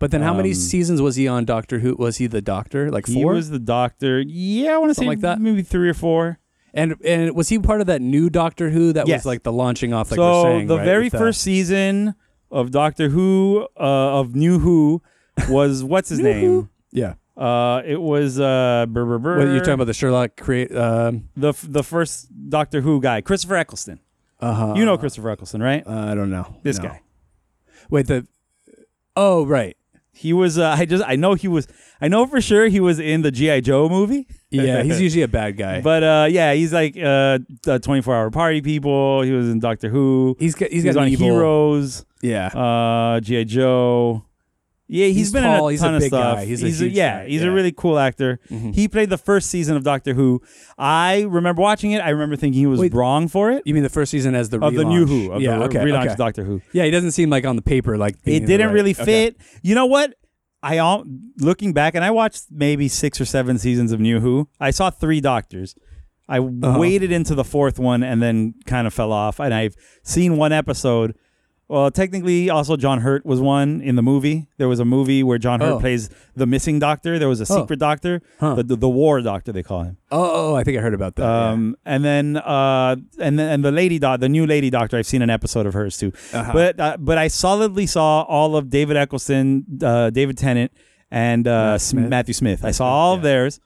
F: But then, how many
G: Um,
F: seasons was he on Doctor Who? Was he the Doctor? Like
G: He
F: four?
G: was the doctor. Yeah, I want to say
F: Something like that?
G: Maybe three or four.
F: and and was he part of that new Doctor Who that was
G: Yes.
F: like the launching off? Like
G: so
F: we're saying,
G: the
F: right,
G: very
F: with uh, the-
G: first season of Doctor Who uh, of New Who was what's his name?
F: yeah.
G: Uh, it was uh, brr, brr, brr,
F: What, you're talking about the Sherlock create. Um,
G: the f- the first Doctor Who guy, Christopher Eccleston.
F: uh-huh. Uh,
G: You know Christopher Eccleston, right?
F: I don't know
G: This
F: No.
G: guy.
F: Wait, the oh right,
G: He was. Uh, I just. I know he was. I know for sure he was in the GI Joe movie.
F: yeah, he's usually a bad guy,
G: But uh, yeah, he's like uh, the 24 Hour Party People. He was in Doctor Who.
F: he's got he's
G: He was
F: got an
G: on
F: evil.
G: Heroes,
F: Yeah,
G: uh, GI Joe. Yeah,
F: He's
G: been
F: tall,
G: in a
F: he's a
G: ton of
F: big
G: stuff.
F: guy, he's a huge
G: yeah,
F: guy,
G: he's a
F: yeah. Mm-hmm.
G: really cool actor. He played the first season of Doctor Who. I remember watching it. I remember thinking he was
F: Wait.
G: wrong for it
F: You mean the first season as the
G: of
F: relaunch.
G: the new Who of
F: yeah,
G: the
F: okay,
G: re- relaunch
F: okay.
G: of Doctor Who.
F: Yeah, he doesn't seem like on the paper like being in
G: it
F: the
G: didn't
F: right-
G: really
F: okay.
G: fit. You know what? I all looking back, and I watched maybe six or seven seasons of New Who. I saw three Doctors. I
F: Uh-huh.
G: waited into the fourth one and then kind of fell off. And I've seen one episode. Well, technically, also John Hurt was one in the movie. There was a movie where John Hurt
F: Oh.
G: plays the missing doctor. There was a
F: Oh.
G: secret doctor,
F: Huh.
G: the, the the war doctor they call him.
F: Oh, oh, I think I heard about that. yeah.
G: Um, and then uh, and then and the lady doc, the new lady doctor. I've seen an episode of hers too.
F: Uh-huh.
G: But uh, but I solidly saw all of David Eccleston, uh, David Tennant, and uh,
F: Matt
G: Sm-
F: Smith.
G: Matthew Smith. I saw all of
F: yeah.
G: theirs.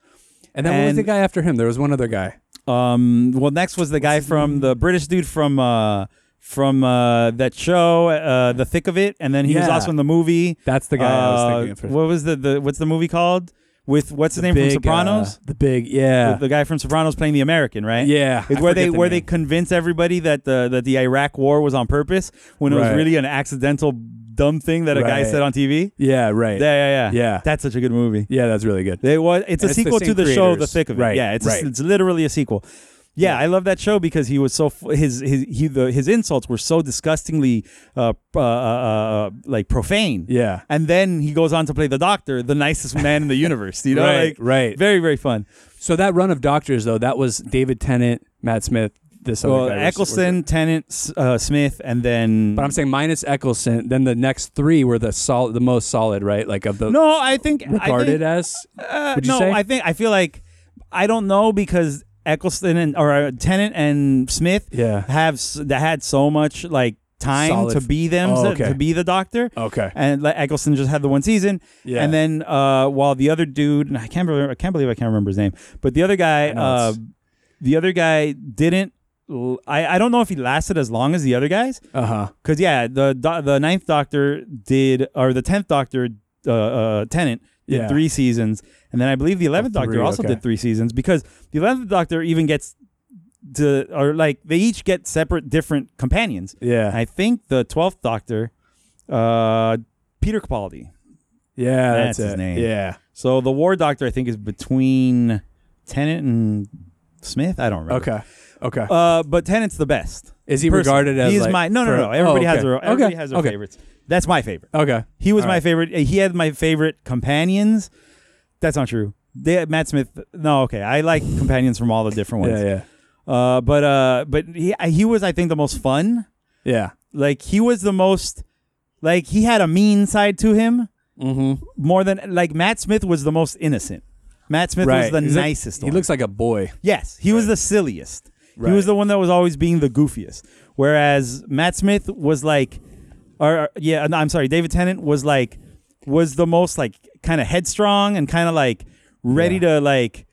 F: And then what was the
G: and-
F: guy after him? There was one other guy.
G: Um, well, next was the guy from the British dude from uh, from uh, that show, uh, The Thick of It, and then he was
F: Yeah.
G: also in the movie.
F: That's the guy I was thinking
G: Uh,
F: of first.
G: What was the, the what's the movie called? With what's his name from Sopranos?
F: uh, the big, yeah,
G: the, the guy from Sopranos playing the American, right?
F: Yeah,
G: it's
F: I
G: where
F: forget
G: they
F: the
G: where
F: name.
G: they convince everybody that the that the Iraq War was on purpose when it was
F: Right.
G: really an accidental dumb thing that a guy
F: Right.
G: said on TV.
F: yeah, right,
G: Yeah, yeah, yeah,
F: Yeah.
G: That's such a good movie.
F: yeah. That's really good.
G: It was. It's
F: And
G: a
F: it's the
G: sequel to
F: same
G: the show, The
F: creators.
G: Thick of It.
F: Right,
G: Yeah, it's
F: right.
G: it's literally a sequel. Yeah, I love that show because he was so f- his his he the his insults were so disgustingly uh, uh, uh, uh like profane.
F: Yeah.
G: and then he goes on to play the Doctor, the nicest man in the universe. You know,
F: Right,
G: like
F: right.
G: very very fun.
F: So that run of doctors though, that was David Tennant, Matt Smith, this other
G: Well,
F: guy. was-
G: Eccleston, Tennant, S- uh, Smith, and then.
F: But I'm saying minus Eccleston, then the next three were the solid, the most solid, right? Like of the
G: no, I think
F: regarded
G: I
F: as.
G: think, uh,
F: would you
G: no,
F: say?
G: I think I feel like I don't know because Eccleston and or uh, Tennant and Smith
F: Yeah.
G: have s- that had so much like time
F: Solid
G: to
F: f-
G: be them
F: Oh,
G: to-
F: okay.
G: to be the Doctor.
F: Okay.
G: And like, Eccleston just had the one season,
F: Yeah.
G: and then uh, while the other dude, and I can't remember, I can't believe I can't remember his name, but the other guy,
F: know,
G: uh,
F: it's-
G: the other guy didn't. l- I, I don't know if he lasted as long as the other guys,
F: Uh huh.
G: Cause yeah, the do- the ninth Doctor did, or the tenth Doctor, uh, uh Tenant did
F: Yeah.
G: three seasons, and then I believe the eleventh
F: Oh,
G: Doctor
F: three,
G: also
F: okay.
G: did three seasons because the eleventh Doctor even gets to, or like they each get separate, different companions.
F: Yeah.
G: I think the twelfth Doctor, uh, Peter Capaldi.
F: yeah. That's,
G: that's his
F: it.
G: name.
F: Yeah.
G: So the War Doctor, I think, is between Tennant and Smith. I don't remember.
F: Okay. Okay.
G: Uh, but Tennant's the best.
F: Is he
G: person.
F: regarded as
G: He is
F: like,
G: my no no
F: for-
G: no. Everybody
F: oh,
G: has
F: okay.
G: their everybody
F: okay.
G: has their
F: okay.
G: favorites. That's my favorite.
F: Okay.
G: He was
F: All
G: my
F: right.
G: favorite. He had my favorite companions. That's not true. They, Matt Smith. No, okay. I like companions from all the different ones.
F: Yeah. Yeah.
G: Uh, but uh, but he he was I think the most fun.
F: Yeah.
G: Like he was the most. Like he had a mean side to him
F: Mm-hmm.
G: more than like Matt Smith was the most innocent. Matt Smith
F: Right.
G: was the
F: He's like-
G: nicest.
F: He
G: one.
F: looks like a boy.
G: Yes, he was the silliest. He was
F: Right.
G: the one that was always being the goofiest. Whereas Matt Smith was like, or, or- yeah, no, I'm sorry, David Tennant was like, was the most like kind of headstrong and kind of like ready to like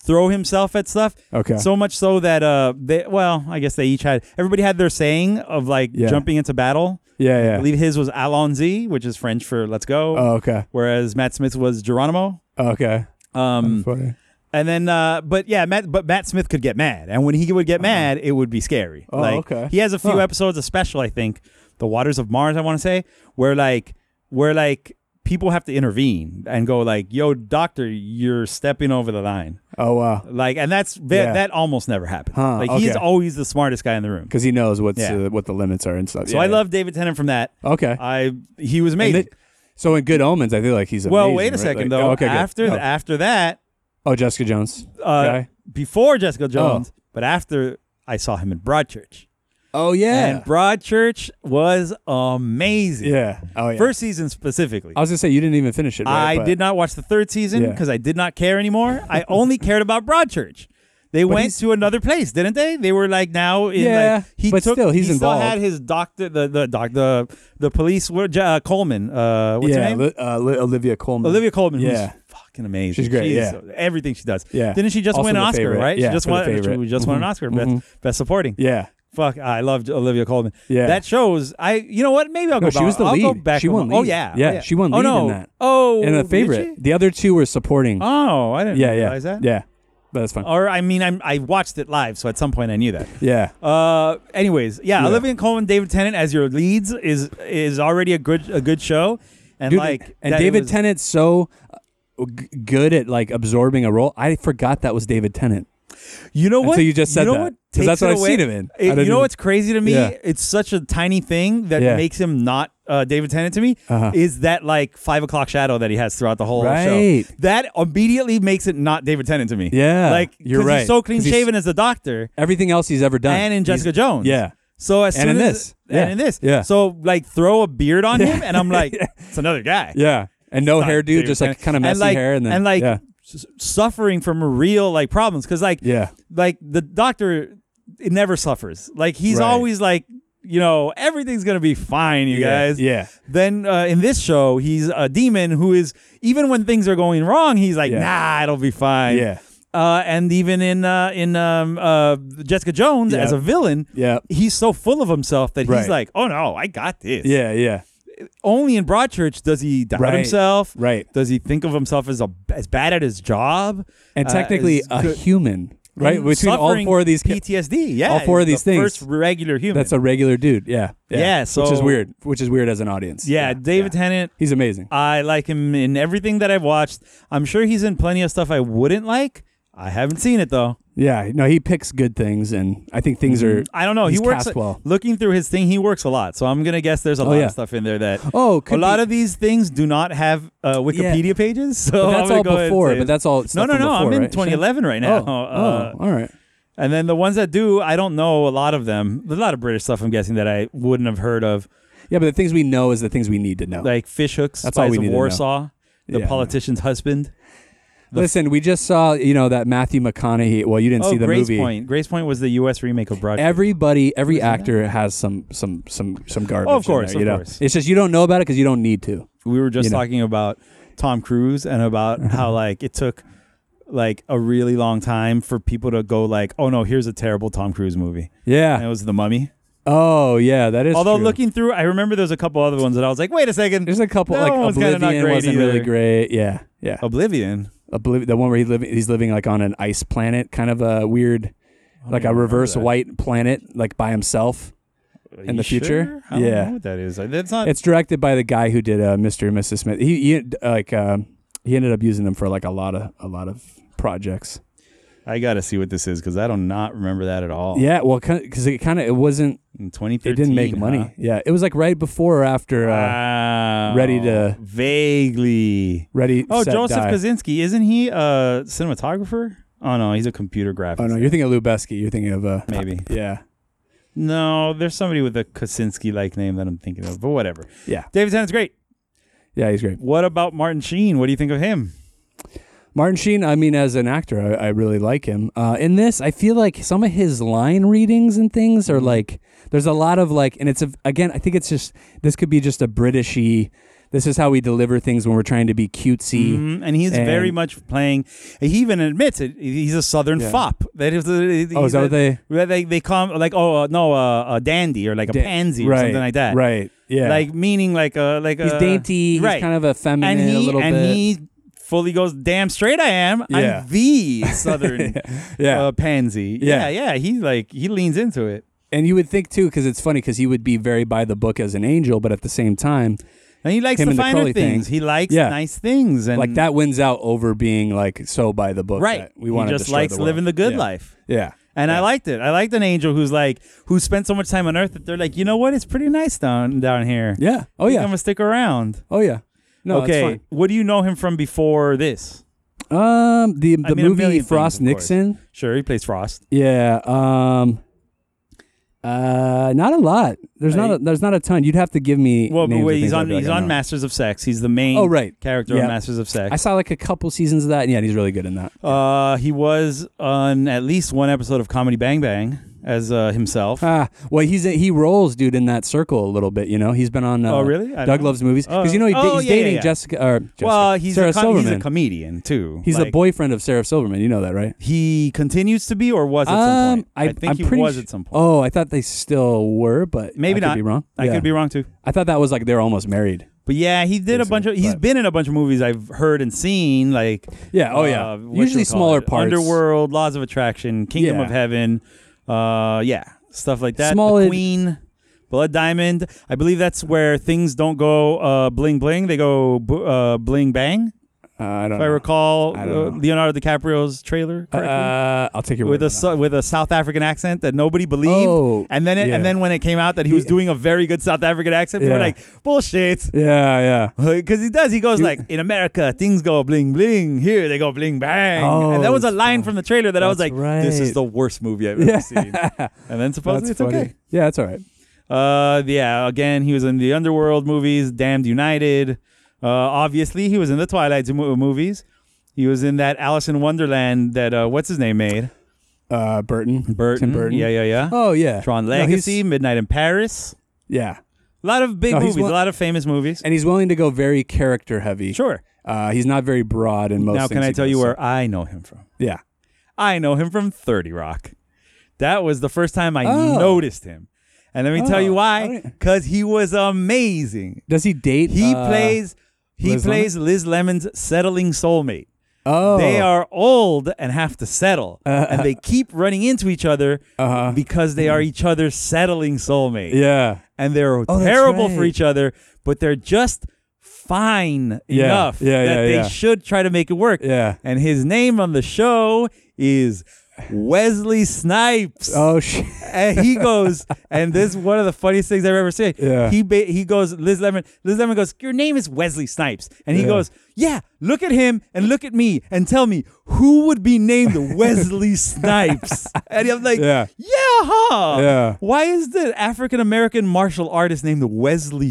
G: throw himself at stuff.
F: Okay.
G: So much so that uh, they well, I guess they each had everybody had their saying of like
F: Yeah.
G: jumping into battle.
F: Yeah. Yeah.
G: I believe his was allons-y, which is French for let's go.
F: oh, okay.
G: Whereas Matt Smith was Geronimo.
F: Okay.
G: Um,
F: Funny.
G: and then, uh, but yeah, Matt, but Matt Smith could get mad, and when he would get mad, it would be scary.
F: Uh-huh. Oh,
G: like,
F: okay.
G: He has a few
F: Huh.
G: episodes, a special, I think, "The Waters of Mars," I want to say, where like, where like people have to intervene and go like, "Yo, doctor, you're stepping over the line."
F: Oh wow.
G: Like, and that's that,
F: Yeah.
G: that almost never happens.
F: Huh,
G: like, he's
F: okay.
G: always the smartest guy in the room.
F: Because he knows what's
G: Yeah. Uh,
F: uh, what the limits are and stuff.
G: So
F: Yeah,
G: I
F: yeah.
G: love David Tennant from that.
F: Okay.
G: I he was
F: And
G: amazing.
F: thi- so in Good Omens, I feel like he's
G: well,
F: amazing,
G: wait a
F: right?
G: second
F: Like-
G: though.
F: oh, okay, good.
G: after
F: No.
G: after that,
F: oh, Jessica Jones.
G: uh,
F: guy.
G: before Jessica Jones, but after I saw him in Broadchurch.
F: Oh yeah,
G: And Broadchurch was amazing.
F: yeah. Oh yeah.
G: First season specifically.
F: I was gonna say you didn't even finish it. Right?
G: I
F: But-
G: did not watch the third season
F: Yeah.
G: because I did not care anymore. I only cared about Broadchurch. They went
F: he's-
G: to another place, didn't they? They were like now in
F: Yeah,
G: like he
F: but
G: took
F: still, he's
G: he
F: involved.
G: still had his doctor the the doc the the police were uh, Coleman uh
F: yeah,
G: what's her name?
F: Li- uh, Li- Olivia Colman.
G: Olivia Coleman,
F: Yeah.
G: who's fucking amazing.
F: She's great,
G: She is
F: yeah.
G: so- everything she does.
F: Yeah.
G: Didn't she just
F: Also
G: win an
F: the
G: Oscar?
F: favorite.
G: Right?
F: Yeah,
G: she just
F: for the
G: won. she
F: favorite.
G: just won an
F: Mhm.
G: Oscar, best,
F: Mhm.
G: best supporting.
F: Yeah,
G: Fuck, I loved Olivia Colman.
F: Yeah.
G: that shows. I, you know what? Maybe I'll go.
F: no, she
G: back-
F: was the
G: I'll go
F: lead.
G: back
F: she
G: and-
F: won. Lead.
G: Oh yeah,
F: yeah, She won lead
G: oh, no.
F: in that.
G: Oh,
F: and a
G: did
F: favorite.
G: she?
F: The other two were supporting.
G: Oh, I didn't
F: yeah, yeah,
G: realize that. Oh.
F: yeah. But that's fine.
G: Or I mean, I'm, I watched it live, so at some point I knew that.
F: yeah,
G: Uh, anyways, yeah,
F: Yeah.
G: Olivia Colman, David Tennant as your leads is is already a good a good show. and
F: Dude,
G: like
F: and
G: that it
F: David
G: was-
F: Tennant's so uh, g- good at like absorbing a role. I forgot that was David Tennant.
G: You know
F: Until
G: what?
F: you just said
G: know
F: that.
G: what
F: 'Cause
G: takes
F: that's what
G: it
F: I've
G: away?
F: seen him in. I
G: It- you know
F: don't even-
G: what's crazy to me?
F: Yeah.
G: It's such a tiny thing that
F: Yeah.
G: makes him not uh, David Tennant to me.
F: Uh-huh.
G: Is that like five o'clock shadow that he has throughout the whole
F: Right.
G: show? That immediately makes it not David Tennant to me.
F: Yeah,
G: like 'cause
F: you're right.
G: He's so clean
F: 'Cause he's-
G: shaven as the Doctor,
F: Everything else he's ever done,
G: and in Jessica
F: He's-
G: Jones.
F: Yeah,
G: So as
F: And in
G: soon as
F: this.
G: and
F: Yeah.
G: in this,
F: Yeah.
G: So like throw a beard on him, and I'm like, it's another guy.
F: yeah, and no
G: Not
F: Oh, hairdo,
G: David
F: just like
G: Tennant.
F: kind of messy
G: like,
F: hair, and then
G: like
F: yeah.
G: s- suffering from real like problems because like
F: Yeah.
G: like the doctor it never suffers like he's
F: Right.
G: always like you know everything's gonna be fine you
F: Yeah,
G: guys
F: yeah.
G: then uh, in this show he's a demon who is even when things are going wrong he's like
F: Yeah.
G: nah it'll be fine
F: Yeah.
G: uh, and even in uh, in um, uh, Jessica Jones
F: Yeah.
G: as a villain,
F: Yeah.
G: he's so full of himself that
F: Right.
G: he's like, "Oh no, I got this."
F: yeah, yeah,
G: only in Broadchurch does he doubt
F: Right,
G: himself.
F: right.
G: Does he think of himself as a as bad at his job?
F: and
G: uh,
F: technically
G: as
F: a
G: good-
F: human, right? Between all
G: suffering
F: four of these, ca-
G: PTSD. Yeah,
F: all four of
G: he's
F: these
G: the
F: things,
G: First regular human.
F: that's a regular dude. Yeah,
G: Yeah,
F: which is
G: so-
F: weird. Which is weird as an audience.
G: yeah, David Tennant.
F: he's amazing.
G: I like him in everything that I've watched. I'm sure he's in plenty of stuff I wouldn't like. I haven't seen it though.
F: Yeah, no, he picks good things, and I think things are.
G: Mm-hmm. I don't know.
F: Er, He's
G: he works
F: cast well.
G: Looking through his thing, he works a lot. So I'm gonna guess there's a lot
F: Oh, yeah.
G: of stuff in there that.
F: Oh, could
G: a lot
F: be.
G: of these things do not have uh, Wikipedia pages. So
F: But
G: I'm
F: that's
G: gonna
F: all
G: go ahead and
F: before,
G: say-
F: but that's all stuff
G: No, no,
F: from
G: no.
F: before,
G: I'm in
F: right, Shane?
G: 2011 right
F: Oh,
G: now.
F: oh,
G: Uh,
F: all right.
G: And then the ones that do, I don't know a lot of them. There's a lot of British stuff I'm guessing that I wouldn't have heard of,
F: Yeah, but the things we know is the things we need to know.
G: like fish hooks,
F: That's all
G: spies
F: we need
G: of
F: to know.
G: Warsaw, the
F: Yeah.
G: politician's husband.
F: Listen, we just saw, you know, that Matthew McConaughey. Well, you didn't
G: oh,
F: see the
G: Grace
F: movie.
G: Point. Grace Point was the U.S. remake of Broadchurch.
F: Everybody, every actor has some, some, some, some garbage. in
G: course,
F: there,
G: Oh, of
F: you know?
G: course.
F: It's just you don't know about it because you don't need to.
G: we were just
F: you know.
G: talking about Tom Cruise and about how like it took like a really long time for people to go like, oh no, here's a terrible Tom Cruise movie. And it
F: Yeah.
G: was The Mummy.
F: Oh, yeah. That is.
G: Although
F: true.
G: looking through, I remember there's a couple other ones that I was like, wait a second.
F: there's a couple
G: that
F: like
G: one was kinda
F: Oblivion
G: not great
F: wasn't really
G: either. Oh.
F: great. Yeah, yeah.
G: Oblivion.
F: Obliv- the one where he living, he's living like on an ice planet, kind of a weird,
G: Oh,
F: like a reverse
G: that.
F: white planet, like by himself. in the future?
G: I don't
F: Yeah.
G: know what that is. Like, That's not.
F: It's directed by the guy who did uh, Mr. and Mrs. Smith. He, he like um, he ended up using them for like a lot of a lot of projects.
G: I gotta see what this is because I do not remember that at all.
F: Yeah, well, because it kind of it wasn't
G: in 2013,
F: it didn't make money. Yeah, it was like right before or after
G: huh?
F: uh,
G: Wow.
F: Ready to-
G: vaguely.
F: Ready.
G: Oh,
F: Set,
G: Joseph
F: Die.
G: Kaczynski, isn't he a cinematographer? Oh no, he's a computer graphics.
F: Oh no, you're thinking of Lou Besky. You're thinking of uh,
G: Maybe.
F: Yeah,
G: No, there's somebody with a Kaczynski like name that I'm thinking of, but whatever.
F: yeah,
G: David Tennant's great.
F: yeah. He's great.
G: What about Martin Sheen? What do you think of him?
F: Martin Sheen, I mean, as an actor, I, I really like him. Uh, in this, I feel like some of his line readings and things
G: Mm-hmm.
F: are like, there's a lot of like, and it's, a, again, I think it's just, this could be just a Britishy, this is how we deliver things when we're trying to be cutesy.
G: Mhm, And he's very
F: And-
G: much playing. He even admits it. He's a Southern
F: Yeah.
G: fop. That is. A,
F: Oh, is
G: he's
F: that
G: a-
F: what they-
G: where they they call him, like oh uh, no uh, a dandy or like a
F: Da-
G: pansy or
F: right,
G: something like that.
F: Right. Yeah.
G: Like meaning like a like
F: he's
G: a,
F: dainty,
G: Right.
F: he's kind of effeminate
G: and he
F: a little
G: and
F: bit.
G: he fully goes damn straight. I am.
F: Yeah.
G: I'm the Southern
F: yeah.
G: uh, pansy.
F: Yeah.
G: yeah. He like he leans into it.
F: and you would think too, because it's funny, because he would be very by the book as an angel, but at the same time,
G: And he likes
F: Him
G: the
F: and the
G: finer
F: curly thing.
G: things. He likes
F: Yeah.
G: nice things and
F: like that wins out over being like so by the book.
G: Right.
F: that we want
G: he
F: to
G: just
F: destroy
G: likes
F: the world.
G: living the good
F: Yeah.
G: life.
F: Yeah.
G: And I
F: Yeah.
G: liked it. I liked an angel who's like who spent so much time on Earth that they're like, you know what? It's pretty nice down down here.
F: Yeah. Oh
G: Think
F: yeah.
G: I'm gonna stick around.
F: Oh yeah. No, it's
G: okay, what do you know him from before this?
F: fine. Um, the the
G: I mean, a
F: movie
G: million things,
F: Frost
G: of course.
F: Nixon.
G: Sure, he plays Frost.
F: Yeah. Um. Uh, not a lot. There's not.
G: I-
F: A, there's not a ton. You'd have to give me.
G: Well, but
F: names of
G: wait, he's
F: things I'd
G: on
F: be like, I
G: he's
F: don't
G: on
F: know.
G: Masters of Sex. He's the main
F: Oh, right.
G: character
F: Yeah.
G: on Masters of Sex.
F: I saw like a couple seasons of that, and yeah, he's really good in that.
G: uh, he was on at least one episode of Comedy Bang Bang as uh, himself.
F: Ah, well, he's a, he rolls, dude, in that circle a little bit. You know, he's been on. Uh,
G: Oh, really? I
F: Doug
G: don't-
F: loves movies because
G: Oh.
F: you know he, da-
G: Oh,
F: he's
G: yeah, yeah,
F: dating
G: yeah.
F: Jessica or Jessica,
G: well, he's
F: Sarah
G: a com-
F: Silverman.
G: he's a comedian too.
F: He's a
G: Like,
F: boyfriend of Sarah Silverman. You know that, right?
G: He continues to be, or was at some point. I, think
F: Um, I'm
G: he
F: pretty
G: was
F: su-
G: at some point.
F: Oh, I thought they still were, but
G: Maybe
F: I
G: not.
F: Could be wrong.
G: I
F: Yeah.
G: could be wrong too.
F: I thought that was like they're almost married.
G: But yeah, he did a
F: Basically,
G: bunch of. He's
F: but-
G: been in a bunch of movies I've heard and seen. Like
F: Yeah, oh, yeah.
G: uh, what
F: Usually
G: you would call
F: smaller
G: it,
F: parts.
G: Underworld, Laws of Attraction, Kingdom
F: Yeah.
G: of Heaven, uh, yeah, stuff like that.
F: Small-
G: the Queen Blood Diamond. I believe that's where things don't go uh, bling bling; they go bu- uh, bling bang.
F: Uh, I don't.
G: If I
F: know.
G: recall
F: I
G: uh,
F: don't know.
G: Leonardo DiCaprio's trailer correctly.
F: Uh, I'll take your
G: with
F: word
G: a
F: on
G: Sou- with a South African accent that nobody believed,
F: Oh,
G: and then it,
F: yeah.
G: and then when it came out that he was doing a very good South African accent, people were
F: Yeah.
G: like bullshit.
F: that. Yeah, yeah.
G: Because he does. He goes
F: You-
G: like, in America, things go bling bling. Here, they go bling bang.
F: Oh,
G: and that was a
F: that's
G: line from the trailer that I was like,
F: That's
G: this is
F: right.
G: the worst movie I've
F: Yeah.
G: ever seen. And then supposedly it's okay.
F: Yeah, it's all right.
G: Uh, yeah, again, he was in the Underworld movies, Damned United. Uh, obviously, he was in the Twilight mo- movies. He was in that Alice in Wonderland that, uh, what's his name made?
F: Uh, Burton.
G: Burton.
F: Tim Burton.
G: Yeah, yeah, yeah.
F: Oh yeah.
G: Tron
F: No, he's-
G: Legacy, Midnight in Paris.
F: yeah.
G: A lot of big
F: No, he's
G: movies,
F: one-
G: a lot of famous movies.
F: And he's willing to go very character heavy.
G: Sure.
F: Uh, he's not very broad in most.
G: Now,
F: things
G: can I
F: he
G: tell
F: does,
G: you
F: so-
G: where I know him from?
F: Yeah.
G: I know him from 30 Rock. That was the first time I
F: Oh.
G: noticed him. And let me tell you
F: Oh,
G: why.
F: all right.
G: Because he was amazing.
F: Does he date?
G: He
F: uh,
G: plays he
F: Liz
G: plays Liz Lemon's settling soulmate.
F: Oh.
G: They are old and have to settle. and they keep running into each other
F: Uh-huh.
G: because they are each other's settling soulmate.
F: Yeah.
G: And they're
F: Oh, that's
G: terrible for
F: right.
G: each other, but they're just fine
F: Yeah,
G: enough
F: yeah,
G: that
F: yeah,
G: they
F: yeah.
G: should try to make it work.
F: Yeah.
G: And his name on the show is Wesley Snipes.
F: Oh shit.
G: And he goes, and this is one of the funniest things I've ever seen.
F: Yeah.
G: He ba- he goes, Liz Lemon. Liz Lemon goes, your name is Wesley Snipes, and he
F: Yeah.
G: goes, yeah. Look at him and look at me and tell me who would be named Wesley Snipes. And I'm like,
F: Yeah.
G: yeah, huh?
F: Yeah.
G: Why is the African American martial artist named Wesley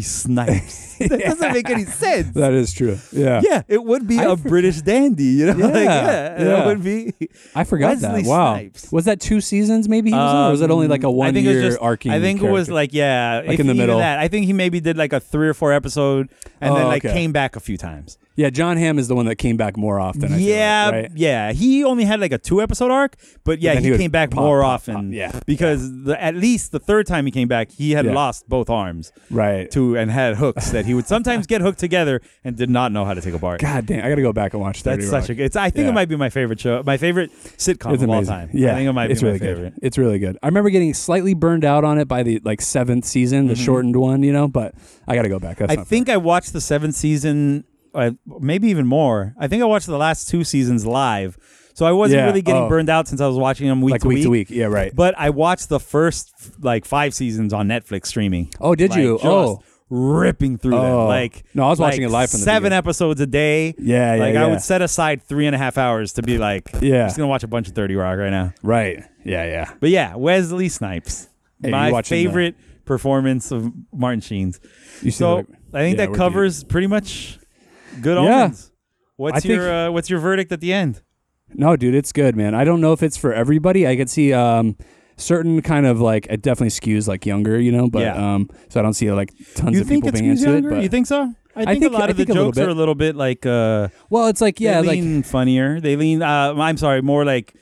G: Snipes? That doesn't make any sense.
F: That is true. Yeah.
G: Yeah, it would be a
F: for-
G: British dandy, you know? like,
F: Yeah,
G: yeah,
F: yeah.
G: It would be.
F: I forgot
G: Wesley
F: that. Wow.
G: Snipes.
F: Was that two seasons? Maybe he was, on, or was it only like a
G: Um, I
F: one
G: think it was
F: year
G: just-
F: arcing?
G: I think it was
F: character?
G: like yeah,
F: Like
G: if
F: in the
G: even
F: middle.
G: That. I think he maybe did like a three or four episode, and then
F: Oh,
G: like
F: okay.
G: came back a few times.
F: yeah. John Hamm is the one that came back more often. I feel like,
G: yeah,
F: right?
G: yeah. He only had like a two episode arc, but yeah,
F: But then
G: he,
F: he would
G: came back
F: pop,
G: more
F: pop,
G: often.
F: pop. Yeah.
G: because The, at least the third time he came back, he had
F: Yeah.
G: lost both arms,
F: Right.
G: to and had hooks that he would sometimes get hooked together and did not know how to take apart.
F: God damn! I gotta go back and watch. 30
G: That's such a
F: Rock.
G: good. It's, I think it
F: Yeah.
G: might be my favorite show, my favorite sitcom
F: It's
G: of all
F: amazing.
G: time.
F: Yeah,
G: I think it might
F: it's
G: be
F: really
G: my favorite.
F: good. It's really good. I remember getting slightly burned out on it by the like seventh season, the shortened one, you know. But I gotta go back. That's
G: Mm-hmm. I
F: not
G: think I watched the seventh season, uh, maybe even more. I think I watched the last two seasons live, so I wasn't
F: Yeah,
G: really getting
F: oh.
G: burned out since I was watching them week
F: like
G: to
F: week
G: week.
F: to week. Yeah, right.
G: But I watched the first like five seasons on Netflix streaming.
F: oh, did
G: Like,
F: you?
G: just
F: Oh,
G: ripping through them.
F: Oh.
G: Like
F: No, I was watching
G: like
F: it live from the
G: seven
F: beginning.
G: episodes a day.
F: Yeah, yeah,
G: Like I
F: yeah.
G: would set aside three and a half hours to be like,
F: Yeah.
G: I'm just gonna watch a bunch of Thirty Rock right now.
F: right. Yeah, yeah.
G: But yeah, Wesley Snipes,
F: Hey, you
G: my
F: watching the-
G: favorite performance of Martin Sheen's.
F: You see
G: So
F: what
G: I think
F: yeah,
G: that
F: we're deep.
G: covers pretty much good
F: Yeah.
G: omens. What's
F: I think-
G: your uh, what's your verdict at the end?
F: No, dude, it's good, man. I don't know if it's for everybody. I could see um certain kind of like it definitely skews like younger, you know. But
G: Yeah.
F: um, so I don't see like tons
G: you
F: of
G: think
F: people
G: it's
F: being into
G: younger?
F: it. But
G: you think so? I think,
F: think-
G: a lot
F: I
G: of the
F: think a little
G: jokes are
F: bit.
G: a little bit like uh,
F: well, it's like yeah,
G: they
F: like
G: lean funnier. They lean. Uh, I'm sorry, more like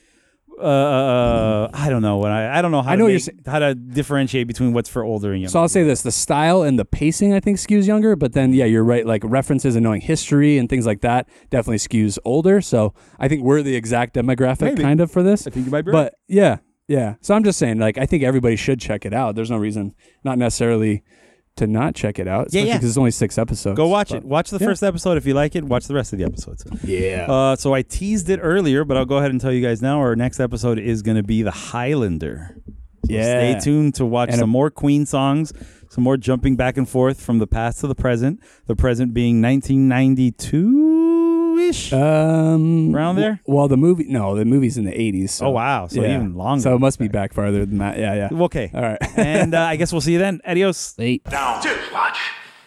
G: uh, uh, I don't know what I I don't know how
F: I
G: to
F: know what you're saying.
G: make- how to differentiate between what's for older and younger.
F: So I'll say this: the style and the pacing, I think, skews younger. But then, yeah, you're right. Like references and knowing history and things like that definitely skews older. So I think we're the exact demographic
G: Maybe.
F: kind of for this.
G: I think you might be right.
F: But yeah, yeah. So I'm just saying, like, I think everybody should check it out. There's no reason, not necessarily, to not check it out.
G: Yeah,
F: especially
G: yeah.
F: Because it's only six episodes.
G: Go watch
F: But-
G: it. Watch the
F: yeah.
G: first episode. If you like it, watch the rest of the episodes. Yeah. Uh, so I teased it earlier, but I'll go ahead and tell you guys now. Our next episode is going to be The Highlander. So
F: Yeah.
G: Stay tuned to watch
F: And a-
G: some more Queen songs, some more jumping back and forth from the past to the present. The present being 1992 ish.
F: Um,
G: Around there?
F: w- well, the movie. No, the movie's in the 80s. So,
G: Oh, wow. So
F: yeah.
G: even longer.
F: So it must be back farther than that. Yeah, yeah.
G: okay.
F: All right.
G: and uh, I guess we'll see you then. Adios.
A: Down. Dude, watch.